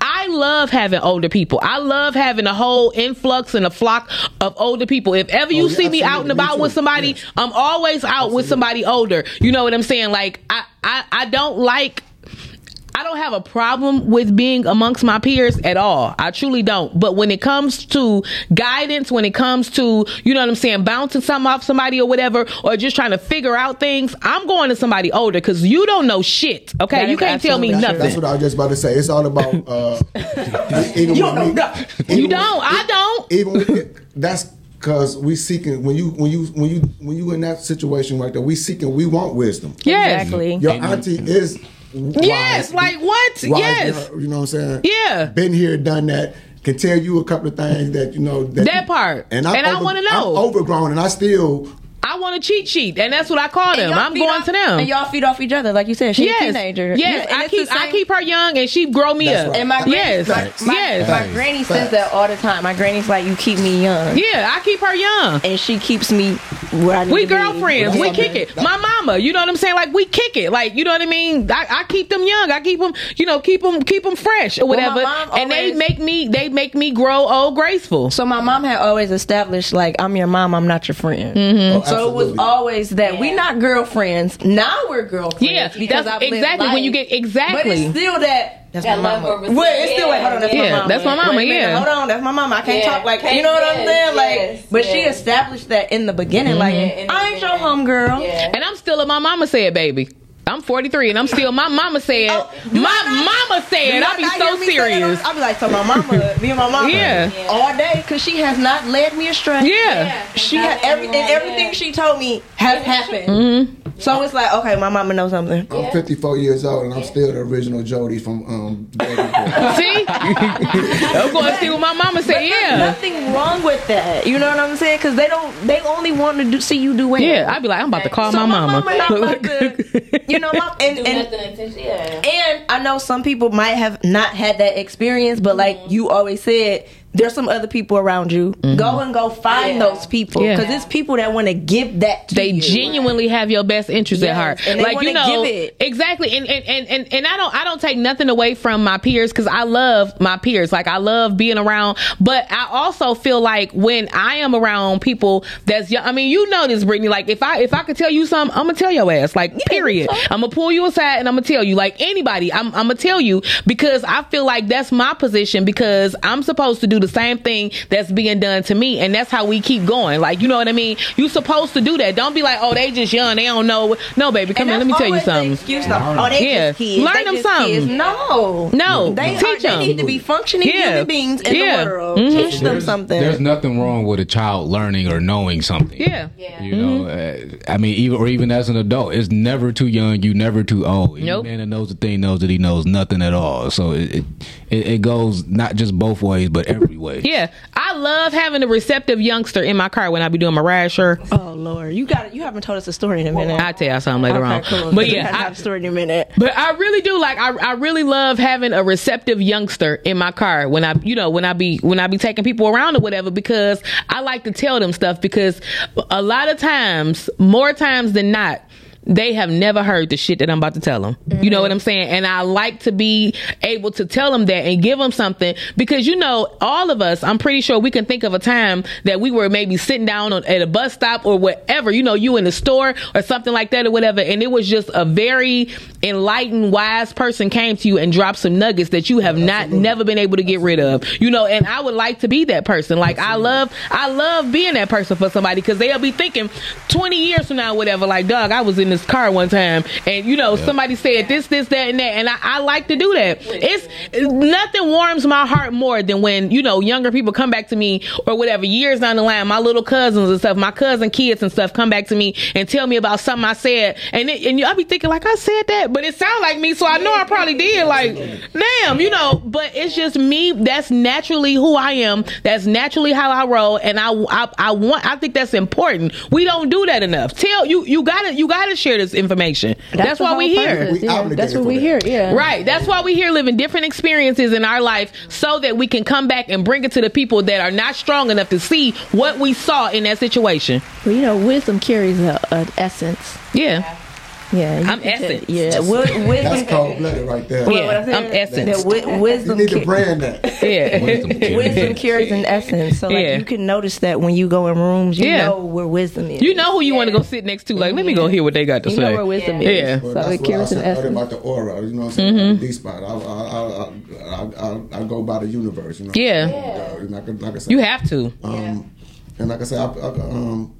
D: I love having older people. I love having a whole influx and a flock of older people. If ever you
Q: Oh, yeah,
D: see me out and
Q: absolutely. Me
D: about with
Q: too.
D: somebody, I'm always out with somebody older. You know what I'm saying? Like I I, I don't like I don't have a problem with being amongst my peers at all. I truly don't. But when it comes to guidance, when it comes to, you know what I'm saying, bouncing something off somebody or whatever, or just trying to figure out things, I'm going to somebody older because you don't know shit. Okay.
G: That
D: you
G: is
D: can't tell me
G: absolutely
D: nothing.
G: true. That's what I was just about to say. It's all about. Uh, you don't know
D: You don't. I don't.
G: Even with, that's because we seeking when you when you when you when you in that situation right there. We seeking. We want wisdom.
D: Yes. Exactly.
G: Your auntie is. wise.
D: Yes, like
G: Wise,
D: what? Yes.
G: You know what I'm saying?
D: Yeah.
G: Been here, done that. Can tell you a couple of things that you know that,
D: That part. And I wanna know.
G: I'm overgrown, and I still
D: I want a cheat sheet, and that's what I call them.
M: y'all
D: I'm
M: feed
D: going
M: off-
D: to them.
M: And y'all feed off each other, like you said. She's
D: yes.
M: a teenager.
D: Yes,
M: and
D: I
M: it's the
D: keep I
M: same-
D: keep her young, and she grow me
M: That's
D: up.
M: right. And my
D: yes,
M: granny- my,
D: yes.
M: my granny says that all the time. My granny's like, "You keep me young."
D: Yeah, I keep her young,
M: and she keeps me where I need
D: we
M: to be.
D: girlfriends. We kick it. My mama, you know what I'm saying? Like we kick it. Like you know what I mean? I, I keep them young. I keep them, you know, keep them, keep them fresh or
M: Well, my
D: whatever.
M: mom
D: and they
M: always-
D: make me, they make me grow old graceful.
M: So my mom had always established like I'm your mom, I'm not your friend.
D: Mhm. Oh,
M: so it was
D: absolutely.
M: always that we're not girlfriends. Now we're girlfriends.
D: Yeah,
M: because
D: that's
M: I've lived
D: exactly when you
M: life.
D: get- exactly.
M: But it's still that. That's
D: That
M: my
D: love
M: mama.
D: or
M: Wait, it's still wait. Hold on, that's
D: Yeah,
M: my mama.
D: that's my mama,
M: Wait a minute,
D: yeah.
M: hold on, that's my mama. I can't
D: Yeah,
M: talk like
D: can't-
M: you know what I'm
D: yes,
M: saying. Like,
D: yes,
M: but she
D: yes.
M: established that Mm-hmm. in the beginning. Like, I ain't your homegirl.
D: And I'm still a my mama said baby. I'm 43 and I'm still my mama said. my mama
M: Do
D: said. I'll
M: Oh, not-
D: be
M: not hear
D: so
M: me saying
D: serious.
M: that. I'll be like, so my mama, me and my mama,
D: Yeah.
M: all day, because she has not led me astray.
D: Yeah. Yeah,
M: she had every and everything she told me has happened.
D: Mhm.
M: So it's like, okay, my mama knows something.
G: I'm 54 years old and I'm still the original Jody from um.
D: See? I'm going to see what my mama
M: But
D: said.
M: there's
D: Yeah.
M: nothing wrong with that. You know what I'm saying? Because they don't. They only want to do, see you do well.
D: Yeah, I'd be like, I'm about to call
M: So
D: my mama.
M: not about to- you know, my, and, and, and I know some people might have not had that experience, but like
D: Mm-hmm.
M: you always said, there's some other people around you. Go and go find those people
D: Yeah.
M: because it's people that want to give that. To
D: they
M: you.
D: genuinely have your best interest at
M: Yes,
D: heart
M: and they
D: like you
M: wanna
D: know
M: give it.
D: exactly and and, and and and i don't i don't take nothing away from my peers because i love my peers like i love being around but i also feel like when i am around people that's young i mean you know this brittany like if i if i could tell you something i'm gonna tell your ass like period i'm gonna pull you aside and i'm gonna tell you like anybody I'm, I'm gonna tell you because i feel like that's my position because i'm supposed to do the same thing that's being done to me and that's how we keep going like you know what i mean you supposed to do that don't be like oh they just young they don't know what-" no baby come here let me tell you something
M: excuse though. Oh, they
D: yeah.
M: just kids.
D: learn
M: They
D: them
M: just
D: something
M: kids. No,
D: No.
M: they
D: Teach
M: are,
D: them.
M: They need to be functioning
D: Yeah.
M: human beings in the
D: Yeah.
M: world.
D: Mhm.
M: Teach them
F: There's-
M: something.
F: There's nothing wrong with a child learning or knowing something.
D: yeah Mm-hmm.
F: You know, uh, I mean, even or even as an adult, it's never too young. You never too old. Any
D: Nope.
F: man that knows the thing knows that he knows nothing at all. So it it, it, it goes not just both ways, but every
M: Mm-hmm.
F: way.
D: yeah i love having a receptive youngster in my car when i be doing my ride share
M: Oh Lord, you got You haven't told us a story in a minute.
D: i'll tell y'all something later
M: Okay,
D: on
M: cool.
D: but
M: You
D: yeah
M: gotta
D: I-
M: have a story in a minute.
D: But I really do like I, I really love having a receptive youngster in my car when I you know when I be when I be taking people around or whatever because I like to tell them stuff because a lot of times more times than not they have never heard the shit that I'm about to tell them. You know what I'm saying? And I like to be able to tell them that and give them something because you know all of us I'm pretty sure we can think of a time that we were maybe sitting down on, at a bus stop or whatever, you know, you in the store or something like that or whatever and it was just a very enlightened wise person came to you and dropped some nuggets that you have not never been able to get rid of. You know, and I would like to be that person. Like I love I love being that person for somebody cuz they'll be thinking 20 years from now whatever like dog, I was in this car one time and you know somebody said this this that and that and I, I like to do that. It's nothing warms my heart more than when, you know, younger people come back to me or whatever years down the line, my little cousins and stuff, my cousin kids and stuff come back to me and tell me about something I said, and it, and I'll be thinking like I said that, but it sounds like me, so I know I probably did. Like, damn, you know. But it's just me. That's naturally who I am. That's naturally how I roll, and I I, I want. I think that's important. We don't do that enough. Tell you you gotta you gotta share this information. That's,
U: the
D: why we
U: whole
D: here.
U: purpose, yeah. That's what we here. Yeah.
D: Right. That's why we're here living different experiences in our life so that we can come back and bring it to the people that are not strong enough to see what we saw in that situation.
U: Well, you know, wisdom carries a, an essence.
D: Yeah.
U: Yeah. you
D: I'm
U: can tell-
D: essence.
U: Yeah.
G: That's cold blooded right there.
D: Yeah, What I said? I'm essence.
M: That wi- wisdom
G: You need to
M: ca-
G: brand that.
D: Yeah.
M: Wisdom carries an essence, so like
D: Yeah.
M: you can notice that when you go in rooms, you
D: Yeah.
M: know where wisdom is.
D: You know who you want to go sit next to. Like, let me go hear what they got to
M: You
D: say.
M: know where wisdom
D: yeah.
M: is.
D: Yeah.
G: Well, that's what I said earlier about the aura. You know what I'm saying?
D: Mhm.
G: D spot. I, I, I, I, I, I go by the universe. You know?
D: Yeah.
G: And like, I- like I said,
D: You have to.
G: Um, And like I said, I, I, um,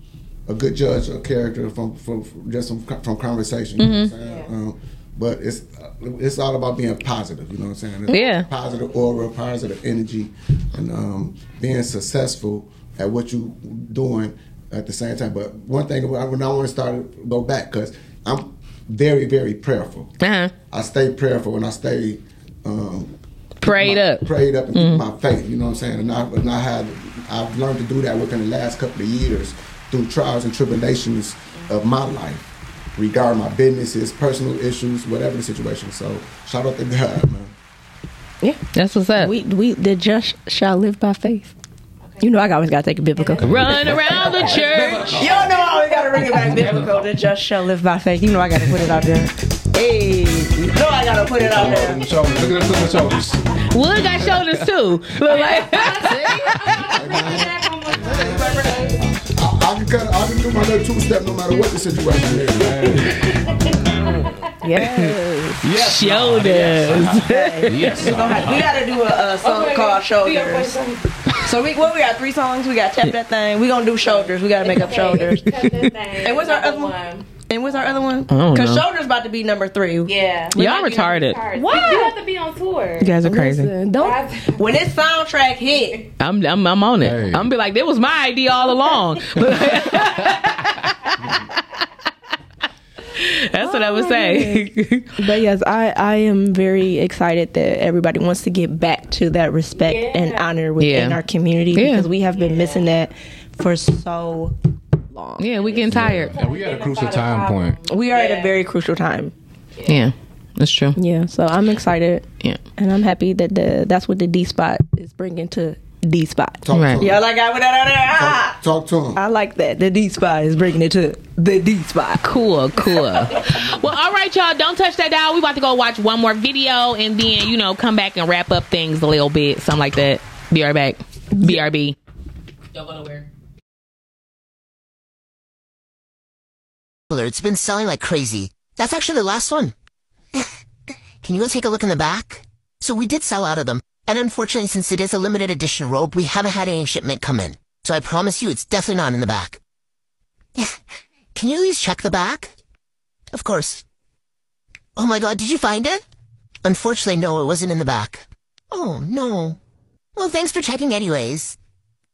G: a good judge, a character from, from, from just from, from conversation. You know
D: Mhm.
G: what I'm saying? Um, but it's it's all about being positive. You know what I'm saying?
D: Yeah.
G: Positive aura, positive energy, and um, being successful at what you doing at the same time. But one thing I when I want to start go back because I'm very very prayerful.
D: Uh-huh.
G: I stay prayerful and I stay um,
D: Prayed up. Mm-hmm.
G: prayed up and keep my faith. You know what I'm saying? And I, and I have, I've learned to do that within the last couple of years through trials and tribulations of my life, regarding my businesses, personal issues, whatever the situation. So shout out to God, man.
U: Yeah.
D: That's what's up.
U: We we the just shall live by faith. You know, I always gotta take a biblical.
D: Run around the church.
M: You don't know I always gotta bring it back biblical. The just shall live by faith. You know I gotta put it out there. Hey, you know I gotta put it out there.
F: Look at them shoulders.
D: Wood got shoulders too. Look like
G: I can cut, I can do my little two step no matter what the situation is.
M: Yes.
F: yes.
D: Shoulders.
F: Yes.
M: We're gonna have- we gotta do a, a song
B: Okay,
M: called
B: do your
M: Shoulders. So we what we got three songs. We got tap that thing. We gonna do shoulders. We gotta make up shoulders. And what's our other one? And what's our other one?
D: I don't
M: Cause
D: know.
M: shoulders about to be number three.
Q: Yeah.
D: Y'all retarded.
Q: What? You have to be on tour.
D: You guys are crazy.
Q: don't.
M: When this soundtrack hit,
D: I'm, I'm, I'm on it. I'm be like, that was my idea all along. That's what I would
M: Oh,
D: say.
N: but yes, I, I am very excited that everybody wants to get back to that respect and honor within
D: Yeah.
N: our community
D: Yeah.
N: because we have been missing that for so
D: Yeah, we getting tired.
F: we at a crucial time point.
N: we are at a very crucial time.
D: Yeah, that's true.
N: Yeah, so I'm excited.
D: Yeah.
N: And I'm happy that the that's what the D spot is bringing to D spot.
G: Talk to 'em.
N: Y'all like I went out there. Ah!
G: Talk to him.
N: I like that. The D spot is bringing it to the D spot.
D: Cool, cool. Well, all right, y'all. Don't touch that dial. We about to go watch one more video and then, you know, come back and wrap up things a little bit, something like that. Be right back. BRB.
K: It's been selling like crazy. That's actually the last one. Can you go take a look in the back? So we did sell out of them. And unfortunately, since it is a limited edition robe, we haven't had any shipment come in. So I promise you, it's definitely not in the back. Can you at least check the back? Of course. Oh my god, did you find it? Unfortunately, no, it wasn't in the back. Oh, no. Well, thanks for checking anyways.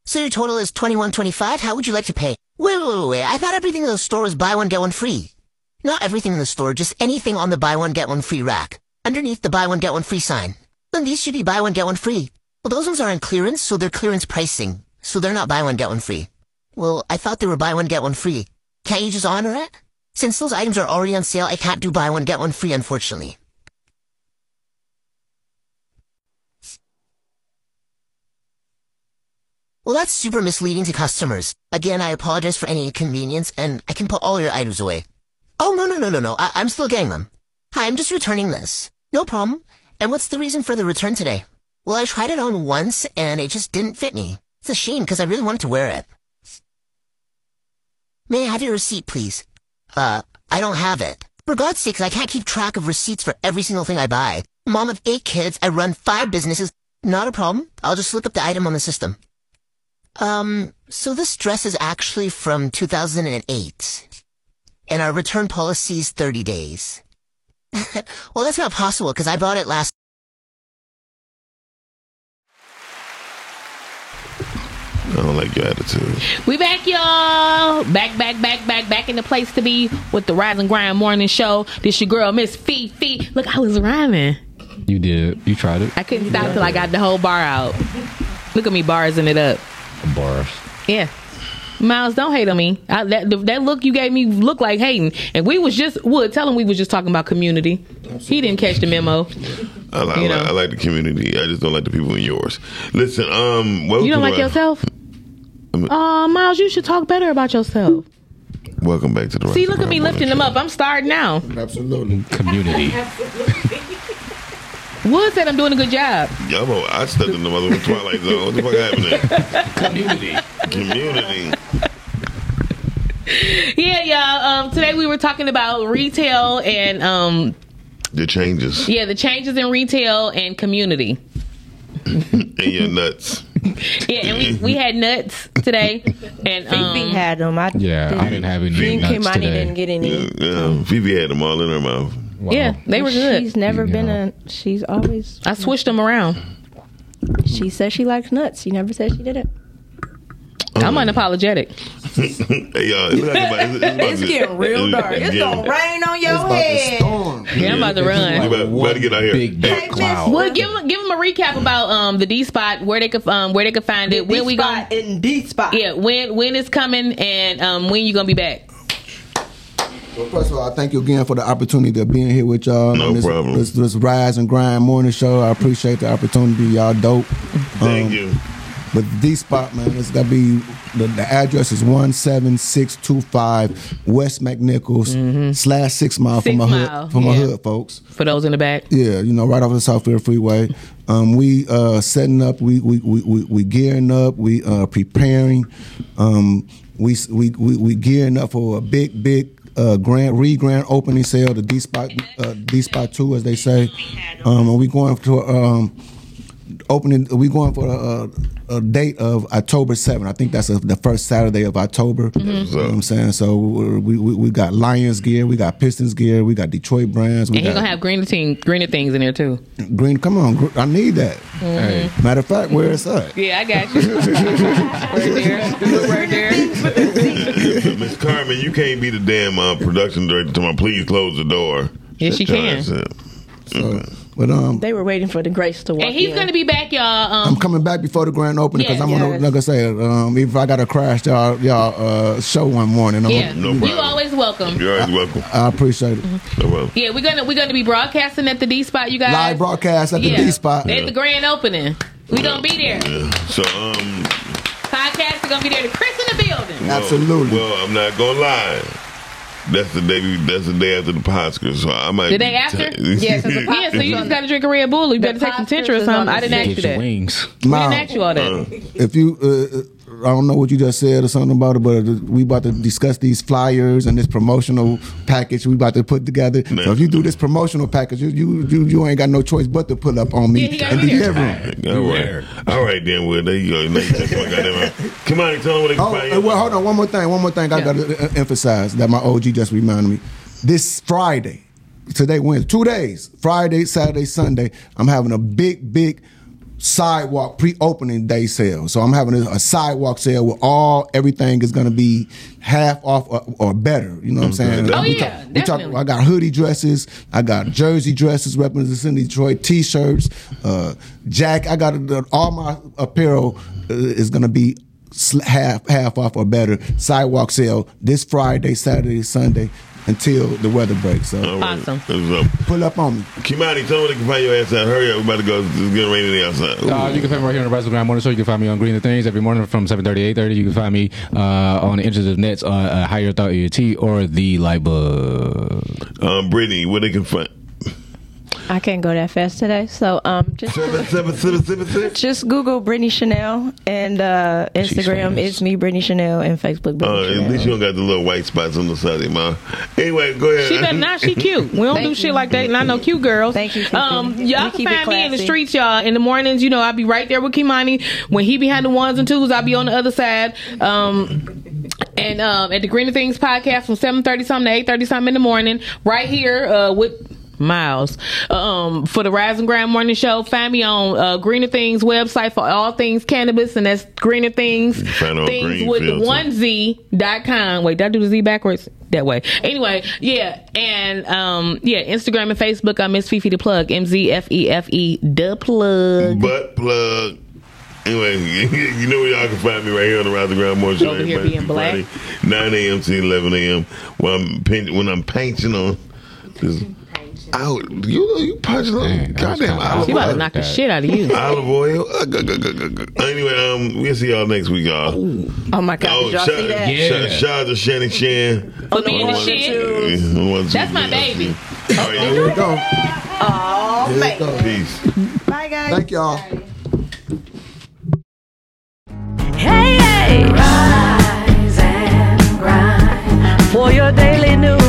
K: So your total is twenty-one twenty-five. How would you like to pay? Wait, wait, wait, wait. I thought everything in the store was buy one get one free. Not everything in the store, just anything on the buy one get one free rack. Underneath the buy one get one free sign. Then these should be buy one get one free. Well, those ones are on clearance, so they're clearance pricing. So they're not buy one get one free. Well, I thought they were buy one get one free. Can't you just honor it? Since those items are already on sale, I can't do buy one get one free, unfortunately. Well, that's super misleading to customers. Again, I apologize for any inconvenience, and I can put all your items away. Oh, no, no, no, no, no. I- I'm still getting them. Hi, I'm just returning this. No problem. And what's the reason for the return today? Well, I tried it on once, and it just didn't fit me. It's a shame, because I really wanted to wear it. May I have your receipt, please? Uh, I don't have it. For God's sakes, I can't keep track of receipts for every single thing I buy. Mom of eight kids, I run five businesses. Not a problem. I'll just look up the item on the system. Um, so this dress is actually from 2008. And our return policy is 30 days. well, that's not possible because I bought it last.
E: I don't like your attitude.
D: We back, y'all. Back, back, back, back, back in the place to be with the Rise and Grind Morning Show. This your girl, Miss Fifi. Look, I was rhyming.
F: You did. You tried it.
D: I couldn't stop till I got the whole bar out. Look at me barsing it up.
F: Bars.
D: Yeah. Miles, don't hate on me. I, that that look you gave me looked like hating, and we was just would tell him we was just talking about community. He didn't catch the memo.
E: I like, I, like, I like the community. I just don't like the people in yours. Listen, um, welcome
D: You
E: to
D: don't like
E: Rise-
D: yourself?
E: I'm-
D: Uh, Miles, you should talk better about yourself.
E: Welcome back to the.
D: See, look at me lifting them up. I'm starting now.
E: Absolutely, community.
D: Wood said I'm doing a good job.
E: Y'all know I stepped in the motherfucking twilight zone. What the fuck happening? Community. Community.
D: Yeah, yeah. Um, today we were talking about retail and um,
E: The changes
D: yeah, the changes in retail and community.
E: and your nuts.
D: Yeah, and we,
F: Mm-hmm.
D: we had nuts today, and um,
N: Fifi had them. I
F: Yeah, I didn't have any
N: Me and
F: nuts
N: Kimani
F: today.
N: didn't get any.
E: Yeah, Phoebe had them all in her mouth.
D: Yeah, they were good.
N: She's never been a. She's always.
D: I switched them around.
N: She says she likes nuts. She never said she did it.
D: I'm unapologetic.
E: hey, y'all, it's, not about, it's, about
N: It's
E: to-
N: getting real
E: it's-
N: dark. It's
E: yeah.
N: gonna rain on your
E: about to
N: head.
D: Yeah, I'm about to run.
E: You better, better get out here. Big hey,
D: Well, give them give them a recap about um the D spot where they could um where they could find it when we going
N: in D spot
D: yeah when when it's coming and um when you gonna be back
G: Well, first of all, I thank you again for the opportunity of being here with y'all.
E: No
G: on this,
E: problem.
G: This, this Rise and Grind morning show. I appreciate the opportunity. Y'all dope. Um,
E: Thank you.
G: But D spot, man, it's gotta be the, the address is one seven six two five West McNichols slash six mile
D: Mm-hmm.
G: from
D: Six
G: a
D: Mile,
G: hood from a
D: yeah.
G: hood, folks.
D: for those in the back.
G: Yeah, you know, right off the Southfield Freeway. Um, we uh, setting up. We we, we, we we gearing up. We uh, preparing. Um, we, s- we we we gearing up for a big big uh, grand re grand opening sale. The D spot uh, D spot two, as they say. Um, and we going to um, opening. We going for a, a, a date of October 7th. I think that's a, the first Saturday of October.
E: Mhm.
G: You know what I'm saying so. we're- We, we we got Lions gear. We got Pistons gear. We got Detroit brands. We
D: and he's
G: got
D: gonna have greener team, greener things in there too.
G: green. Come on, gr- I need that.
D: Mhm. Hey.
G: Matter of fact, where it's at.
D: Yeah, I got you. Word there. Good word there.
E: Miss Carmen, you can't be the damn uh, production director. To my, please close the door.
M: Yes, she can.
E: So,
G: but um,
M: They were waiting for the grace to walk.
D: And he's
M: in.
D: gonna be back, y'all. Um,
G: I'm coming back before the grand opening because
D: Yeah.
G: I'm gonna,
D: Yes.
G: like I said, um, if I gotta crash y'all y'all uh, show one morning, I'm
D: yeah,
G: gonna,
D: you Mm-hmm. always welcome.
E: You're always welcome.
G: I appreciate it.
D: Yeah, we're gonna we're gonna be broadcasting at the D spot, you guys.
G: Live broadcast at the
D: Yeah.
G: D spot.
D: at the grand opening. We gonna be there.
E: So um,
D: Podcast are gonna be there. The Chris in the building.
E: well- Well, I'm not gonna lie. That's the day. we- That's the day after the Oscars. So I might.
D: The
E: be
D: day after?
E: tight.
D: yeah, so the- yeah, so you just gotta drink a Red Bull. or You better take some Tentra or something. I didn't ask you that.
G: wings.
D: We didn't ask you all that.
G: If you, uh, uh, I don't know what you just said or something about it, but uh, we about to discuss these flyers and this promotional package we about to put together. So if you do this promotional package, you you you, you ain't got no choice but to pull up on me and deliver 'em.
E: All right, all right, then. Well, there you go. Now you got my goddamn- Come on, and tell them where they can
G: Oh,
E: find
G: uh, well, hold on. One more thing. One more thing. I got to emphasize that my OG just reminded me. This Friday, today Wednesday, two days, Friday, Saturday, Sunday. I'm having a big, big sidewalk pre-opening day sale. So I'm having a, a sidewalk sale where all everything is going to be half off or, or better. You know what I'm saying?
D: Oh,
G: We
D: yeah,
G: talk- we talk- I got hoodie dresses. I got jersey dresses representing Detroit. T-shirts, uh, jack. I got uh, all my apparel uh, is going to be sl- half half off or better. Sidewalk sale this Friday, Saturday, Sunday until the weather breaks. So
E: Awesome. What's up?
G: pull up on me.
E: Kimani, tell them where they can find your ass out. Hurry up. We about to go. It's getting rainy outside.
F: Uh, you can find me right here on the Rise of the Ground Morning Show. You can find me on Green the Things every morning from 7.30 8.30. You can find me uh, on the Internet of Nets on uh, Higher Thought EAT or The Light Bulb.
E: Um, Brittany, where they can find.
M: I can't go that fast today, so um, just just Google Brittany Chanel and uh, Instagram is me Brittany Chanel and Facebook
E: Uh,
M: Brittany
E: at
M: Chanel.
E: least you don't got the little white spots on the side of your mouth. Anyway, go ahead.
D: She better not. She cute. We don't do shit like that, and I know cute girls. Thank you. Um, y'all
M: keep
D: can
M: it
D: find me in the
M: classy.
D: streets, y'all. In the mornings, you know, I'll be right there with Kimani. When he behind the ones and twos, I'll be on the other side. Um, and um, at the Greener Things podcast from seven thirty something to eight thirty something in the morning, right here uh, with. Miles um, for the Rise and Grind Morning Show. Find me on uh, Greener Things website for all things cannabis, and that's Greener Things
E: find it on
D: things with
E: Greenfield, too.
D: one z dot com. Wait, did I do the z backwards? That way. Anyway, yeah, and um, yeah, Instagram and Facebook. I miss Fifi the plug. M Z F E F E the plug.
E: Butt plug. Anyway, you know where y'all can find me right here on the Rise of Ground Morning Show.
D: Over here
E: every
D: being
E: Monday through Friday, 9 a.m. to 11 a.m. When I'm, pin- when I'm painting on. This, out. You, you punching on. Goddamn olive
D: She about to knock the shit out of you.
E: Olive oil. Uh, gu- gu- gu- gu- gu- Anyway, um, we'll see y'all next week, y'all.
M: Oh my God,
E: Oh,
M: did y'all
E: shout,
M: see that?
E: shout, shout out to Shannon Shan.
M: For being the
E: One-
M: shit.
E: Yeah, one, two,
M: That's my
E: three.
M: baby.
E: All right, here we go.
M: Oh,
E: Here we go. Peace.
M: Bye, guys.
G: Thank y'all.
B: Rise and grind for your daily news.